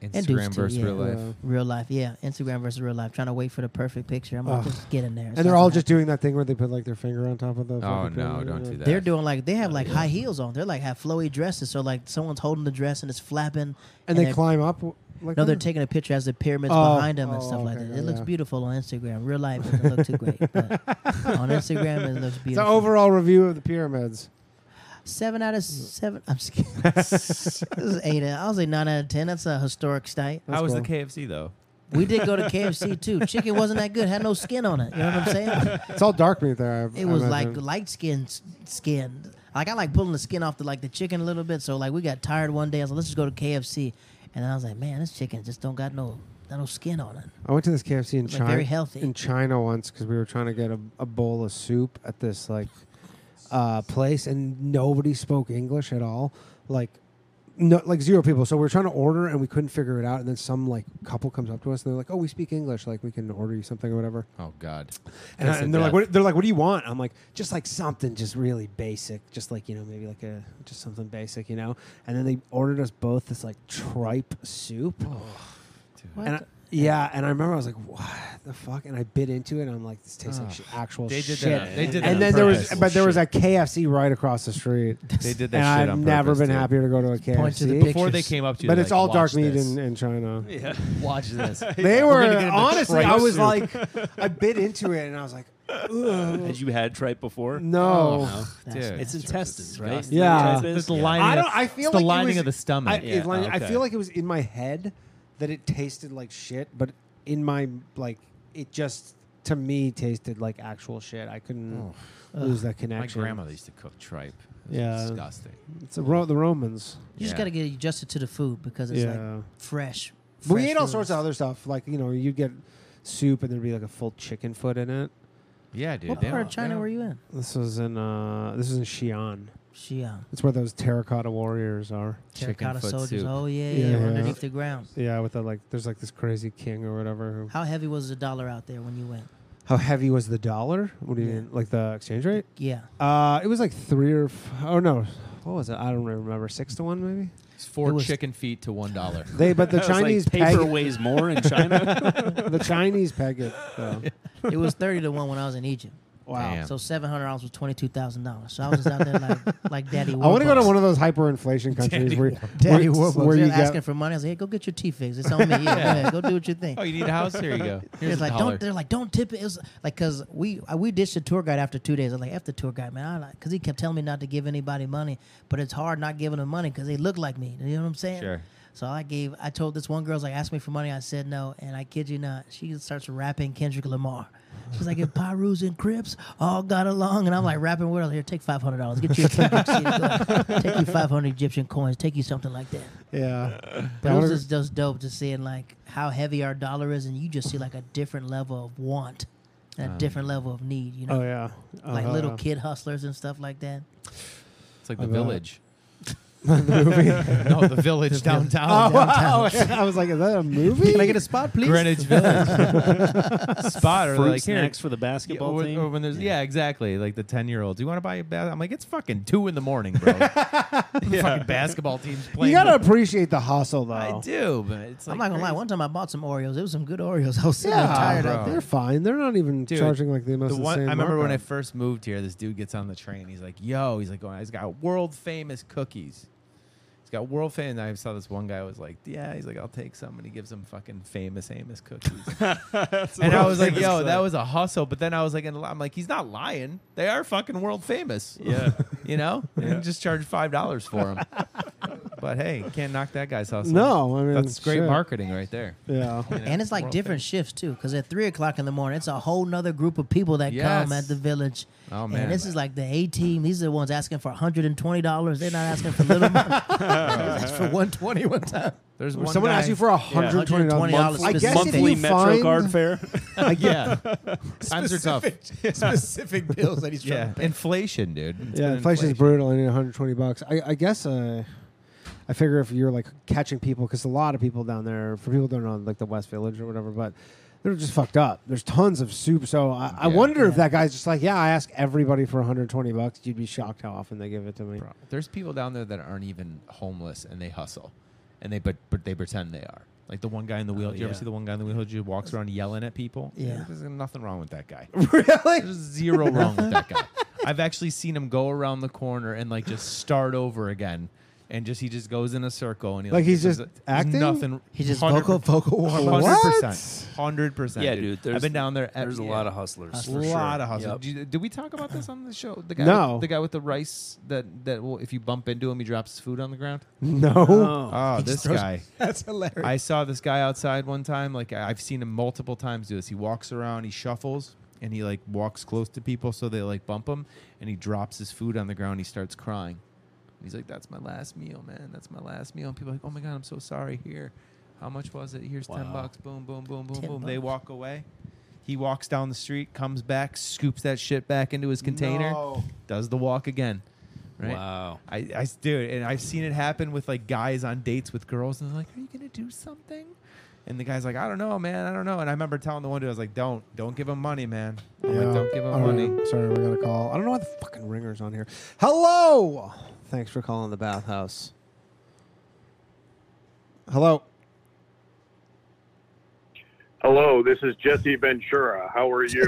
Speaker 6: And dudes
Speaker 7: Instagram
Speaker 6: too,
Speaker 7: versus
Speaker 6: yeah.
Speaker 7: real life.
Speaker 13: Yeah.
Speaker 6: Real life, yeah. Instagram versus real life. Trying to wait for the perfect picture. I'm like,
Speaker 13: Ugh.
Speaker 6: just get in there. It's
Speaker 13: And they're
Speaker 6: not
Speaker 13: all
Speaker 6: gonna
Speaker 13: just doing that thing where they put like their finger on top of the.
Speaker 7: Oh
Speaker 13: fucking
Speaker 7: no,
Speaker 13: pyramid, yeah.
Speaker 7: don't do that.
Speaker 6: happen. They're doing like they have like high heels on. They're like have flowy dresses. So like someone's holding the dress and it's flapping.
Speaker 13: And, they
Speaker 6: they're-
Speaker 13: climb up. w- Like
Speaker 6: No,
Speaker 13: that?
Speaker 6: they're taking a picture as the pyramids
Speaker 13: Oh,
Speaker 6: behind them and
Speaker 13: oh,
Speaker 6: stuff like
Speaker 13: okay,
Speaker 6: that.
Speaker 13: yeah,
Speaker 6: It looks
Speaker 13: yeah.
Speaker 6: beautiful on Instagram. Real life doesn't look too great, but on Instagram it looks
Speaker 13: It's an
Speaker 6: beautiful.
Speaker 13: overall review of the pyramids.
Speaker 6: Seven out of seven. I'm just kidding. this is eight. out- I'll say nine out of ten. That's a historic site.
Speaker 14: How was the
Speaker 13: cool.
Speaker 14: KFC though?
Speaker 6: We did go to KFC too. Chicken wasn't that good. Had no skin on it. You know what I'm saying?
Speaker 13: It's all dark meat there. I,
Speaker 6: It
Speaker 13: I
Speaker 6: was like
Speaker 13: imagine.
Speaker 6: light skinned skinned. Like I like pulling the skin off the like the chicken a little bit. So like we got tired one day. I was like, let's just go to KFC, and then I was like, man, this chicken just don't got no got no skin on it.
Speaker 5: I went to this KFC in
Speaker 6: It's, like,
Speaker 5: China.
Speaker 6: very healthy.
Speaker 5: In China once because we were trying to get a, a bowl of soup at this like uh, place, and nobody spoke English at all. Like. No, like zero people. So we we're trying to order and we couldn't figure it out. And then some like couple comes up to us and they're like, "Oh, we speak English. Like we can order you something or whatever."
Speaker 7: Oh God. Kiss
Speaker 5: And, I-
Speaker 7: of
Speaker 5: and they're like,
Speaker 7: death.
Speaker 5: what, they're like, what do you want? I'm like, just like something, just really basic, just like you know, maybe like a just something basic, you know. And then they ordered us both this like tripe soup.
Speaker 6: What
Speaker 5: And I-
Speaker 6: the-
Speaker 5: yeah, and I remember I was like, "What the fuck?" And I bit into it, and I'm like, "This tastes like
Speaker 7: Ah.
Speaker 5: sh- actual
Speaker 14: They did
Speaker 5: shit."
Speaker 14: that. They did that.
Speaker 5: and
Speaker 14: on
Speaker 5: then there was,
Speaker 14: purpose.
Speaker 5: but there was a KFC right across the street.
Speaker 7: They did that
Speaker 5: and
Speaker 7: shit
Speaker 5: I've
Speaker 7: on
Speaker 5: never
Speaker 7: purpose,
Speaker 5: been
Speaker 7: dude.
Speaker 5: happier to go to a KFC.
Speaker 6: Point to the
Speaker 14: Before they
Speaker 6: pictures.
Speaker 14: came up to you,
Speaker 5: but
Speaker 14: they're
Speaker 5: it's
Speaker 14: like,
Speaker 5: all dark
Speaker 14: "Watch
Speaker 5: meat
Speaker 14: this."
Speaker 5: in, in China.
Speaker 7: Watch this.
Speaker 5: They
Speaker 14: We're gonna
Speaker 5: were
Speaker 14: get him a
Speaker 5: honestly.
Speaker 14: tripe
Speaker 5: I was
Speaker 14: soup.
Speaker 5: like, I bit into it, and I was like, "Ugh,
Speaker 9: Had you had tripe before?
Speaker 5: no."
Speaker 9: No.
Speaker 7: Dude,
Speaker 9: It's intestines, right?
Speaker 7: disgusting.
Speaker 5: Yeah.
Speaker 9: Tripe is?
Speaker 14: This lining
Speaker 5: I
Speaker 14: of-
Speaker 5: don't. I feel
Speaker 7: it's the
Speaker 5: like it
Speaker 7: lining
Speaker 5: was-
Speaker 7: of the stomach.
Speaker 5: I, it
Speaker 9: Yeah,
Speaker 5: lined- I
Speaker 9: okay.
Speaker 5: feel like it was in my head that it tasted like shit, but in my like it just to me tasted like actual shit. I couldn't lose that
Speaker 7: My
Speaker 5: connection.
Speaker 7: grandmother used to cook tripe. It was
Speaker 5: Yeah.
Speaker 7: Disgusting.
Speaker 5: It's the, Ro- the Romans.
Speaker 6: You just
Speaker 7: Yeah.
Speaker 6: gotta get adjusted to the food because it's
Speaker 5: Yeah.
Speaker 6: like fresh.
Speaker 5: But we
Speaker 6: fresh
Speaker 5: ate all
Speaker 6: foods.
Speaker 5: sorts of other stuff. Like you know, you'd get soup and there'd be like a full chicken foot in it.
Speaker 7: Yeah, dude.
Speaker 6: What
Speaker 7: they
Speaker 6: part of
Speaker 7: don't-
Speaker 6: China
Speaker 7: they
Speaker 6: were you in?
Speaker 5: This was in uh, this was in Xi'an.
Speaker 6: Xi'an.
Speaker 5: It's where those terracotta warriors are.
Speaker 7: Chicken
Speaker 6: Terracotta
Speaker 7: foot
Speaker 6: soldiers.
Speaker 7: soup.
Speaker 6: Oh yeah,
Speaker 5: Yeah.
Speaker 6: yeah, underneath the ground.
Speaker 5: Yeah, with the like, there's like this crazy king or whatever. Who,
Speaker 6: How heavy was the dollar out there when you went?
Speaker 5: how heavy was the dollar? What do you
Speaker 6: Yeah.
Speaker 5: mean, like the exchange rate?
Speaker 6: Yeah.
Speaker 5: Uh, it was like three or f- oh no, what was it? I don't really remember. Six to one, maybe.
Speaker 7: It's Four
Speaker 6: It was-
Speaker 7: chicken feet to one dollar.
Speaker 5: They but the
Speaker 9: That was
Speaker 5: Chinese
Speaker 9: like paper
Speaker 5: peg
Speaker 9: weighs more in China.
Speaker 5: it. the Chinese peg it. Though.
Speaker 6: It was thirty to one when I was in Egypt.
Speaker 5: Wow.
Speaker 7: Damn.
Speaker 6: So seven hundred dollars was twenty two thousand dollars. So I was just out there like like Daddy.
Speaker 5: I want to go to one of those hyperinflation countries where
Speaker 6: Daddy
Speaker 5: where,
Speaker 6: Warbucks.
Speaker 5: where
Speaker 6: They're
Speaker 5: you
Speaker 6: asking
Speaker 5: get.
Speaker 6: for money. I was like, hey, go get your tea fix. It's on me. Yeah, go, ahead. go do what you think.
Speaker 7: oh, you need a house? Here you go. Here's
Speaker 6: It's
Speaker 7: a
Speaker 6: like
Speaker 7: dollar.
Speaker 6: don't. They're like don't tip it. It was like because we I, we ditched the tour guide after two days. I was like after tour guide man, I like because he kept telling me not to give anybody money, but it's hard not giving them money because they look like me. You know what I'm saying?
Speaker 7: Sure.
Speaker 6: So I gave. I told this one girl, I was like, ask me for money. I said no, and I kid you not, she starts rapping Kendrick Lamar. She's like, if Pyrus and Crips all got along, and I'm like rapping with her, here, take five hundred dollars, get you a Kendrick CD, Go ahead. take you five hundred Egyptian coins, take you something like that.
Speaker 5: Yeah,
Speaker 6: But
Speaker 5: That
Speaker 6: it was
Speaker 5: was-
Speaker 6: just, just dope to seeing like how heavy our dollar is, and you just see like a different level of want, a
Speaker 7: Uh-huh.
Speaker 6: different level of need. You know,
Speaker 5: oh yeah,
Speaker 6: like
Speaker 5: Uh-huh.
Speaker 6: little kid hustlers and stuff like that.
Speaker 7: it's like the
Speaker 5: I bet.
Speaker 7: village.
Speaker 5: The movie.
Speaker 7: no, the village downtown.
Speaker 5: Oh, wow. I was like, is that a movie?
Speaker 6: Can I get a spot, please?
Speaker 7: Greenwich Village. Spot or
Speaker 9: Fruit
Speaker 7: like here.
Speaker 9: snacks for the
Speaker 7: Yeah,
Speaker 9: basketball
Speaker 7: or,
Speaker 9: team.
Speaker 7: or when there's yeah. exactly like the ten year olds. You want to buy a bat? I'm like it's fucking two in the morning, bro. The fucking basketball team's
Speaker 5: you
Speaker 7: playing.
Speaker 5: gotta appreciate the hustle though.
Speaker 7: I do, but it's like
Speaker 6: I'm not gonna lie.
Speaker 7: crazy.
Speaker 6: One time I bought some Oreos. It was some good Oreos. I was sitting
Speaker 5: Yeah,
Speaker 6: there tired
Speaker 7: bro.
Speaker 6: out
Speaker 5: they're
Speaker 6: there.
Speaker 5: fine. They're not even
Speaker 7: Dude,
Speaker 5: charging like the most
Speaker 7: The one, I
Speaker 5: insane
Speaker 7: remember when I
Speaker 5: markup.
Speaker 7: first moved here, this dude gets on the train. He's like, "Yo," he's like, "going, he's got world famous cookies. He's got world famous." And I saw this one guy was like, "Yeah," he's like, "I'll take some," and he gives him fucking famous Amos cookies. and I was like, "Yo, that was a hustle." But then I was like, and "I'm like, he's not lying. They are fucking world famous."
Speaker 9: yeah.
Speaker 7: you know, and just charge five dollars for them. but hey, can't knock that guy's hustle.
Speaker 5: No, I mean,
Speaker 7: that's great
Speaker 5: shit.
Speaker 7: marketing right there.
Speaker 5: yeah.
Speaker 6: And it's like
Speaker 7: World
Speaker 6: different shifts too, because at three o'clock in the morning, it's a whole nother group of people that come
Speaker 7: Yes.
Speaker 6: at the village.
Speaker 7: Oh, man.
Speaker 6: And this is like the A team. These are the ones asking for hundred and twenty dollars. They're not asking for little money. That's for one twenty one time.
Speaker 7: There's one
Speaker 5: Someone
Speaker 7: guy,
Speaker 5: asked you for a hundred twenty
Speaker 6: $120
Speaker 5: dollars. I guess if
Speaker 6: Monthly
Speaker 5: you find
Speaker 9: fare.
Speaker 7: yeah. Times are tough.
Speaker 6: specific bills that he's
Speaker 7: Yeah, inflation, dude. It's
Speaker 5: Yeah,
Speaker 7: been
Speaker 5: inflation's brutal. I need 120 bucks. I, I guess uh, I figure if you're like catching people, because a lot of people down there, for people who don't know, like the West Village or whatever, but they're just fucked up. There's tons of soup. So I, I
Speaker 7: Yeah.
Speaker 5: wonder if that guy's just like, yeah, I ask everybody for 120 bucks. You'd be shocked how often they give it to me.
Speaker 7: Bro, There's people down there that aren't even homeless and they hustle, and they but but they pretend they are. Like the one guy in the wheel. Do you ever
Speaker 9: yeah.
Speaker 7: see the one guy in the wheelchair who walks around yelling at people?
Speaker 6: Oh, Yeah.
Speaker 7: There's nothing wrong with that guy.
Speaker 5: really?
Speaker 7: There's zero wrong with that guy. I've actually seen him go around the corner and like just start over again, and just he just goes in a circle and he,
Speaker 5: Like, he's
Speaker 7: there's-
Speaker 5: just
Speaker 7: there's
Speaker 5: acting?
Speaker 7: Nothing.
Speaker 6: He just vocal vocal warm up.
Speaker 7: Hundred
Speaker 5: What?
Speaker 7: percent. Hundred percent.
Speaker 9: Yeah, dude. There's,
Speaker 7: I've been down there.
Speaker 9: There's a lot of hustlers.
Speaker 7: a
Speaker 9: for
Speaker 7: lot
Speaker 9: sure.
Speaker 7: of hustle.
Speaker 9: Yep.
Speaker 7: Did, you- did we talk about this on the show? The guy,
Speaker 5: No.
Speaker 7: with, the guy with the rice that that will, if you bump into him, he drops his food on the ground.
Speaker 5: No.
Speaker 7: Oh, this guy.
Speaker 6: That's hilarious.
Speaker 7: I saw this guy outside one time. Like I- I've seen him multiple times do this. He walks around, he shuffles, and he like walks close to people so they like bump him and he drops his food on the ground. he starts crying. He's like, "That's my last meal, man. That's my last meal." And people are like, "Oh my god, I'm so sorry." Here, how much was it? Here's ten
Speaker 14: Wow.
Speaker 7: bucks. Boom, boom, boom, boom,
Speaker 14: 10
Speaker 7: boom. They
Speaker 14: bucks.
Speaker 7: walk away. He walks down the street, comes back, scoops that shit back into his container,
Speaker 14: No.
Speaker 7: does the walk again. Right?
Speaker 14: Wow.
Speaker 7: I, I dude, and I've seen it happen with like guys on dates with girls, and they're like, "Are you gonna do something?" And the guy's like, "I don't know, man. I don't know." And I remember telling the one dude, I was like, "Don't, don't give him money, man. I'm like, don't give him
Speaker 5: All right.
Speaker 7: money."
Speaker 5: Sorry, we got a call. I don't know why the fucking ringer's on here. Hello. Thanks for calling the bathhouse. Hello.
Speaker 15: Hello, this is Jesse Ventura. How are you?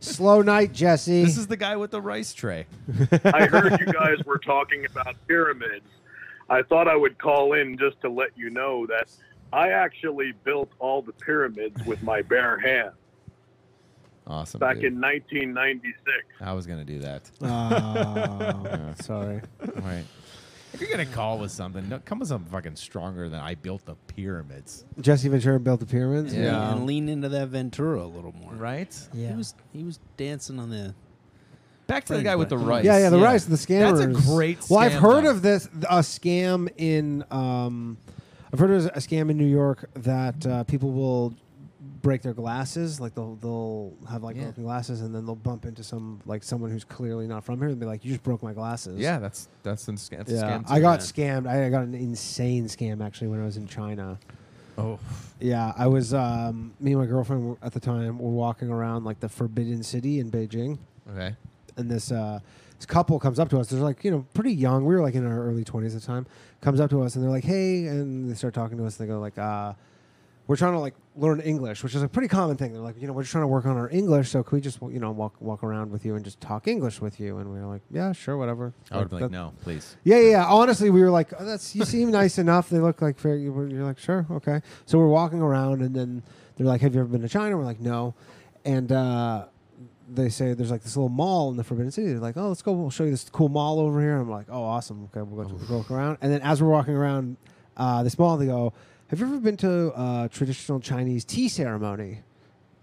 Speaker 5: Slow night, Jesse.
Speaker 7: This is the guy with the rice tray.
Speaker 15: I heard you guys were talking about pyramids. I thought I would call in just to let you know that I actually built all the pyramids with my bare hands
Speaker 7: Awesome.
Speaker 15: back
Speaker 7: dude.
Speaker 15: in 1996.
Speaker 7: I was gonna do that.
Speaker 5: Oh, sorry.
Speaker 7: All right. If you're gonna call with something, no, come with something fucking stronger than I built the pyramids.
Speaker 5: Jesse Ventura built the pyramids.
Speaker 7: Yeah.
Speaker 5: No.
Speaker 9: and lean into that Ventura a little more.
Speaker 7: Right?
Speaker 9: Yeah. He was he was dancing on the
Speaker 7: Back
Speaker 5: to the
Speaker 7: guy with the rice.
Speaker 5: Yeah, yeah, the rice, the scammers.
Speaker 7: That's a great
Speaker 5: Well, I've
Speaker 7: scam,
Speaker 5: heard
Speaker 7: though.
Speaker 5: of this a scam in. Um, I've heard of a scam in New York that uh, people will break their glasses, like they'll they'll have like
Speaker 7: Yeah.
Speaker 5: broken glasses, and then they'll bump into some like someone who's clearly not from here and be like, "You just broke my glasses."
Speaker 7: Yeah, that's that's in scam.
Speaker 5: yeah.
Speaker 7: scam
Speaker 5: I got
Speaker 7: too.
Speaker 5: scammed. I got an insane scam actually when I was in China.
Speaker 7: Oh.
Speaker 5: Yeah, I was. Um, me and my girlfriend were, at the time were walking around like the Forbidden City in Beijing.
Speaker 7: Okay.
Speaker 5: And this uh, this couple comes up to us. They're like, you know, pretty young. We were like in our early twenties at the time. Comes up to us and they're like, hey, and they start talking to us. They go like, uh, we're trying to like learn English, which is a pretty common thing. They're like, you know, we're just trying to work on our English. So can we just you know walk walk around with you and just talk English with you? And we were like, yeah, sure, whatever.
Speaker 7: I would be like,
Speaker 5: that-
Speaker 7: no, please.
Speaker 5: yeah, yeah, yeah. Honestly, we were like, oh, "That's you seem nice enough." They look like fair. you were- You're like, "Sure, okay." So we're walking around, and then they're like, "Have you ever been to China?" We're like, "No," and uh, they say there's like this little mall in the Forbidden City. They're like, "Oh, let's go. We'll show you this cool mall over here." I'm like, "Oh, awesome. Okay, we'll go to we'll walk around." And then as we're walking around uh, this mall, they go, "Have you ever been to uh, traditional Chinese tea ceremony?"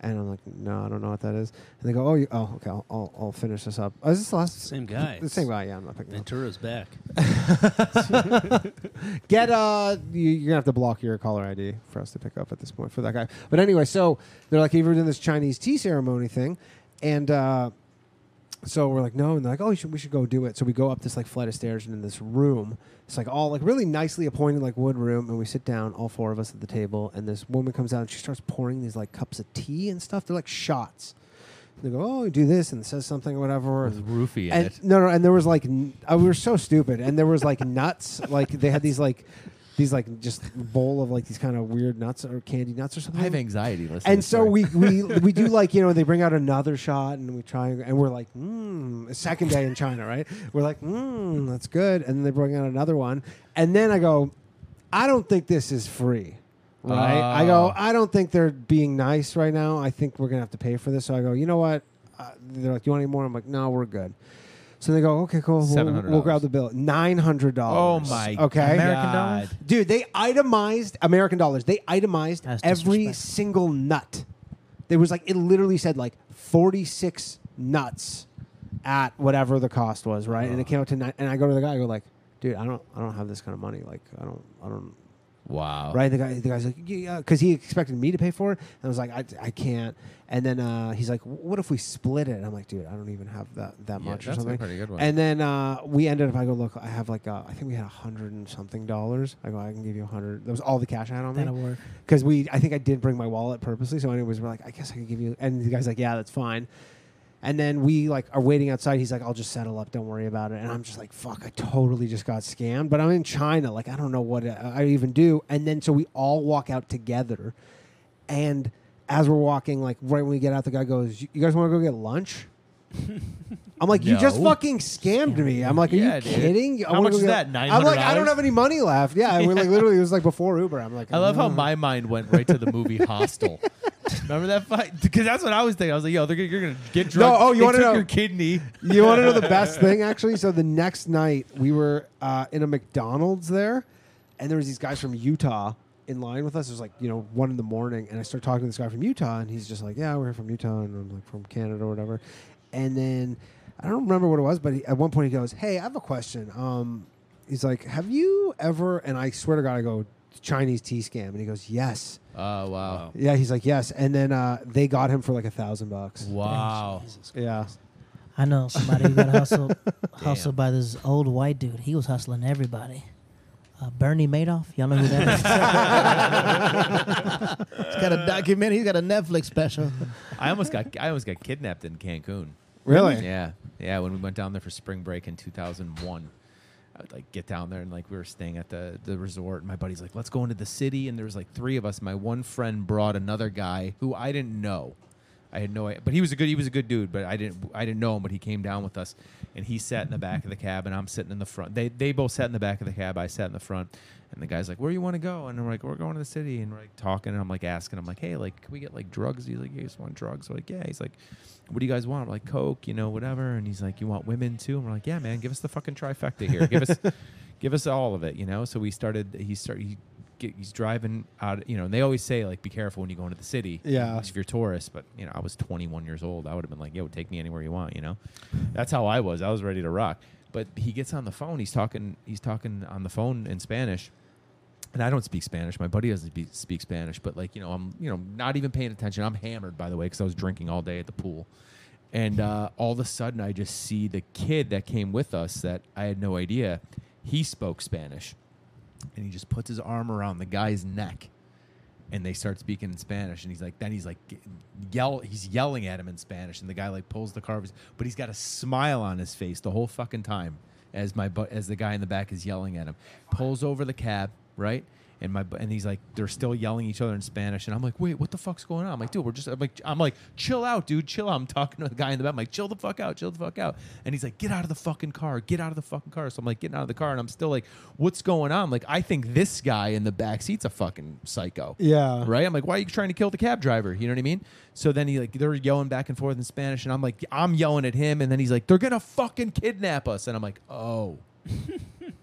Speaker 5: And I'm like, no, I don't know what that is. And they go, oh, you, oh, okay, I'll, I'll, I'll finish this up. Oh, is this the last
Speaker 9: same guy.
Speaker 5: The same guy, yeah. I'm not picking. up.
Speaker 9: Ventura's back.
Speaker 5: Get uh, you, you're gonna have to block your caller ID for us to pick up at this point for that guy. But anyway, so they're like, "Have you ever done this Chinese tea ceremony thing?" And uh, so we're like, "No," and they're like, "Oh, you should, we should go do it." So we go up this like flight of stairs and in this room, it's like all like really nicely appointed like wood room, and we sit down, all four of us at the table, and this woman comes out and she starts pouring these like cups of tea and stuff. They're like shots. They go, oh, do this, and it says something or whatever.
Speaker 7: With roofie in
Speaker 5: and,
Speaker 7: it.
Speaker 5: No, no, and there was like, n- uh, we were so stupid, and there was like nuts. Like they had these like, these like just bowl of like these kind of weird nuts or candy nuts or something.
Speaker 7: I have anxiety listening to
Speaker 5: And
Speaker 7: this
Speaker 5: so
Speaker 7: story.
Speaker 5: we we we do like you know they bring out another shot and we try and we're like mm, second day in China right we're like mm, that's good and then they bring out another one and then I go I don't think this is free right I go
Speaker 7: Oh.
Speaker 5: I don't think they're being nice right now I think we're gonna have to pay for this so I go you know what uh, they're like you want any more I'm like no we're good so they go okay cool we'll,
Speaker 7: $700.
Speaker 5: we'll grab the bill nine hundred dollars
Speaker 7: Oh my
Speaker 5: okay
Speaker 7: American dollars?
Speaker 5: dude they itemized American dollars they itemized every
Speaker 6: disrespectful.
Speaker 5: single nut. There was like it literally said like forty six nuts at whatever the cost was, right? And it came out to nine. And I go to the guy, I go like, dude, I don't, I don't have this kind of money. Like, I don't, I don't.
Speaker 7: Wow.
Speaker 5: Right? The guy, the guy's like, yeah, because he expected me to pay for it, and I was like, I, I can't. And then uh, he's like, what if we split it? And I'm like, dude, I don't even have that that
Speaker 7: Yeah,
Speaker 5: much or
Speaker 7: that's a
Speaker 5: something.
Speaker 7: pretty good one.
Speaker 5: And then uh, we ended up. I go, look, I have like, uh, I think we had a hundred and something dollars. I go, I can give you a hundred. That was all the cash I had on me
Speaker 6: That'll work.
Speaker 5: because we I think I did bring my wallet purposely. So anyways, we're like, I guess I could give you. And the guy's like, Yeah, that's fine. And then we like are waiting outside. He's like, I'll just settle up. Don't worry about it. And I'm just like, Fuck, I totally just got scammed. But I'm in China. Like I don't know what uh, I I even do. And then so we all walk out together, and as we're walking, like right when we get out, the guy goes, "You you guys want to go get lunch?" I'm like, you just
Speaker 7: No.
Speaker 5: fucking scammed me. I'm like, are
Speaker 7: Yeah,
Speaker 5: you
Speaker 7: dude.
Speaker 5: kidding? I
Speaker 7: How
Speaker 5: wanna
Speaker 7: much
Speaker 5: go
Speaker 7: is
Speaker 5: get-
Speaker 7: that,
Speaker 5: I'm like, I don't
Speaker 7: $900?
Speaker 5: have any money left. Yeah, we're like literally, it was like before Uber. I'm like,
Speaker 7: I love how
Speaker 5: "Mm."
Speaker 7: my mind went right to the movie Hostel. Remember that fight? Because that's what I was thinking. I was like, "Yo, they're, gonna- you're gonna get drunk.
Speaker 5: oh, you
Speaker 7: They
Speaker 5: wanna
Speaker 7: took
Speaker 5: know-
Speaker 7: your kidney?
Speaker 5: you want to know the best thing actually so the next night we were uh, in a mcdonald's there and there was these guys from utah in line with us. It was like you know one in the morning, and I start talking to this guy from Utah, and he's just like, "Yeah, we're here from Utah," and I'm like, "From Canada or whatever." And then I don't remember what it was, but he, at one point he goes, "Hey, I have a question." Um, he's like, "Have you ever?" And I swear to God, I go Chinese tea scam, and he goes, "Yes."
Speaker 7: Oh wow.
Speaker 5: Yeah, he's like, yes. And then uh, they got him for like a thousand bucks.
Speaker 7: Wow.
Speaker 5: Yeah.
Speaker 6: I know somebody who got hustled, hustled by this old white dude. He was hustling everybody. Uh, Bernie Madoff, y'all know who that is. he's got a documentary. He's got a Netflix special.
Speaker 7: I almost got I almost got kidnapped in Cancun.
Speaker 5: Really?
Speaker 7: Yeah. Yeah. When we went down there for spring break in 2001, I would like get down there and like we were staying at the the resort. And my buddy's like, "Let's go into the city." And there was like three of us. My one friend brought another guy who I didn't know. I had no idea, but he was a good he was a good dude. But I didn't I didn't know him. But he came down with us, and he sat in the back of the cab, and I'm sitting in the front. They they both sat in the back of the cab. I sat in the front, and the guy's like, "Where you want to go?" And I'm like, "We're going to the city." And we're like talking, and I'm like asking, I'm like, "Hey, like, can we get like drugs?" He's like, "You guys want drugs?" We're like, "Yeah." He's like, "What do you guys want?" We're like, "Coke," you know, whatever. And he's like, "You want women too?" And we're like, "Yeah, man, give us the fucking trifecta here. Give us." give us all of it, you know. So we started. He started. He get, he's driving out. You know, and they always say like, be careful when you go into the city.
Speaker 5: Yeah.
Speaker 7: If you're a tourist, but you know, I was 21 years old. I would have been like, yo, take me anywhere you want. You know, that's how I was. I was ready to rock. But he gets on the phone. He's talking. He's talking on the phone in Spanish. And I don't speak Spanish. My buddy doesn't be, speak Spanish, but like you know, I'm you know not even paying attention. I'm hammered, by the way, because I was drinking all day at the pool. And uh, all of a sudden, I just see the kid that came with us that I had no idea. He spoke Spanish. And he just puts his arm around the guy's neck. And they start speaking in Spanish. And he's like, then he's like, g- yell, he's yelling at him in Spanish. And the guy like pulls the car, but he's got a smile on his face the whole fucking time as my, bu- as the guy in the back is yelling at him. Pulls over the cab, right? And my bu- and he's like they're still yelling each other in Spanish and I'm like wait what the fuck's going on I'm like dude we're just I'm like I'm like chill out dude chill out I'm talking to the guy in the back I'm like chill the fuck out chill the fuck out and he's like get out of the fucking car get out of the fucking car so I'm like getting out of the car and I'm still like what's going on like I think this guy in the back seat's a fucking psycho
Speaker 5: Yeah.
Speaker 7: right I'm like why are you trying to kill the cab driver you know what I mean so then he like they're yelling back and forth in Spanish and I'm like I'm yelling at him and then he's like they're gonna fucking kidnap us and I'm like oh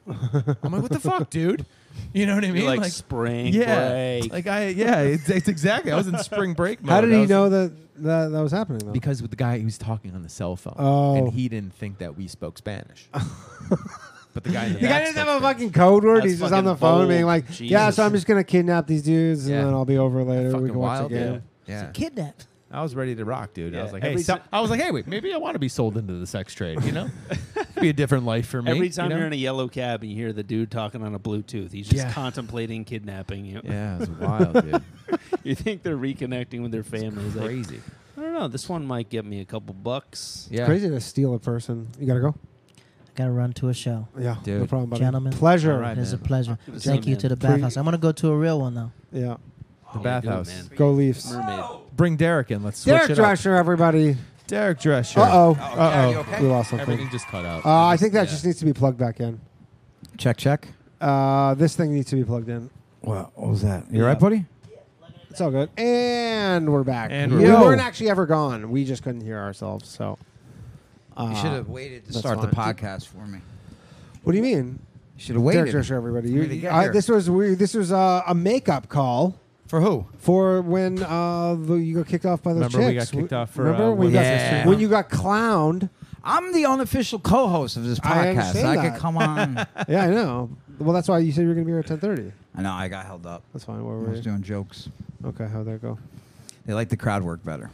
Speaker 7: I'm like, what the fuck, dude? You know what I
Speaker 9: You're
Speaker 7: mean?
Speaker 9: like, spring
Speaker 7: yeah,
Speaker 9: break.
Speaker 7: Like I, yeah, it's, it's exactly. I was in spring break. Mode.
Speaker 5: How did
Speaker 7: I
Speaker 5: he
Speaker 7: was-
Speaker 5: know that, that that was happening though?
Speaker 7: Because with the guy, he was talking on the cell phone,
Speaker 5: Oh.
Speaker 7: and he didn't think that we spoke Spanish. but the guy, in the,
Speaker 5: The
Speaker 7: back
Speaker 5: guy doesn't
Speaker 7: spoke
Speaker 5: have a
Speaker 7: Spanish.
Speaker 5: fucking code word.
Speaker 7: That's
Speaker 5: He's just on the
Speaker 7: fucking
Speaker 5: phone being
Speaker 7: bold.
Speaker 5: like, "Yeah, so
Speaker 7: Jesus.
Speaker 5: I'm just gonna kidnap these dudes,
Speaker 7: Yeah.
Speaker 5: and then I'll be over later. We
Speaker 7: fucking
Speaker 5: can watch
Speaker 7: wild,
Speaker 5: the game."
Speaker 7: dude. Yeah.
Speaker 6: Kidnapped.
Speaker 7: I was ready to rock, dude. I
Speaker 9: Yeah.
Speaker 7: was like,
Speaker 9: Every
Speaker 7: hey, so-
Speaker 9: si-
Speaker 7: I was like, hey, wait, maybe I want to be sold into the sex trade. You know, be a different life for me.
Speaker 9: Every time
Speaker 7: you
Speaker 9: you
Speaker 7: know?
Speaker 9: are in a yellow cab and you hear the dude talking on a Bluetooth, he's just
Speaker 7: Yeah.
Speaker 9: contemplating kidnapping you.
Speaker 7: Yeah, it's wild, dude.
Speaker 9: you think they're reconnecting with their families? like,
Speaker 7: crazy.
Speaker 9: I don't know. This one might get me a couple bucks.
Speaker 5: It's crazy to steal a person. You gotta go.
Speaker 6: I gotta run to a show.
Speaker 5: Yeah, no
Speaker 7: Dude.
Speaker 5: problem, buddy.
Speaker 6: Gentlemen,
Speaker 5: pleasure.
Speaker 7: All right,
Speaker 6: It is a
Speaker 7: man.
Speaker 6: pleasure.
Speaker 9: It was
Speaker 6: Thank
Speaker 9: so
Speaker 6: you
Speaker 9: good.
Speaker 6: to the
Speaker 5: Pre-
Speaker 6: bathhouse. I'm gonna go to a real one though.
Speaker 5: Yeah,
Speaker 7: The
Speaker 9: Oh, Yeah,
Speaker 7: bathhouse.
Speaker 9: Good, man.
Speaker 5: go Leafs.
Speaker 9: Mermaid.
Speaker 7: Bring Derek in. Let's switch
Speaker 5: Derek
Speaker 7: it up.
Speaker 5: Drescher, everybody.
Speaker 7: Derek Drescher.
Speaker 5: Uh oh.
Speaker 7: Uh oh.
Speaker 5: We lost something.
Speaker 7: Everything just cut out.
Speaker 5: Uh, I think that
Speaker 7: Yeah.
Speaker 5: just needs to be plugged back in.
Speaker 3: Check, check.
Speaker 5: Uh, this thing needs to be plugged in.
Speaker 3: Wow, what was that? You all right, buddy?
Speaker 5: It's all good. And we're back.
Speaker 7: And
Speaker 5: we
Speaker 7: we're back.
Speaker 5: weren't actually ever gone. We just couldn't hear ourselves. So uh,
Speaker 3: You should have waited to
Speaker 5: that's
Speaker 3: start the
Speaker 5: fine.
Speaker 3: podcast for me.
Speaker 5: What do you mean?
Speaker 3: You should have waited.
Speaker 5: Derek Drescher, everybody.
Speaker 3: for
Speaker 5: You-
Speaker 3: me to get
Speaker 5: I-
Speaker 3: here.
Speaker 5: this was we, this was uh, a makeup call
Speaker 3: for who?
Speaker 5: for when uh, the, you got kicked off by those
Speaker 7: Remember we
Speaker 5: chicks.
Speaker 7: got kicked
Speaker 5: W-
Speaker 7: off for,
Speaker 5: remember
Speaker 7: uh,
Speaker 5: when, you
Speaker 3: one
Speaker 5: got,
Speaker 3: of the stream-
Speaker 5: when you got clowned.
Speaker 3: I'm the unofficial co-host of this
Speaker 5: I
Speaker 3: podcast.
Speaker 5: understand
Speaker 3: I,
Speaker 5: that.
Speaker 3: could come on.
Speaker 5: yeah, I know. Well, that's why you said you were going to be here at ten thirty.
Speaker 3: I know. I got held up.
Speaker 5: That's fine. Where
Speaker 3: I
Speaker 5: were
Speaker 3: was
Speaker 5: you?
Speaker 3: doing jokes.
Speaker 5: Okay, how'd that go?
Speaker 3: They like the crowd work better.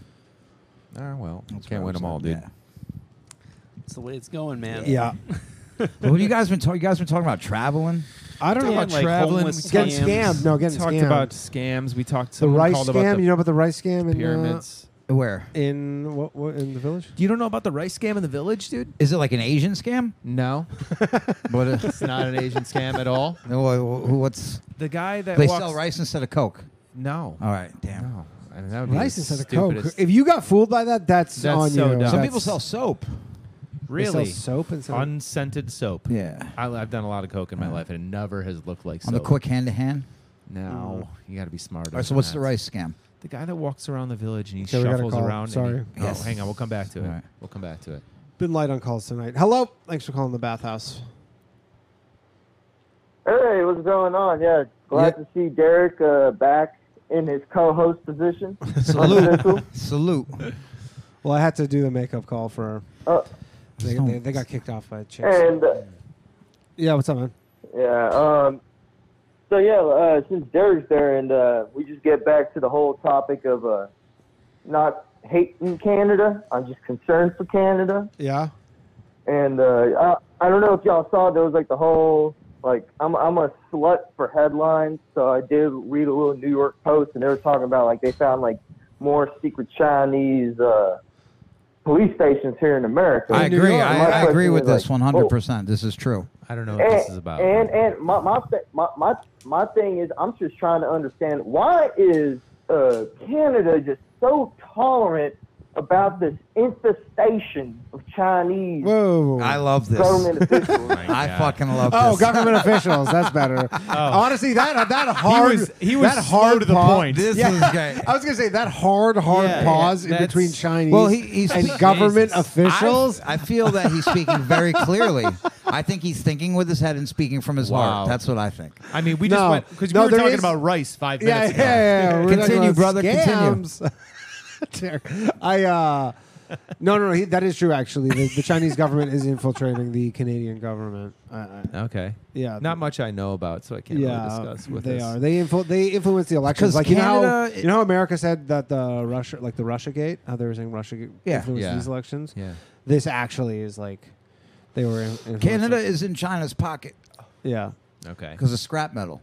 Speaker 7: Ah, well,
Speaker 3: That's
Speaker 7: can't
Speaker 3: what
Speaker 7: win
Speaker 3: I'm
Speaker 7: them all, dude.
Speaker 3: saying.
Speaker 9: That's the way it's going, man.
Speaker 3: Yeah. But what you guys been talking? You guys been talking about traveling.
Speaker 5: I don't
Speaker 9: Talking
Speaker 5: know.
Speaker 9: about like
Speaker 7: traveling,
Speaker 9: homeless
Speaker 7: we
Speaker 5: Getting
Speaker 9: scams.
Speaker 5: scammed. No,
Speaker 7: We
Speaker 5: getting
Speaker 7: talked
Speaker 5: scammed.
Speaker 7: about scams. We talked
Speaker 5: the
Speaker 7: someone
Speaker 5: rice
Speaker 7: called about
Speaker 5: scam.
Speaker 7: the
Speaker 5: You know about the rice scam in uh,
Speaker 7: pyramids.
Speaker 3: Where
Speaker 5: in what, what in the village?
Speaker 7: you don't know about the rice scam in the village, dude?
Speaker 3: is it like an Asian scam?
Speaker 7: No,
Speaker 3: What? uh,
Speaker 7: it's not an Asian scam at all.
Speaker 3: wha- wha- What's
Speaker 7: The guy that
Speaker 3: they
Speaker 7: walks,
Speaker 3: sell rice instead of Coke?
Speaker 7: No,
Speaker 3: All right, damn.
Speaker 7: no. I mean, that would be
Speaker 5: Rice
Speaker 7: the
Speaker 5: instead of coke.
Speaker 7: stupidest-
Speaker 5: If you got fooled by that, that's,
Speaker 7: That's
Speaker 5: on
Speaker 7: so
Speaker 5: you.
Speaker 7: dumb.
Speaker 3: Some
Speaker 5: That's-
Speaker 3: people sell soap.
Speaker 5: they sell
Speaker 7: really
Speaker 5: soap and stuff.
Speaker 7: unscented soap.
Speaker 3: Yeah.
Speaker 7: I, I've done a lot of coke in my life, and it never has looked like
Speaker 3: On
Speaker 7: soap.
Speaker 3: the quick hand to hand.
Speaker 7: No,
Speaker 5: Mm.
Speaker 7: you got to be smarter.
Speaker 3: All right, so
Speaker 7: than
Speaker 3: what's
Speaker 7: that.
Speaker 3: the rice scam?
Speaker 7: The guy that walks around the village and he
Speaker 5: Okay, we gotta
Speaker 7: shuffles
Speaker 5: call.
Speaker 7: around.
Speaker 5: Sorry. Oh.
Speaker 7: And he,
Speaker 3: Yes.
Speaker 7: Oh, hang on. We'll come back to it.
Speaker 3: All right.
Speaker 7: We'll come back to it.
Speaker 5: Been light on calls tonight. Hello. Thanks for calling the bathhouse.
Speaker 12: Hey, what's going on? Yeah, glad to see Derek uh, back in his co-host position.
Speaker 5: Salute.
Speaker 3: Salute.
Speaker 5: Well, I had to do a makeup call for.
Speaker 12: Uh,
Speaker 5: they, they, they got kicked off by chicks.
Speaker 12: and uh,
Speaker 5: yeah, what's up, man?
Speaker 12: yeah, um, so yeah, uh, since Derek's there, and uh, we just get back to the whole topic of uh, not hating Canada. I'm just concerned for Canada.
Speaker 5: Yeah.
Speaker 12: And uh, I, I don't know if y'all saw there was like the whole like I'm I'm a slut for headlines, so I did read a little New York Post, and they were talking about like they found like more secret Chinese uh, police stations here in America.
Speaker 3: I agree. I,
Speaker 12: My
Speaker 3: I
Speaker 12: question
Speaker 3: agree
Speaker 12: is,
Speaker 3: with this
Speaker 12: like, Eh.
Speaker 3: 100%. This is true.
Speaker 14: I don't know
Speaker 12: and, And and my my, th- my my my thing is, I'm just trying to understand why is uh, Canada just so tolerant about this infestation of Chinese?
Speaker 5: Whoa!
Speaker 3: I love this.
Speaker 12: Government
Speaker 14: Oh
Speaker 12: officials.
Speaker 3: I fucking love
Speaker 5: Oh,
Speaker 3: this.
Speaker 5: government officials. That's better.
Speaker 14: Oh.
Speaker 5: Honestly, that uh, that hard.
Speaker 3: was- he was
Speaker 5: that
Speaker 3: slow
Speaker 5: hard
Speaker 3: to the
Speaker 5: pause-
Speaker 3: point. This was great.
Speaker 5: I was gonna say that hard, hard
Speaker 3: Yeah,
Speaker 5: pause
Speaker 3: yeah,
Speaker 5: in between
Speaker 3: that's-
Speaker 5: Chinese
Speaker 3: Well, he- he's
Speaker 5: and
Speaker 3: speaking-
Speaker 5: government
Speaker 3: Jesus.
Speaker 5: officials.
Speaker 3: I, I feel that he's speaking very clearly. I think he's thinking with his head and speaking from his
Speaker 14: Wow.
Speaker 3: heart. That's what I think.
Speaker 14: I mean, we just
Speaker 3: No.
Speaker 14: went because
Speaker 3: No,
Speaker 14: we were
Speaker 3: there
Speaker 14: talking
Speaker 3: is-
Speaker 14: about rice five
Speaker 3: Yeah,
Speaker 14: minutes
Speaker 3: yeah, yeah, yeah.
Speaker 14: ago.
Speaker 3: We're talking Continue, about brother, continue.
Speaker 5: continue. I uh, no, no, no. He, that is true. Actually, the, the Chinese government is infiltrating the Canadian government. I, I,
Speaker 7: Okay.
Speaker 5: Yeah.
Speaker 7: Not much I know about, so I can't really discuss with
Speaker 5: they
Speaker 7: us.
Speaker 5: are. They influ- they influence the elections.
Speaker 7: 'Cause
Speaker 5: Like you know, how,
Speaker 7: Canada-
Speaker 5: you know, how America said that the Russia, like the Russia Gate, how they were saying Russia Gate
Speaker 3: Yeah.
Speaker 5: influenced
Speaker 3: Yeah.
Speaker 5: these elections.
Speaker 3: Yeah.
Speaker 5: this actually is like they were. in- influenced-
Speaker 3: Canada is in China's pocket
Speaker 5: Yeah,
Speaker 7: Okay.
Speaker 3: because of scrap metal. Mm.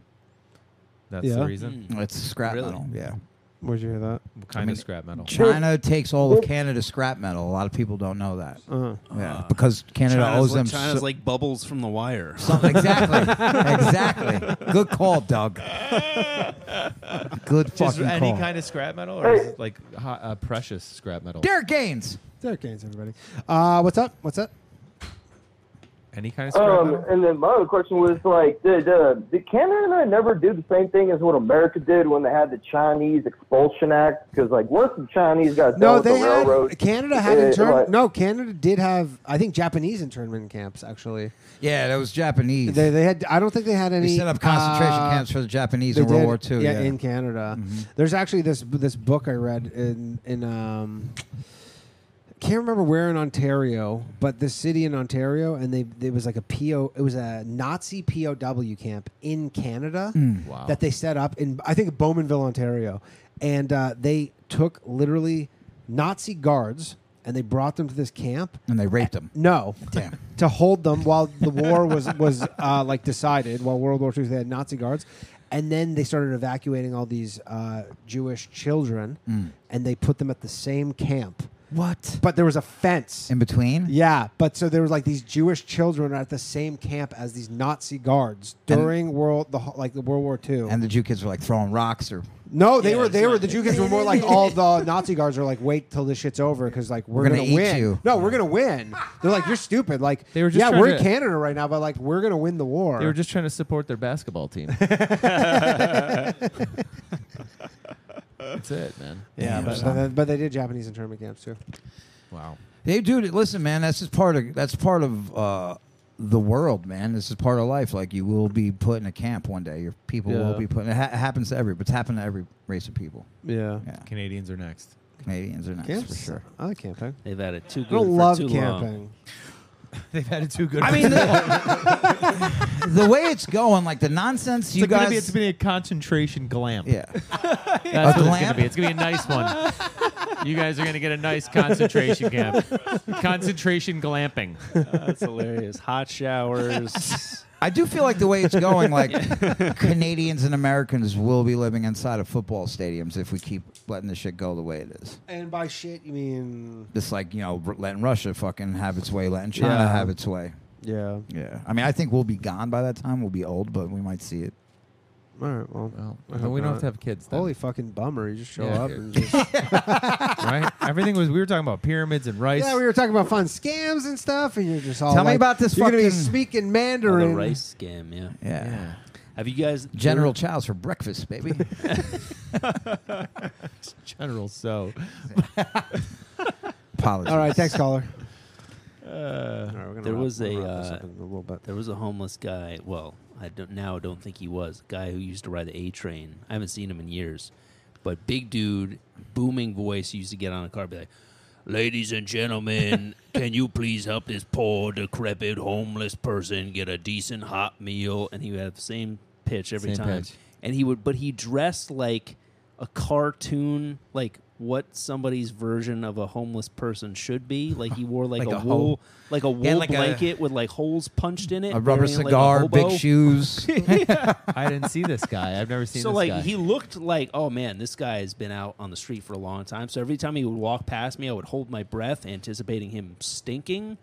Speaker 7: That's
Speaker 5: Yeah.
Speaker 7: the reason.
Speaker 3: It's scrap
Speaker 7: Really?
Speaker 3: metal. Yeah.
Speaker 5: Where'd you hear that?
Speaker 7: What kind of scrap metal?
Speaker 3: China takes all of Canada's scrap metal. A lot of people don't know that.
Speaker 5: Uh-huh.
Speaker 3: yeah, because Canada
Speaker 9: Uh, China's
Speaker 3: owes
Speaker 9: like,
Speaker 3: them
Speaker 9: China's
Speaker 3: so-
Speaker 9: like bubbles from the wire.
Speaker 3: Some- exactly. Exactly. Good call, Doug. Good
Speaker 14: Just
Speaker 3: fucking
Speaker 14: any
Speaker 3: call.
Speaker 14: kind of scrap metal, or is it like hot, uh, precious scrap metal?
Speaker 3: Derek Gaines.
Speaker 5: Derek Gaines, everybody. Uh, what's up? What's up?
Speaker 7: Any kind of scrap
Speaker 12: Um,
Speaker 7: metal?
Speaker 12: and then my other question was like, did, uh, did Canada never do the same thing as what America did when they had the Chinese Expulsion Act? Because like, once the Chinese got done
Speaker 5: No,
Speaker 12: with
Speaker 5: they
Speaker 12: the
Speaker 5: had
Speaker 12: railroad,
Speaker 5: Canada had
Speaker 12: uh,
Speaker 5: intern.
Speaker 12: like-
Speaker 5: no, Canada did have. I think Japanese internment camps actually.
Speaker 3: Yeah, that was Japanese.
Speaker 5: They, they had. I don't think they had
Speaker 3: They
Speaker 5: any.
Speaker 3: set up concentration
Speaker 5: uh,
Speaker 3: camps for the Japanese
Speaker 5: they
Speaker 3: in World
Speaker 5: did,
Speaker 3: War II.
Speaker 5: Yeah,
Speaker 3: Yeah, Mm-hmm.
Speaker 5: in Canada. There's actually this this book I read in in um can't remember where in Ontario, but this city in Ontario, and they it was like a PO, it was a Nazi POW camp in Canada
Speaker 3: Mm. Wow.
Speaker 5: that they set up in I think Bowmanville, Ontario, and uh, they took literally Nazi guards and they brought them to this camp
Speaker 3: and they raped them.
Speaker 5: no. Damn. To hold them while the war was was uh, like decided, while World War II, they had Nazi guards, and then they started evacuating all these uh, Jewish children,
Speaker 3: Mm.
Speaker 5: and they put them at the same camp.
Speaker 3: What?
Speaker 5: But there was a fence
Speaker 3: in between.
Speaker 5: Yeah, but so there was like these Jewish children at the same camp as these Nazi guards
Speaker 3: And-
Speaker 5: during world the ho- like the World War II.
Speaker 3: And the Jew kids were like throwing rocks or
Speaker 5: no, they were they were the Jew kids were more like all the Nazi guards are like wait till this shit's over because like we're,
Speaker 3: We're gonna
Speaker 5: gonna,
Speaker 3: eat
Speaker 5: win.
Speaker 3: you.
Speaker 5: No, we're gonna win. They're like you're stupid. Like
Speaker 7: They were just
Speaker 5: yeah,
Speaker 7: trying
Speaker 5: we're
Speaker 7: to-
Speaker 5: in Canada right now, but like we're gonna win the war.
Speaker 7: They were just trying to support their basketball team. That's it, man.
Speaker 5: yeah, but, but, but they did Japanese internment camps too.
Speaker 7: Wow.
Speaker 3: Hey, dude, listen, man. That's just part of that's part of uh, the world, man. This is part of life. Like you will be put in a camp one day. Your people will
Speaker 7: Yeah.
Speaker 3: be put. It ha- happens to every. It's happened to every race of people.
Speaker 5: Yeah.
Speaker 7: Canadians are next.
Speaker 3: Canadians are next for
Speaker 5: Camps?
Speaker 3: sure.
Speaker 5: I like camping.
Speaker 9: They've had it too
Speaker 5: I
Speaker 9: good.
Speaker 5: don't
Speaker 9: for
Speaker 5: love
Speaker 9: too long.
Speaker 5: camping.
Speaker 14: They've had it too good.
Speaker 3: I
Speaker 14: for
Speaker 3: mean,
Speaker 14: too long.
Speaker 3: the, the way it's going, like the nonsense
Speaker 14: It's
Speaker 3: you
Speaker 14: like gonna
Speaker 3: guys.
Speaker 14: be, it's gonna be a concentration glamp.
Speaker 3: Yeah.
Speaker 14: That's
Speaker 3: A
Speaker 14: what it's gonna
Speaker 3: glamp?
Speaker 14: be. It's gonna be a nice one. you guys are gonna get a nice concentration camp. concentration glamping.
Speaker 9: Uh, That's hilarious. Hot showers.
Speaker 3: I do feel like the way it's going, like Canadians and Americans will be living inside of football stadiums if we keep letting this shit go the way it is.
Speaker 5: And by shit, you mean
Speaker 3: Just like you know, r- letting Russia fucking have its way, letting China
Speaker 5: Yeah.
Speaker 3: have its way.
Speaker 5: yeah.
Speaker 3: Yeah, I mean, I think we'll be gone by that time. We'll be old, but we might see it.
Speaker 5: All right. Well, I
Speaker 7: then
Speaker 5: hope
Speaker 7: we don't have
Speaker 5: not.
Speaker 7: to have kids then.
Speaker 5: Holy fucking bummer! You just show
Speaker 7: Yeah,
Speaker 5: up
Speaker 7: dude.
Speaker 5: and just
Speaker 7: right? Everything was. We were talking about pyramids and rice.
Speaker 5: Yeah, we were talking about fun scams and stuff, and you're just all
Speaker 3: Tell me
Speaker 5: like,
Speaker 3: about this
Speaker 5: You're gonna be
Speaker 3: fucking-
Speaker 5: speaking
Speaker 9: Oh, the
Speaker 5: Mandarin.
Speaker 9: rice scam, yeah.
Speaker 3: Yeah.
Speaker 9: Have you guys
Speaker 3: General Chow's for breakfast, baby.
Speaker 7: General so.
Speaker 3: Apologies.
Speaker 5: All right, thanks, caller.
Speaker 7: Uh,
Speaker 5: All right, we're gonna
Speaker 9: There
Speaker 5: wrap-
Speaker 9: was
Speaker 5: we're
Speaker 9: a,
Speaker 5: gonna wrap this
Speaker 9: uh,
Speaker 5: up in a little bit.
Speaker 9: There was a homeless guy. Well, I don't now don't think he was. A guy who used to ride the A train. I haven't seen him in years. But big dude, booming voice used to get on a car and be like, Ladies and gentlemen, can you please help this poor, decrepit, homeless person get a decent hot meal? And he would have the same pitch every
Speaker 7: Same
Speaker 9: time.
Speaker 7: pitch.
Speaker 9: And he would but he dressed like a cartoon like what somebody's version of a homeless person should be. Like he wore like,
Speaker 3: Like
Speaker 9: a,
Speaker 3: a ho-
Speaker 9: wool like a
Speaker 3: He
Speaker 9: wool
Speaker 3: had like a-
Speaker 9: blanket with like holes punched in it.
Speaker 3: A rubber
Speaker 9: wearing, like, a
Speaker 3: cigar, big
Speaker 9: hobo.
Speaker 3: shoes.
Speaker 7: I didn't see this guy. I've never seen
Speaker 9: So
Speaker 7: this
Speaker 9: like
Speaker 7: guy.
Speaker 9: he looked like, oh man, this guy has been out on the street for a long time. So every time he would walk past me, I would hold my breath, anticipating him stinking.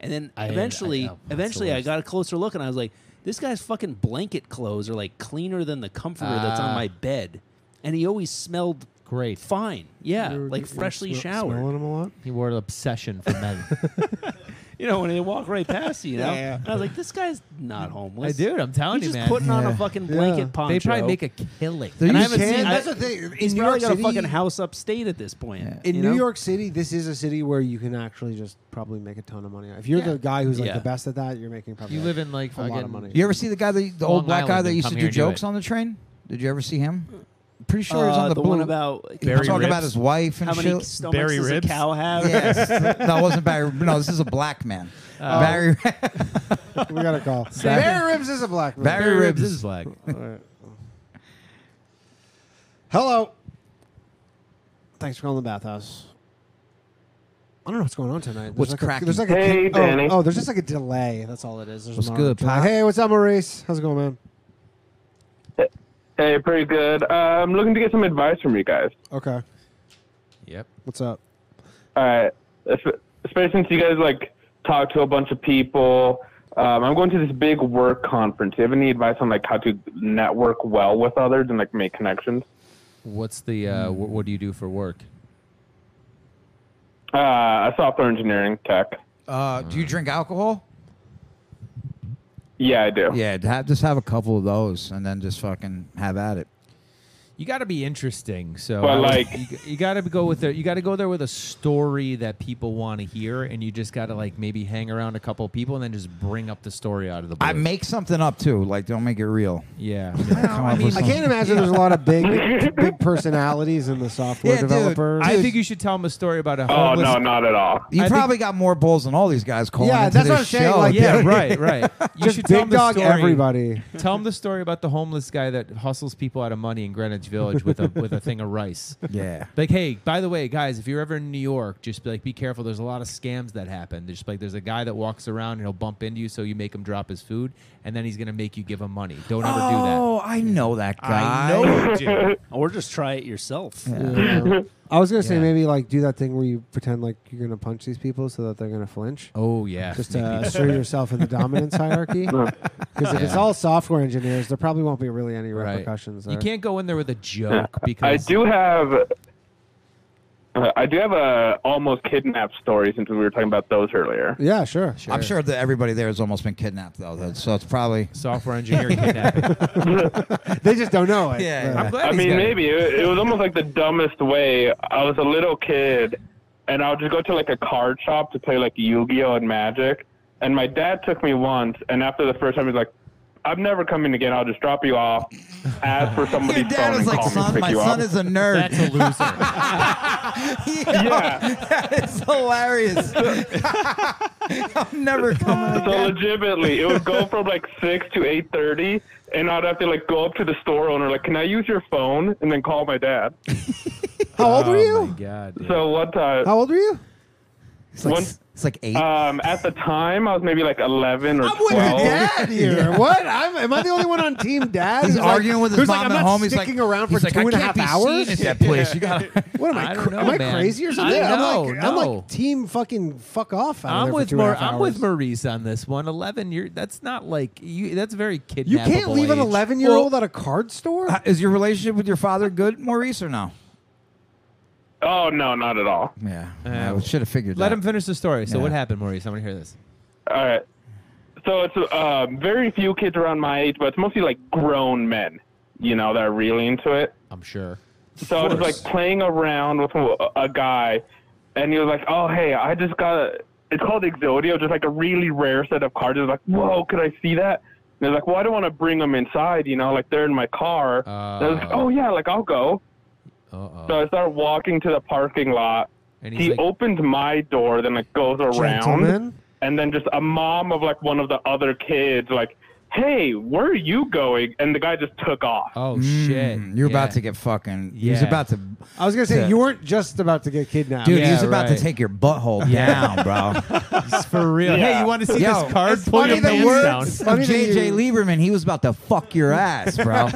Speaker 9: And then
Speaker 7: I- I-
Speaker 9: eventually,
Speaker 7: oh, that's the
Speaker 9: eventually, I
Speaker 7: worst.
Speaker 9: got a closer look, and I was like, this guy's fucking blanket clothes are like cleaner than the comforter that's on
Speaker 7: Ah.
Speaker 9: my bed, and he always smelled
Speaker 7: great,
Speaker 9: fine, yeah,
Speaker 7: You were-
Speaker 9: like
Speaker 7: you were
Speaker 9: freshly
Speaker 7: smell-
Speaker 9: showered.
Speaker 7: smelling him
Speaker 5: a lot.
Speaker 7: He wore an obsession for men.
Speaker 9: You know, when they walk right past you, you know.
Speaker 7: Yeah, yeah.
Speaker 9: And I was like, this guy's not homeless,
Speaker 7: Hey, dude, I'm telling
Speaker 9: He's
Speaker 7: you,
Speaker 9: just
Speaker 7: man.
Speaker 9: putting on a
Speaker 7: Yeah.
Speaker 9: fucking
Speaker 7: Yeah.
Speaker 9: blanket
Speaker 7: They
Speaker 9: poncho.
Speaker 7: probably make a killing.
Speaker 5: There
Speaker 9: And I
Speaker 5: you
Speaker 9: haven't
Speaker 5: can-
Speaker 9: seen.
Speaker 5: That's
Speaker 9: I-
Speaker 5: the thing. In
Speaker 9: He's
Speaker 5: New
Speaker 9: probably
Speaker 5: York
Speaker 9: got
Speaker 5: City-
Speaker 9: a fucking house upstate at this point.
Speaker 5: In
Speaker 9: you
Speaker 5: New
Speaker 9: know?
Speaker 5: York City, this is a city where you can actually just probably make a ton of money. If you're
Speaker 7: Yeah.
Speaker 5: the guy who's like
Speaker 7: Yeah.
Speaker 5: the best at that, you're making probably
Speaker 7: You live in, like,
Speaker 5: a lot of
Speaker 7: fucking-
Speaker 5: money.
Speaker 3: You ever see the guy, that, the
Speaker 7: Long
Speaker 3: old black guy
Speaker 7: Island
Speaker 3: that
Speaker 7: and
Speaker 3: used to
Speaker 7: come
Speaker 3: do
Speaker 7: here and do
Speaker 3: jokes
Speaker 7: it.
Speaker 3: on the train? Did you ever see him? Pretty sure he was on
Speaker 9: Uh,
Speaker 3: the,
Speaker 9: the one
Speaker 3: blue-
Speaker 9: about-
Speaker 3: he
Speaker 9: Barry
Speaker 3: was talking about
Speaker 9: Ribs?
Speaker 3: his wife and
Speaker 9: How many
Speaker 3: shit.
Speaker 9: stomachs Barry does a Ribs? cow have?
Speaker 3: Yes. no, it wasn't Barry. No, this is a black man.
Speaker 5: Oh.
Speaker 3: Barry.
Speaker 5: we got a call.
Speaker 3: Sorry.
Speaker 5: Barry Ribs is a black man.
Speaker 3: Barry Barry Ribs Ribs. is
Speaker 7: black.
Speaker 5: All right. Hello. Thanks for calling the bathhouse. I don't know what's going on tonight. There's
Speaker 3: What's
Speaker 5: like
Speaker 3: cracking?
Speaker 5: A, there's like
Speaker 3: Hey,
Speaker 5: a, oh,
Speaker 3: Danny.
Speaker 5: Oh, there's just like a delay. That's all it is. There's
Speaker 3: What's
Speaker 5: no
Speaker 3: good,
Speaker 5: delay.
Speaker 3: Pop?
Speaker 5: Hey, what's up, Maurice? How's it going, man?
Speaker 16: Hey, pretty good. Uh, I'm looking to get some advice from you guys.
Speaker 5: Okay.
Speaker 7: Yep.
Speaker 5: What's up?
Speaker 16: All right, Espe- especially since you guys like talk to a bunch of people. Um, I'm going to this big work conference. Do you have any advice on like how to network well with others and like make connections?
Speaker 7: What's the uh, wh- what do you do for work?
Speaker 16: Uh, software engineering tech.
Speaker 3: Uh, do you drink alcohol?
Speaker 16: Yeah, I do.
Speaker 3: Yeah, have, just have a couple of those and then just fucking have at it.
Speaker 7: You got to be interesting. So
Speaker 3: But,
Speaker 7: I would-
Speaker 3: like-
Speaker 7: you, g- you got to go with there. You got to go there with a story that people want to hear, and you just got to like maybe hang around a couple people and then just bring up the story out of the. Blue.
Speaker 3: I make something up too. Like, don't make it real.
Speaker 7: Yeah.
Speaker 3: Come up with
Speaker 5: I
Speaker 3: something.
Speaker 5: can't imagine there's a lot of big, big personalities in the software developers.
Speaker 7: I think you should tell them a story about a.
Speaker 16: Oh
Speaker 7: homeless-
Speaker 16: no, not at all.
Speaker 3: You
Speaker 7: I
Speaker 3: probably got more bulls than all these guys calling.
Speaker 5: Yeah,
Speaker 3: into
Speaker 5: that's
Speaker 3: this
Speaker 5: what I'm saying,
Speaker 3: show.
Speaker 5: like,
Speaker 7: yeah, right, right. You
Speaker 5: Just
Speaker 7: should tell
Speaker 5: big
Speaker 7: 'em the
Speaker 5: dog
Speaker 7: story.
Speaker 5: everybody.
Speaker 7: Tell them the story about the homeless guy that hustles people out of money in Greenwich Village with a with a thing of rice.
Speaker 3: Yeah.
Speaker 7: Like, hey, by the way, guys, if you're ever in New York, just be like, be careful. There's a lot of scams that happen. There's just like, there's a guy that walks around and he'll bump into you, so you make him drop his food, and then he's gonna make you give him money. Don't ever do that.
Speaker 3: Oh, I know that guy.
Speaker 7: I know you do.
Speaker 9: Or just try it yourself.
Speaker 5: Yeah. I was gonna say maybe like do that thing where you pretend like you're gonna punch these people so that they're gonna flinch.
Speaker 7: Oh yeah,
Speaker 5: just
Speaker 7: Make
Speaker 5: to
Speaker 7: people-
Speaker 5: assert yourself in the dominance hierarchy. Because if it's
Speaker 7: Yeah.
Speaker 5: all software engineers, there probably won't be really any
Speaker 7: Right.
Speaker 5: repercussions.
Speaker 7: You
Speaker 5: there.
Speaker 7: can't go in there with a joke
Speaker 16: Yeah.
Speaker 7: because
Speaker 16: I do have. Uh, I do have a almost kidnapped story since we were talking about those earlier.
Speaker 5: Yeah, sure.
Speaker 3: I'm sure that everybody there has almost been kidnapped though. that- So it's probably
Speaker 7: software engineering kidnapping.
Speaker 5: they just don't know it.
Speaker 3: Yeah,
Speaker 5: But-
Speaker 16: I mean, maybe it, it was almost like the dumbest way. I was a little kid, and I would just go to like a card shop to play like Yu-Gi-Oh and Magic. And my dad took me once, and after the first time, he's like, "I'm never coming again. I'll just drop you off. Ask for somebody's
Speaker 3: Your dad
Speaker 16: phone
Speaker 3: was
Speaker 16: and
Speaker 3: like,
Speaker 16: call me
Speaker 3: "Son,
Speaker 16: to pick
Speaker 3: my
Speaker 16: you
Speaker 3: son
Speaker 16: up."
Speaker 3: is a nerd." That's a
Speaker 7: loser.
Speaker 3: yeah, it's hilarious. I'm never coming.
Speaker 16: So legitimately, it would go from like six to eight thirty, and I'd have to like go up to the store owner, like, "Can I use your phone?" and then call my dad.
Speaker 5: How old were
Speaker 7: Oh
Speaker 5: you?
Speaker 7: my god.
Speaker 16: So one time,
Speaker 5: How old were you?
Speaker 3: It's like,
Speaker 16: One-
Speaker 3: it's like eight.
Speaker 16: Um, at the time, I was maybe like 11 or 12.
Speaker 7: Oh.
Speaker 5: Dad here. What? I'm, am I the only one on Team Dad?
Speaker 3: He's
Speaker 5: who's like-
Speaker 3: arguing with his
Speaker 5: who's
Speaker 3: mom
Speaker 5: like,
Speaker 3: at
Speaker 5: I'm not
Speaker 3: home. He's like,
Speaker 5: sticking around for
Speaker 3: he's like,
Speaker 5: two
Speaker 3: I
Speaker 5: and a
Speaker 3: can't
Speaker 5: half
Speaker 3: be
Speaker 5: hours
Speaker 3: Seen at that place, you got.
Speaker 5: What am I?
Speaker 7: I
Speaker 5: cra-
Speaker 7: don't know,
Speaker 5: am I
Speaker 7: man.
Speaker 5: crazy or
Speaker 7: I
Speaker 5: something?
Speaker 7: don't
Speaker 5: I'm like,
Speaker 7: know,
Speaker 5: I'm
Speaker 7: no.
Speaker 5: like team fucking fuck off. Out
Speaker 7: I'm
Speaker 5: there
Speaker 7: with
Speaker 5: for two and a
Speaker 7: Mar-
Speaker 5: half
Speaker 7: I'm
Speaker 5: hours.
Speaker 7: with Maurice on this one. Eleven year that's not like you that's very kidnappable.
Speaker 5: You can't leave an
Speaker 7: age.
Speaker 5: 11 year old at a card store.
Speaker 3: Uh, Is your relationship with your father good, Maurice, or no?
Speaker 16: Oh, no, not at all.
Speaker 3: Yeah,
Speaker 7: Uh,
Speaker 3: I should have figured.
Speaker 7: Let
Speaker 3: that.
Speaker 7: him finish the story. So
Speaker 3: Yeah.
Speaker 7: what happened, Maurice? I want to hear this.
Speaker 16: All right. So it's uh, very few kids around my age, but it's mostly like grown men, you know, that are really into it.
Speaker 7: I'm sure.
Speaker 16: So I was like playing around with a, a guy, and he was like, "Oh, hey, I just got a, it's called Exodio, just like a really rare set of cards." I was like, "Whoa, could I see that?" they're like, well, I don't want to bring them inside, you know, like they're in my car. And I was
Speaker 7: Uh.
Speaker 16: like, oh yeah, like I'll go. So I start walking to the parking lot.
Speaker 7: And
Speaker 16: he opens my door, then like goes around,
Speaker 5: Gentlemen?
Speaker 16: and then just a mom of like one of the other kids, like, hey, where are you going? And the guy just took off.
Speaker 7: Oh
Speaker 3: shit! Mm, You're about to get fucking. He's
Speaker 16: Yeah.
Speaker 3: about to.
Speaker 5: I was gonna say
Speaker 3: to-
Speaker 5: you weren't just about to get kidnapped,
Speaker 3: Dude, he's about to take your butthole
Speaker 5: Oh, Yeah.
Speaker 3: down, bro.
Speaker 14: It's for real. Hey, you want to see
Speaker 3: Yo,
Speaker 14: this card?
Speaker 3: it's
Speaker 14: Pull
Speaker 3: funny
Speaker 14: your
Speaker 3: the
Speaker 14: pants
Speaker 3: words
Speaker 14: down.
Speaker 3: Of JJ Lieberman, he was about to fuck your ass, bro.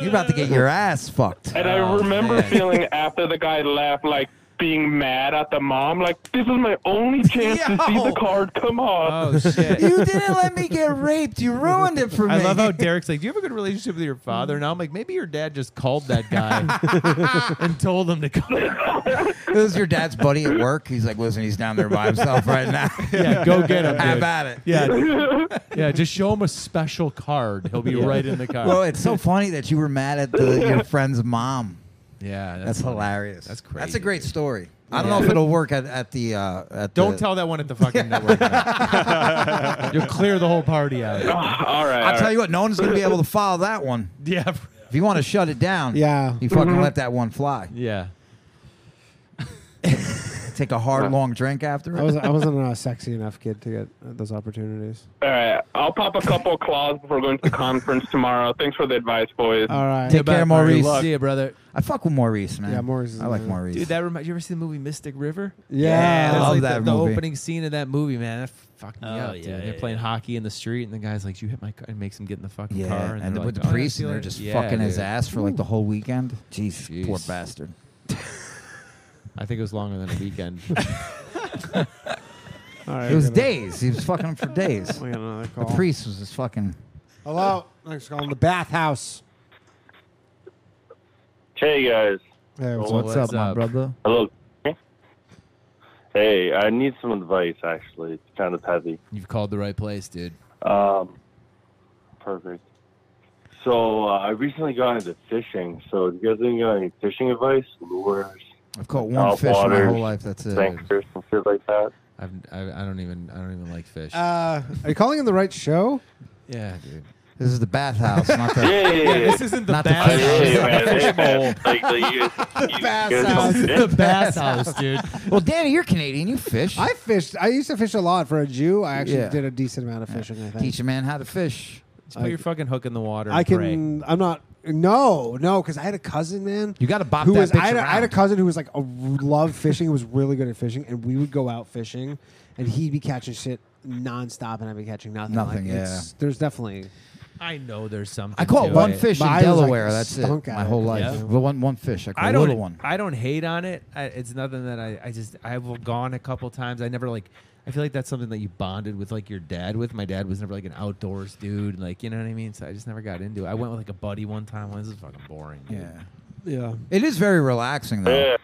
Speaker 3: You're about to get your ass fucked.
Speaker 16: And I remember feeling after the guy left, like being mad at the mom, like this is my only chance to see the card come off.
Speaker 7: Oh shit!
Speaker 3: You didn't let me get raped. You ruined it for me.
Speaker 7: I love how Derek's like, "Do you have a good relationship with your father?" And I'm like, maybe your dad just called that guy and told him to come.
Speaker 3: it was your dad's buddy at work. He's like, listen, he's down there by himself right now.
Speaker 7: Yeah, go get him.
Speaker 3: Have
Speaker 7: dude.
Speaker 3: at it.
Speaker 7: Yeah, yeah. Just show him a special card. He'll be right in the car.
Speaker 3: Well, it's so funny that you were mad at the, your friend's mom.
Speaker 7: Yeah,
Speaker 3: that's,
Speaker 7: funny.
Speaker 3: hilarious.
Speaker 7: That's crazy.
Speaker 3: That's a great story. I don't
Speaker 7: Yeah.
Speaker 3: know if it'll work at, at the uh, at
Speaker 7: Don't
Speaker 3: the-
Speaker 7: tell that one at the fucking network. You'll clear the whole party out.
Speaker 16: all right.
Speaker 3: I'll tell you what, no one's gonna be able to follow that one.
Speaker 7: Yeah.
Speaker 3: If you want to shut it down,
Speaker 5: Yeah.
Speaker 3: you fucking
Speaker 5: Mhm.
Speaker 3: let that one fly.
Speaker 7: Yeah.
Speaker 3: Take a hard, long drink after it.
Speaker 5: I was I wasn't a sexy enough kid to get uh, those opportunities.
Speaker 16: All right, I'll pop a couple claws before going to the conference tomorrow. Thanks for the advice, boys.
Speaker 5: All right.
Speaker 3: Take care, Maurice.
Speaker 7: See you, brother.
Speaker 3: I fuck with Maurice, man.
Speaker 7: Yeah,
Speaker 5: Maurice is
Speaker 3: I like
Speaker 7: man.
Speaker 3: Maurice.
Speaker 7: Dude, that reminds you ever see the movie Mystic River?
Speaker 3: Yeah, I
Speaker 7: that's
Speaker 3: love
Speaker 7: like
Speaker 3: that
Speaker 7: the,
Speaker 3: movie.
Speaker 7: The opening scene of that movie, man, that fucked me
Speaker 9: Oh,
Speaker 7: up,
Speaker 9: yeah,
Speaker 7: dude. They're
Speaker 9: yeah,
Speaker 7: playing hockey in the street, and the guy's like, "You hit my car," and makes him get in the fucking
Speaker 3: yeah,
Speaker 7: car,
Speaker 3: and
Speaker 7: they're
Speaker 3: with
Speaker 7: like,
Speaker 3: the
Speaker 7: "Oh, I
Speaker 3: priest, and
Speaker 7: feel
Speaker 3: they're
Speaker 7: it."
Speaker 3: just
Speaker 7: Yeah,
Speaker 3: fucking his
Speaker 7: dude.
Speaker 3: ass for like the whole weekend. Jeez, poor
Speaker 7: Jeez.
Speaker 3: bastard.
Speaker 7: I think it was longer than a weekend.
Speaker 3: it was days. He was fucking him for days.
Speaker 5: We got another
Speaker 3: The
Speaker 5: call.
Speaker 3: priest was just fucking.
Speaker 5: Hello, thanks for calling the bathhouse.
Speaker 10: Hey guys.
Speaker 5: Hey, what's What's up, my up? brother?
Speaker 10: Hello. Hey, I need some advice. Actually, it's kind of heavy.
Speaker 7: You've called the right place, dude.
Speaker 10: Um, perfect. So uh, I recently got into fishing. So do you guys think you got any fishing advice? Lures.
Speaker 3: I've caught one
Speaker 10: out
Speaker 3: fish my
Speaker 10: waters,
Speaker 3: whole life, that's it.
Speaker 10: Anchors and shit like that.
Speaker 7: I've, I, I don't even I don't even like fish.
Speaker 5: Uh, are you calling in the right show?
Speaker 7: yeah, dude.
Speaker 3: This is the bathhouse, not the.
Speaker 7: Yeah, yeah, yeah. Yeah, this isn't the bathhouse. Yeah, man,
Speaker 3: This is the
Speaker 7: hey, man.
Speaker 3: fish bowl.
Speaker 7: Like, the- you-
Speaker 3: The
Speaker 7: you
Speaker 3: bass
Speaker 7: guys
Speaker 3: house.
Speaker 7: don't fit. The bass house, dude.
Speaker 3: Well, Danny, you're Canadian. You fish.
Speaker 5: I fished. I used to fish a lot for a Jew. I actually
Speaker 3: Yeah.
Speaker 5: did a decent amount of fishing. I think.
Speaker 3: Teach a man how to fish.
Speaker 7: Just put your fucking hook in the water.
Speaker 5: I
Speaker 7: and
Speaker 5: can.
Speaker 7: pray.
Speaker 5: I'm not. No, no, because I had a cousin, man.
Speaker 3: You got to bop
Speaker 5: who
Speaker 3: that
Speaker 5: was,
Speaker 3: bitch
Speaker 5: I, had a, I had a
Speaker 3: around.
Speaker 5: cousin who was like a, loved fishing, who was really good at fishing, and we would go out fishing, and he'd be catching shit nonstop, and I'd be catching nothing.
Speaker 3: Nothing,
Speaker 5: Like, it's-
Speaker 3: yeah.
Speaker 5: There's definitely.
Speaker 7: I know there's something.
Speaker 3: I caught
Speaker 7: to
Speaker 3: one
Speaker 7: it.
Speaker 3: fish in
Speaker 5: But I was, like,
Speaker 3: Delaware. that's it.
Speaker 5: stunk at
Speaker 3: My
Speaker 5: it.
Speaker 3: whole life.
Speaker 7: Yeah.
Speaker 3: The One one fish. I caught
Speaker 7: I
Speaker 3: a
Speaker 7: don't.
Speaker 3: little one.
Speaker 7: I don't hate on it. I, it's nothing that I. I just. I've gone a couple times. I never like. I feel like that's something that you bonded with, like your dad. With my dad was never like an outdoors dude. Like you know what I mean. So I just never got into it. I went with like a buddy one time. Well, this is fucking boring.
Speaker 3: Yeah.
Speaker 5: Yeah.
Speaker 3: It is very relaxing though.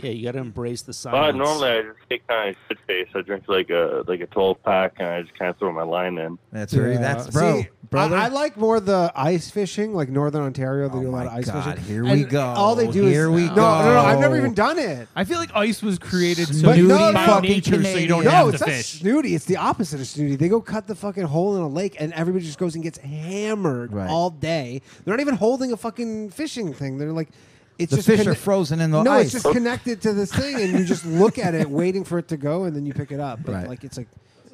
Speaker 9: Yeah, you got to embrace the
Speaker 10: Uh,
Speaker 9: silence.
Speaker 10: normally I just take kind of shit face. I drink like a like a 12 pack, and I just kind of throw my line in.
Speaker 3: That's
Speaker 5: Yeah. See, I, I like more the ice fishing, like Northern Ontario. They do a lot of ice
Speaker 3: Oh God,
Speaker 5: fishing.
Speaker 3: here
Speaker 5: And
Speaker 3: we go.
Speaker 5: All they do
Speaker 3: Here
Speaker 5: is
Speaker 3: we
Speaker 5: no, no, no. I've never
Speaker 3: go.
Speaker 5: even done it.
Speaker 7: I feel like ice was created so
Speaker 5: But
Speaker 7: snooty
Speaker 5: no,
Speaker 7: by
Speaker 5: no.
Speaker 7: nature, so you don't
Speaker 5: no,
Speaker 7: have
Speaker 5: it's
Speaker 7: to
Speaker 5: not
Speaker 7: fish.
Speaker 5: snooty. It's the opposite of snooty. They go cut the fucking hole in a lake, and everybody just goes and gets hammered
Speaker 3: Right.
Speaker 5: all day. They're not even holding a fucking fishing thing. They're like, it's
Speaker 3: The
Speaker 5: just
Speaker 3: fish are frozen in the
Speaker 5: no, it's
Speaker 3: ice.
Speaker 5: just connected to this thing, and you just look at it, waiting for it to go, and then you pick it up. But like, it's like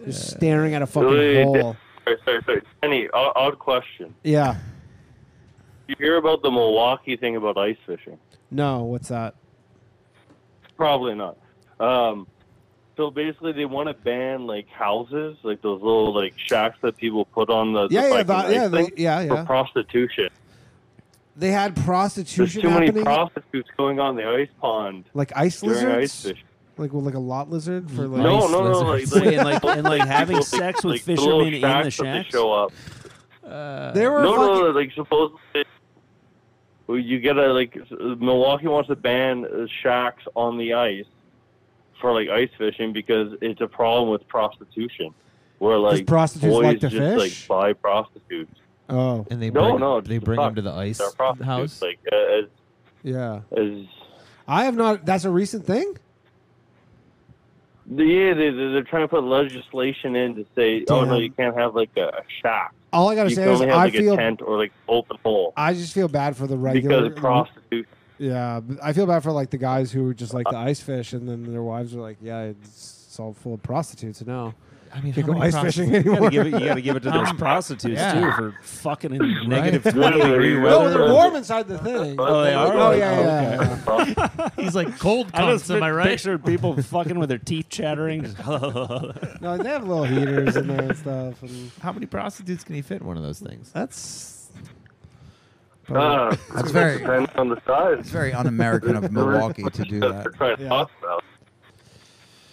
Speaker 5: you're staring at a fucking
Speaker 10: Really?
Speaker 5: hole.
Speaker 10: Sorry, sorry, sorry. Any odd, odd question?
Speaker 5: Yeah.
Speaker 10: You hear about the Milwaukee thing about ice fishing?
Speaker 5: No, what's that?
Speaker 10: Probably not. Um, so basically, they want to ban like houses, like those little like shacks that people put on the, the
Speaker 5: Yeah, yeah,
Speaker 10: fucking
Speaker 5: the-
Speaker 10: ice
Speaker 5: yeah, the-
Speaker 10: thing
Speaker 5: yeah,
Speaker 10: for
Speaker 5: yeah.
Speaker 10: prostitution.
Speaker 5: They had
Speaker 10: There's
Speaker 5: prostitution
Speaker 10: too many
Speaker 5: happening,
Speaker 10: prostitutes going on the ice pond.
Speaker 5: like ice
Speaker 10: during
Speaker 5: lizards,
Speaker 10: ice fishing.
Speaker 5: like well, like a lot lizard for like
Speaker 10: No, no, no, like, like,
Speaker 9: Wait, and like- and like having
Speaker 10: people,
Speaker 9: sex with
Speaker 10: like, the little
Speaker 9: fishermen in the
Speaker 10: shacks that they
Speaker 9: shacks?
Speaker 10: show up.
Speaker 5: Uh, There were
Speaker 10: no,
Speaker 5: fucking-
Speaker 10: no, like supposedly, well, you gotta like s- uh, Milwaukee wants to ban uh, shacks on the ice for like ice fishing because it's a problem with prostitution, where like
Speaker 5: prostitutes
Speaker 10: boys
Speaker 5: like to
Speaker 10: just like
Speaker 5: fish?
Speaker 10: buy prostitutes.
Speaker 5: Oh,
Speaker 7: and they
Speaker 10: no,
Speaker 7: bring,
Speaker 10: no,
Speaker 7: they
Speaker 10: just
Speaker 7: bring
Speaker 10: fuck.
Speaker 7: him to the ice
Speaker 10: They're prostitutes,
Speaker 7: house.
Speaker 10: like uh, as,
Speaker 5: yeah.
Speaker 10: as
Speaker 5: I have not. That's a recent thing.
Speaker 10: Yeah, they, they- they're trying to put legislation in to say, oh no,
Speaker 5: Damn.
Speaker 10: you can't have like a shack.
Speaker 5: All I gotta
Speaker 10: you
Speaker 5: say
Speaker 10: can
Speaker 5: is
Speaker 10: only have,
Speaker 5: I
Speaker 10: like,
Speaker 5: feel-
Speaker 10: a tent or like open hole
Speaker 5: I just feel bad for the regular
Speaker 10: because prostitutes.
Speaker 5: Yeah, but I feel bad for like the guys who are just like the ice fish, and then their wives are like, "Yeah, it's it's all full of prostitutes now." I mean, can't go ice fishing
Speaker 17: You
Speaker 5: anymore.
Speaker 17: gotta give it, you gotta give it to those prostitutes too for fucking in negative
Speaker 5: Right.
Speaker 17: twenty degree
Speaker 5: No,
Speaker 17: weather.
Speaker 5: they're warm inside the thing.
Speaker 17: Oh, they are.
Speaker 5: Oh, yeah, yeah.
Speaker 17: He's like cold. I
Speaker 5: cunts,
Speaker 17: just
Speaker 5: am I right?
Speaker 17: pictured people fucking with their teeth chattering. just
Speaker 5: No, they have little heaters in there and stuff. And
Speaker 7: How many prostitutes can he fit in one of those things?
Speaker 5: That's
Speaker 10: Uh,
Speaker 3: That's very-
Speaker 10: depends on the size.
Speaker 3: It's very un-American of Milwaukee to do that.
Speaker 10: They're trying to talk about.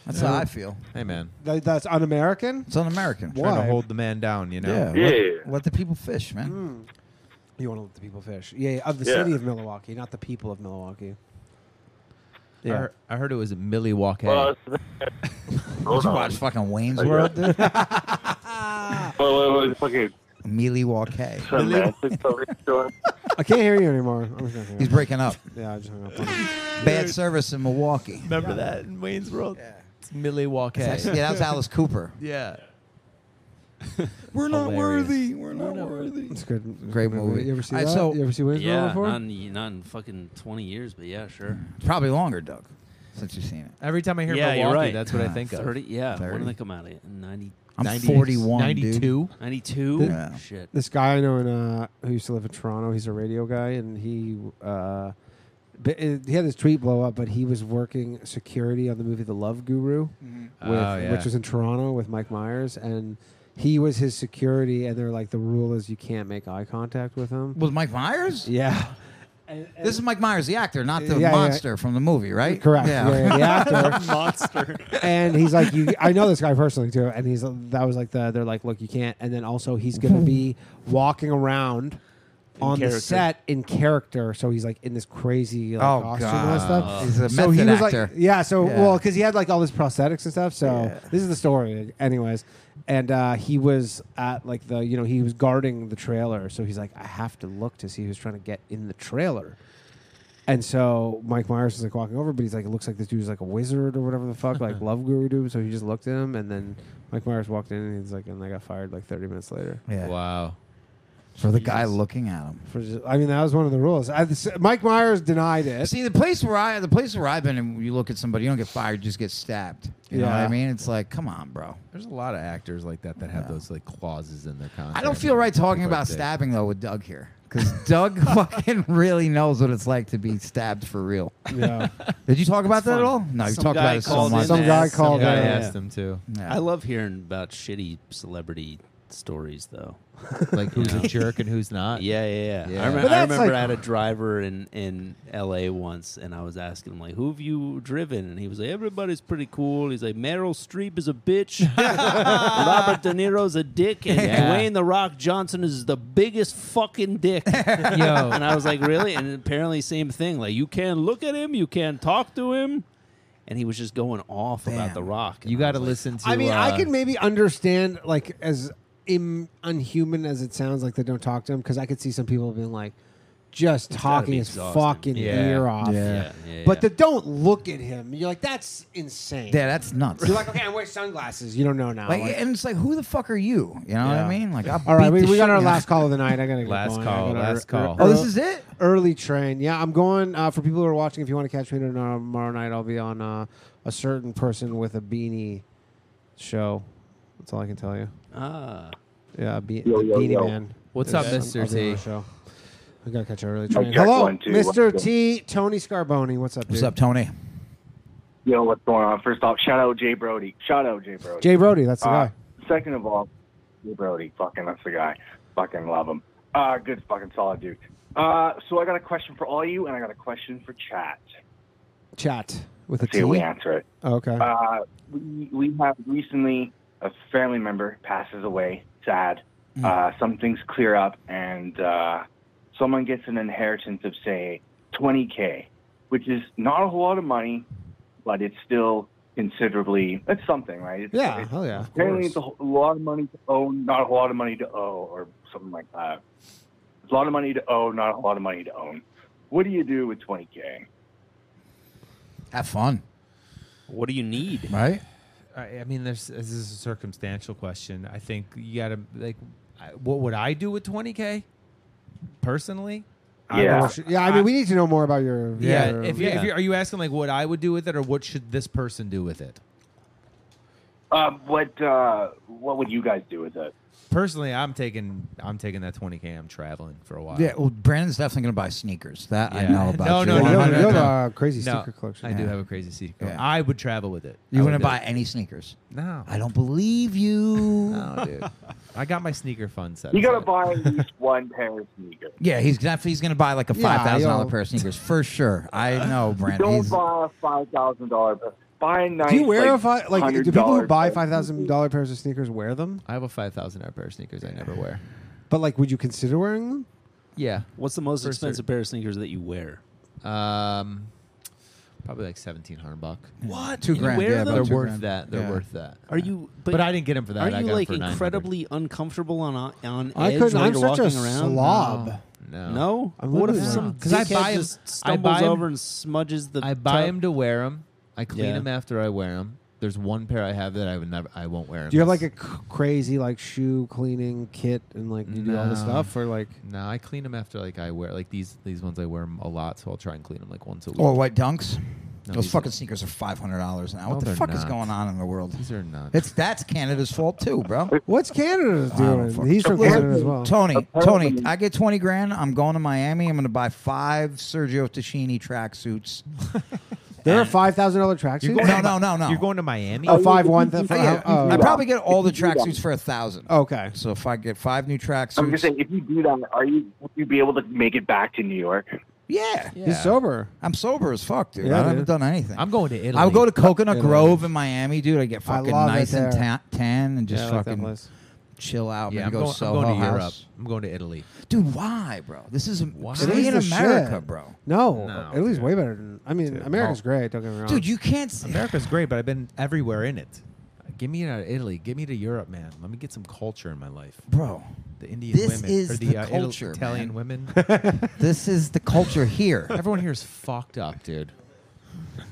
Speaker 3: That's how I feel.
Speaker 7: Hey man,
Speaker 5: That, that's un-American.
Speaker 3: It's un-American.
Speaker 7: trying to hold the man down, you know.
Speaker 3: Yeah. Let, let the people fish, man.
Speaker 5: Hmm. You want to let the people fish? Yeah, of the
Speaker 7: Yeah.
Speaker 5: city of Milwaukee, not the people of Milwaukee.
Speaker 7: I, heard, I heard it was Milwaukee.
Speaker 10: Well,
Speaker 3: Did you watch fucking Wayne's
Speaker 7: Yeah.
Speaker 3: World, dude?
Speaker 10: Well, fucking
Speaker 3: Milwaukee.
Speaker 10: semantics over here.
Speaker 5: I can't hear you anymore. I'm just gonna hang
Speaker 3: He's
Speaker 5: up.
Speaker 3: breaking up.
Speaker 5: Yeah, I just hung up.
Speaker 3: Bad service in Milwaukee.
Speaker 7: Remember that in Wayne's World? Yeah. It's Milwaukee.
Speaker 3: That's- yeah, that was Alice Cooper.
Speaker 7: Yeah.
Speaker 3: We're not
Speaker 7: Hilarious.
Speaker 3: worthy. We're not worthy.
Speaker 5: It's good.
Speaker 3: Great movie.
Speaker 5: You ever see
Speaker 3: All right,
Speaker 5: that?
Speaker 3: so-
Speaker 5: you ever see Wayne's World
Speaker 9: yeah,
Speaker 5: before?
Speaker 9: Not in, not in fucking 20 years, but yeah, sure.
Speaker 3: Probably longer, Doug, since you've seen it.
Speaker 7: Every time I hear
Speaker 9: yeah, you're
Speaker 7: Milwaukee,
Speaker 9: right.
Speaker 7: that's what I think of.
Speaker 9: 30, Yeah, when
Speaker 7: 30.
Speaker 9: did they come out? In 90,
Speaker 3: Ah, I'm
Speaker 9: 90s?
Speaker 3: 41, dude.
Speaker 9: 92? 92?
Speaker 5: Th-
Speaker 9: Oh, Shit.
Speaker 5: This guy I know in, uh, who used to live in Toronto, he's a radio guy, and he uh, b- it- he had this tweet blow up, but he was working security on the movie The Love Guru,
Speaker 7: Oh,
Speaker 5: with,
Speaker 7: yeah.
Speaker 5: which was in Toronto with Mike Myers, and he was his security, and they're like, the rule is you can't make eye contact with him.
Speaker 3: With Mike Myers?
Speaker 5: Yeah.
Speaker 3: This is Mike Myers, the actor, not the
Speaker 5: Yeah, yeah.
Speaker 3: monster from the movie, right?
Speaker 5: Correct. Yeah, yeah, the actor.
Speaker 17: monster.
Speaker 5: and he's like, you, I know this guy personally too, and he's that was like the they're like, look, you can't. And then also he's gonna be walking around
Speaker 17: In
Speaker 5: on
Speaker 17: character.
Speaker 5: the set in character, so he's like in this crazy like,
Speaker 3: Oh,
Speaker 5: costume
Speaker 3: God.
Speaker 5: and stuff.
Speaker 3: He's a
Speaker 5: so
Speaker 3: method
Speaker 5: he was
Speaker 3: actor.
Speaker 5: like, yeah, so
Speaker 3: Yeah.
Speaker 5: well, because he had like all this prosthetics and stuff. So this is the story, anyways. And uh, he was at like the you know he was guarding the trailer, so he's like, I have to look to see who's trying to get in the trailer. And so Mike Myers is like walking over, but he's like, it looks like this dude's like a wizard or whatever the fuck, like love guru dude. So he just looked at him, and then Mike Myers walked in, and he's like, and I got fired like 30 minutes later.
Speaker 3: Yeah.
Speaker 7: Wow.
Speaker 3: For the guy looking at him.
Speaker 5: For just, I mean, that was one of the rules. I, this- Mike Myers denied it.
Speaker 3: See, the place where I, the place where I've been, and you look at somebody, you don't get fired, you just get stabbed. You know what I
Speaker 7: Yeah.
Speaker 3: mean? It's like, come on, bro.
Speaker 7: There's a lot of actors like that that have those like clauses in their contract.
Speaker 3: I don't feel right talking about
Speaker 7: Birthday.
Speaker 3: stabbing though with Doug here, because Doug fucking really knows what it's like to be stabbed for real.
Speaker 5: Yeah.
Speaker 3: Did you talk about that at
Speaker 9: fun.
Speaker 3: all? No, you
Speaker 9: Some
Speaker 3: talked about
Speaker 9: guy
Speaker 3: it so
Speaker 9: called
Speaker 3: much.
Speaker 9: in and asked him.
Speaker 7: guy in. asked him to.
Speaker 3: Yeah.
Speaker 9: I love hearing about shitty celebrity stories, though.
Speaker 7: Like
Speaker 9: You
Speaker 7: who's
Speaker 9: know?
Speaker 7: a jerk and who's not.
Speaker 9: Yeah, yeah, yeah.
Speaker 7: Yeah.
Speaker 9: I
Speaker 7: But
Speaker 9: remember, I,
Speaker 7: that's
Speaker 9: remember
Speaker 7: like-
Speaker 9: I had a driver in, in L.A. once, and I was asking him like, "Who have you driven?" And he was like, "Everybody's pretty cool." He's like, "Meryl Streep is a bitch, Robert De Niro's a dick, and
Speaker 7: Yeah.
Speaker 9: Dwayne the Rock Johnson is the biggest fucking dick." Yo. And I was like, "Really?" And apparently, same thing. Like, you can't look at him, you can't talk to him, and he was just going off about the Rock. You got to uh,
Speaker 7: listen uh,
Speaker 5: I mean, I can maybe understand like as Im- unhuman as it sounds, like they don't talk to him, because I could see some people being like, just
Speaker 9: gotta
Speaker 5: talking
Speaker 9: be
Speaker 5: his
Speaker 9: exhausting.
Speaker 5: fucking
Speaker 9: Yeah.
Speaker 5: ear off.
Speaker 9: Yeah. Yeah, yeah,
Speaker 5: but
Speaker 9: yeah.
Speaker 5: the don't look at him. You're like, that's insane.
Speaker 3: Yeah, that's nuts.
Speaker 5: You're like, okay, I wear sunglasses. You don't know now.
Speaker 3: Like,
Speaker 5: Like,
Speaker 3: and it's like, who the fuck are you? You know what I
Speaker 5: Yeah.
Speaker 3: mean? Like, I'll
Speaker 5: all right,
Speaker 3: beat
Speaker 5: we,
Speaker 3: the
Speaker 5: we got
Speaker 3: shit
Speaker 5: our
Speaker 3: out-
Speaker 5: last call of the night. I gotta get
Speaker 7: Last
Speaker 5: going. I
Speaker 7: call,
Speaker 5: gotta
Speaker 7: last
Speaker 5: ear-
Speaker 7: call.
Speaker 3: Oh, this is it?
Speaker 5: Early train. Yeah, I'm going. Uh, for people who are watching, if you want to catch me tomorrow, tomorrow night, I'll be on uh, a certain person with a beanie show. That's all I can tell you.
Speaker 9: Ah.
Speaker 5: Yeah, be-
Speaker 9: Yo,
Speaker 5: the
Speaker 9: yo,
Speaker 5: Beanie
Speaker 9: yo.
Speaker 5: Man.
Speaker 7: What's
Speaker 5: is
Speaker 7: up,
Speaker 5: on-
Speaker 7: Mr.
Speaker 5: I'll be on
Speaker 7: T?
Speaker 5: the Show. We gotta catch an early
Speaker 7: Oh,
Speaker 5: train.
Speaker 7: yeah,
Speaker 5: Hello,
Speaker 7: one, two,
Speaker 5: Mr.
Speaker 7: one, two.
Speaker 5: T. Tony Scarboni. What's up? Dude?
Speaker 3: What's up, Tony?
Speaker 18: Yo, what's going on? First off, shout out Jay Brody. Shout out Jay Brody.
Speaker 5: Jay Brody. That's the
Speaker 18: Uh,
Speaker 5: guy.
Speaker 18: Second of all, Jay Brody, fucking that's the guy. Fucking love him. Uh, good fucking solid dude. Uh, so I got a question for all you, and I got a question for chat.
Speaker 5: Chat with a
Speaker 18: Let's see
Speaker 5: T.
Speaker 18: how we answer it.
Speaker 5: Oh, okay.
Speaker 18: Uh, we, we have recently a family member passes away. Sad.
Speaker 5: Hmm.
Speaker 18: Uh, some things clear up, and uh, someone gets an inheritance of say 20k, which is not a whole lot of money, but it's still considerably. That's something, right? It's,
Speaker 5: yeah.
Speaker 18: it's-
Speaker 5: Hell yeah. of
Speaker 18: Apparently, it's
Speaker 5: course.
Speaker 18: a wh- lot of money to own, not a whole lot of money to owe, or something like that. It's a lot of money to owe, not a whole lot of money to own. What do you do with 20K?
Speaker 3: Have fun.
Speaker 9: What do you need?
Speaker 3: Right?
Speaker 7: I I mean, there's this is a circumstantial question. I think you gotta like, I- what would I do with 20k? Personally, I
Speaker 19: Yeah.
Speaker 7: don't-
Speaker 19: yeah. I mean, we need to know more about your.
Speaker 7: yeah.
Speaker 19: your-
Speaker 7: If, you if you're, are you asking like what I would do with it, or what should this person do with it?
Speaker 18: Uh, what uh, what would you guys do with it?
Speaker 7: Personally, I'm taking I'm taking that 20k. I'm traveling for a while.
Speaker 3: Yeah, well, Brandon's definitely going to buy sneakers. That I
Speaker 7: Yeah.
Speaker 3: know about.
Speaker 7: No,
Speaker 3: you.
Speaker 7: no, no, no, no,
Speaker 3: You have
Speaker 7: no.
Speaker 3: a crazy
Speaker 7: No,
Speaker 3: sneaker collection.
Speaker 7: I do
Speaker 3: Yeah.
Speaker 7: have a crazy sneaker.
Speaker 3: Yeah.
Speaker 7: collection. I would travel with it.
Speaker 3: You
Speaker 7: I
Speaker 3: wouldn't
Speaker 7: would do
Speaker 3: buy
Speaker 7: it.
Speaker 3: any sneakers?
Speaker 7: No.
Speaker 3: I don't believe you.
Speaker 5: Oh,
Speaker 7: No, dude. I got my sneaker fund set.
Speaker 18: You gotta buy at least one pair of sneakers.
Speaker 3: Yeah, he's definitely he's going to buy like a
Speaker 18: Yeah,
Speaker 3: five thousand dollar
Speaker 18: yo.
Speaker 3: pair of sneakers for sure. I know, Brandon.
Speaker 18: Don't
Speaker 3: He's,
Speaker 18: buy a five thousand dollar pair. Buy a nice.
Speaker 5: Do you wear
Speaker 18: like,
Speaker 5: a five? Like, do people who
Speaker 18: $100
Speaker 5: buy
Speaker 18: pair.
Speaker 5: five thousand dollar pairs of sneakers wear them?
Speaker 7: I have a five thousand dollar pair of sneakers I never wear.
Speaker 5: But like, would you consider wearing them?
Speaker 7: Yeah.
Speaker 9: What's the most
Speaker 7: For
Speaker 9: expensive
Speaker 7: certain.
Speaker 9: pair of sneakers that you wear?
Speaker 7: Um, probably like seventeen hundred buck.
Speaker 9: What?
Speaker 7: Two
Speaker 9: You
Speaker 7: grand.
Speaker 9: wear
Speaker 7: yeah,
Speaker 9: them?
Speaker 7: they're
Speaker 9: Two
Speaker 7: worth
Speaker 9: grand.
Speaker 7: that. They're
Speaker 9: Yeah.
Speaker 7: worth that.
Speaker 9: Are you?
Speaker 7: But, I didn't get them for that.
Speaker 9: Are
Speaker 7: I
Speaker 9: you
Speaker 7: got 'em
Speaker 9: like
Speaker 7: for 900.
Speaker 9: incredibly uncomfortable on on
Speaker 7: I
Speaker 9: edge
Speaker 7: couldn't-
Speaker 9: while
Speaker 7: I'm
Speaker 9: you're
Speaker 7: such a
Speaker 9: walking around?
Speaker 7: slob.
Speaker 9: No.
Speaker 7: No.
Speaker 9: No?
Speaker 7: I'm
Speaker 9: What if
Speaker 7: literally
Speaker 9: some
Speaker 7: not. 'Cause I
Speaker 9: dickhead
Speaker 7: buy 'em-
Speaker 9: just
Speaker 7: I
Speaker 9: stumbles
Speaker 7: buy 'em-
Speaker 9: over and smudges the?
Speaker 7: I buy
Speaker 9: tub?
Speaker 7: them to wear them. I clean
Speaker 9: Yeah.
Speaker 7: them after I wear them. There's one pair I have that I would never. I won't wear. 'em.
Speaker 5: Do you have like a c- crazy like shoe cleaning kit and like you do all this
Speaker 7: No.
Speaker 5: stuff or like?
Speaker 7: No, I clean them after like I wear like these these ones I wear 'em a lot, so I'll try and clean them like once a week.
Speaker 3: or white dunks.
Speaker 7: No,
Speaker 3: Those
Speaker 7: these
Speaker 3: fucking sneakers are five hundred dollars now.
Speaker 7: No,
Speaker 3: what the
Speaker 7: they're
Speaker 3: fuck is
Speaker 7: not.
Speaker 3: going on in the world?
Speaker 7: These are not.
Speaker 3: It's that's Canada's fault too, bro.
Speaker 5: What's Canada doing? He's from
Speaker 3: Listen,
Speaker 5: Canada as well.
Speaker 3: Tony,
Speaker 5: Apparently-
Speaker 3: Tony, I get twenty grand. I'm going to Miami. I'm going to buy five Sergio Tacchini tracksuits.
Speaker 5: There are five thousand dollar tracksuits.
Speaker 3: No, no, no, no.
Speaker 7: Miami?
Speaker 5: A five one. Th-
Speaker 3: Oh, yeah.
Speaker 5: oh,
Speaker 3: I
Speaker 5: yeah.
Speaker 3: probably get all the tracksuits for a thousand.
Speaker 5: Okay.
Speaker 3: So if I get five new
Speaker 18: I'm just
Speaker 3: tracksuits,
Speaker 18: saying, if you do that, are you would you be able to make it back to New York?
Speaker 3: yeah,
Speaker 18: Yeah.
Speaker 5: sober.
Speaker 3: I'm sober as fuck, dude.
Speaker 18: Yeah,
Speaker 3: I haven't
Speaker 18: dude.
Speaker 3: done anything.
Speaker 7: I'm going to Italy.
Speaker 3: I would go to Coconut
Speaker 7: Italy.
Speaker 3: Grove in Miami, dude. I get
Speaker 7: I
Speaker 3: fucking
Speaker 7: love it
Speaker 3: nice and
Speaker 7: there.
Speaker 3: tan, tan and just
Speaker 7: Yeah, I like that
Speaker 3: fucking
Speaker 7: place.
Speaker 3: chill out.
Speaker 7: Yeah,
Speaker 3: Maybe go
Speaker 7: I'm going, I'm
Speaker 3: Soho
Speaker 7: going to Europe.
Speaker 3: House.
Speaker 7: I'm going to Italy.
Speaker 3: Dude, why, bro? This is why?
Speaker 5: Italy's
Speaker 3: Stay in
Speaker 5: the
Speaker 3: America,
Speaker 5: shit.
Speaker 3: bro.
Speaker 5: No, Italy's way better than. I mean,
Speaker 7: Oh.
Speaker 5: America's great. Don't get me wrong.
Speaker 3: Dude, you can't. s-
Speaker 7: America's great, but I've been everywhere in it. Give me out of Italy. Give me to Europe, man. Let me get some culture in my life,
Speaker 3: Bro,
Speaker 7: The Indian
Speaker 3: this
Speaker 7: women,
Speaker 3: is
Speaker 7: or the,
Speaker 3: the
Speaker 7: uh, Ital-
Speaker 3: culture,
Speaker 7: Italian
Speaker 3: man.
Speaker 7: women.
Speaker 3: this is the culture here.
Speaker 7: Everyone here is fucked up, dude.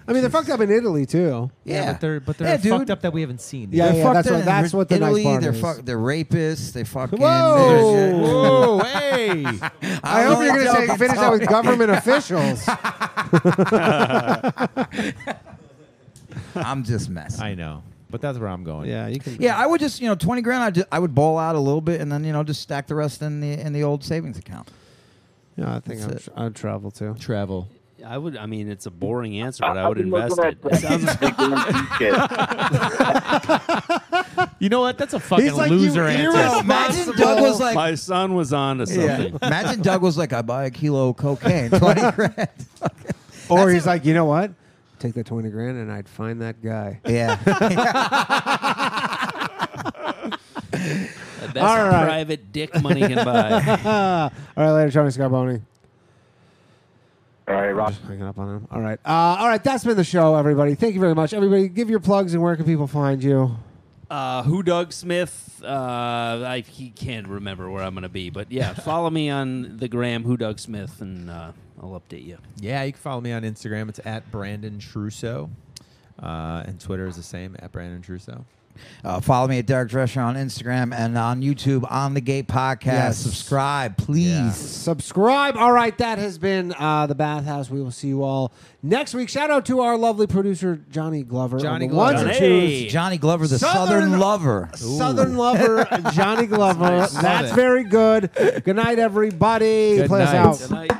Speaker 5: I mean, they're fucked up in Italy too.
Speaker 7: but they're but they're
Speaker 3: Yeah, dude.
Speaker 7: fucked up that we haven't seen.
Speaker 5: Yeah,
Speaker 3: They're
Speaker 5: yeah,
Speaker 3: fucked
Speaker 5: that's
Speaker 3: up
Speaker 5: what-
Speaker 3: in
Speaker 5: that's what the nice
Speaker 3: Italy,
Speaker 5: part
Speaker 3: they're
Speaker 5: is.
Speaker 3: Fuck, they're rapists. They fucking.
Speaker 5: Whoa!
Speaker 3: they're-
Speaker 5: Whoa,
Speaker 7: hey!
Speaker 5: I hope you're gonna say finish that with government officials.
Speaker 3: I'm just messing.
Speaker 7: I know, but that's where I'm going.
Speaker 5: Yeah, you can.
Speaker 3: Yeah, I would just you know twenty grand. I I would bowl out a little bit and then you know just stack the rest in the in the old savings account.
Speaker 5: Yeah, I think
Speaker 3: That's
Speaker 5: I'm,
Speaker 3: it.
Speaker 5: tr- I'd travel too.
Speaker 7: Travel.
Speaker 9: I would. I mean, it's a boring answer, but I,
Speaker 7: I-
Speaker 9: would
Speaker 7: I've been
Speaker 9: invest
Speaker 7: looking
Speaker 9: it.
Speaker 7: at
Speaker 9: It sounds
Speaker 7: that.
Speaker 9: like
Speaker 7: You know what? That's a fucking loser answer.
Speaker 3: Imagine Doug was like,
Speaker 9: my son was on to
Speaker 3: Yeah.
Speaker 9: something.
Speaker 3: Imagine Doug was like, I buy a kilo of cocaine, twenty grand.
Speaker 5: Or he's like, you know what? Take that twenty grand and I'd find that guy.
Speaker 3: Yeah.
Speaker 9: That's private dick money can buy.
Speaker 5: all right, later, Tony Scarboni.
Speaker 18: All right, Rob.
Speaker 5: Hanging up on him. All right. Uh, all right, that's been the show, everybody. Thank you very much. Everybody, give your plugs and where can people find you?
Speaker 9: Uh, who Doug Smith? Uh, I he can't remember where I'm going to be, but yeah, follow me on the gram, Who Doug Smith, and uh, I'll update you.
Speaker 7: Yeah, you can follow me on Instagram. It's at Brandon Trusso. Uh, and Twitter is the same at Brandon Trusso.
Speaker 3: Uh, follow me at Derek Drescher on Instagram and on YouTube on the Gate Podcast.
Speaker 5: Yes.
Speaker 3: Subscribe, please.
Speaker 5: Subscribe. All right, that has been uh, the Bathhouse. We will see you all next week. Shout out to our lovely producer Johnny Glover. on
Speaker 3: Johnny
Speaker 5: the
Speaker 3: Glover.
Speaker 5: ones and
Speaker 3: Hey.
Speaker 5: twos.
Speaker 3: Johnny Glover, the Southern lover.
Speaker 5: Southern lover, Johnny Glover.
Speaker 3: nice. Love
Speaker 5: That's
Speaker 3: it.
Speaker 5: very good. Good night, everybody.
Speaker 3: Good
Speaker 5: Play
Speaker 3: night.
Speaker 5: us out.
Speaker 3: Good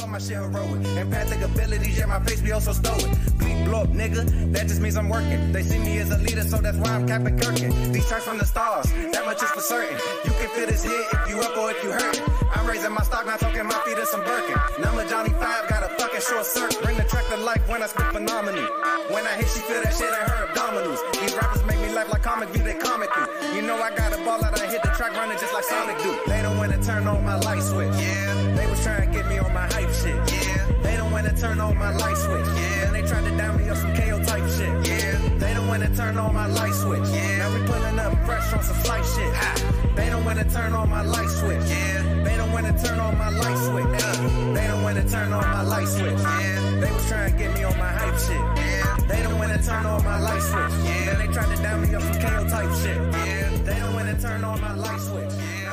Speaker 4: all my shit heroic. Empathic abilities, yeah, my face be also stoic. Bleep, blow up, nigga, that just means I'm working. They see me as a leader, so that's why I'm Captain Kirkin. These tracks from the stars, that much is for certain. You can feel this hit if you up or if you hurt. I'm raising my stock, not talking my feet to some Birkin. Number Johnny Five got a fucking short circuit. Bring the track to life when I spit phenomenon. When I hit, she feel that shit in her abdominals. These rappers make me laugh like comic view, they comment through. You know I got a ball out, I hit the track running just like Sonic do. They don't wanna turn on my light switch. Yeah, they was trying to get me on my hype shit. Yeah, they don't wanna turn on my light switch. Yeah, and they tried to down me on some KO type shit. Yeah, they don't wanna turn on my light switch. Yeah, now we pulling up fresh on some flight shit. Ha. They don't wanna turn on my light switch. Yeah, they don't wanna turn on my light switch. Uh, They don't wanna turn on my light switch. Yeah, they was trying to get me on my hype shit. Yeah, they They don't wanna turn on my light switch. Yeah. Then they tried to down me up some KO type shit. Yeah. They don't wanna turn on my light switch. Yeah.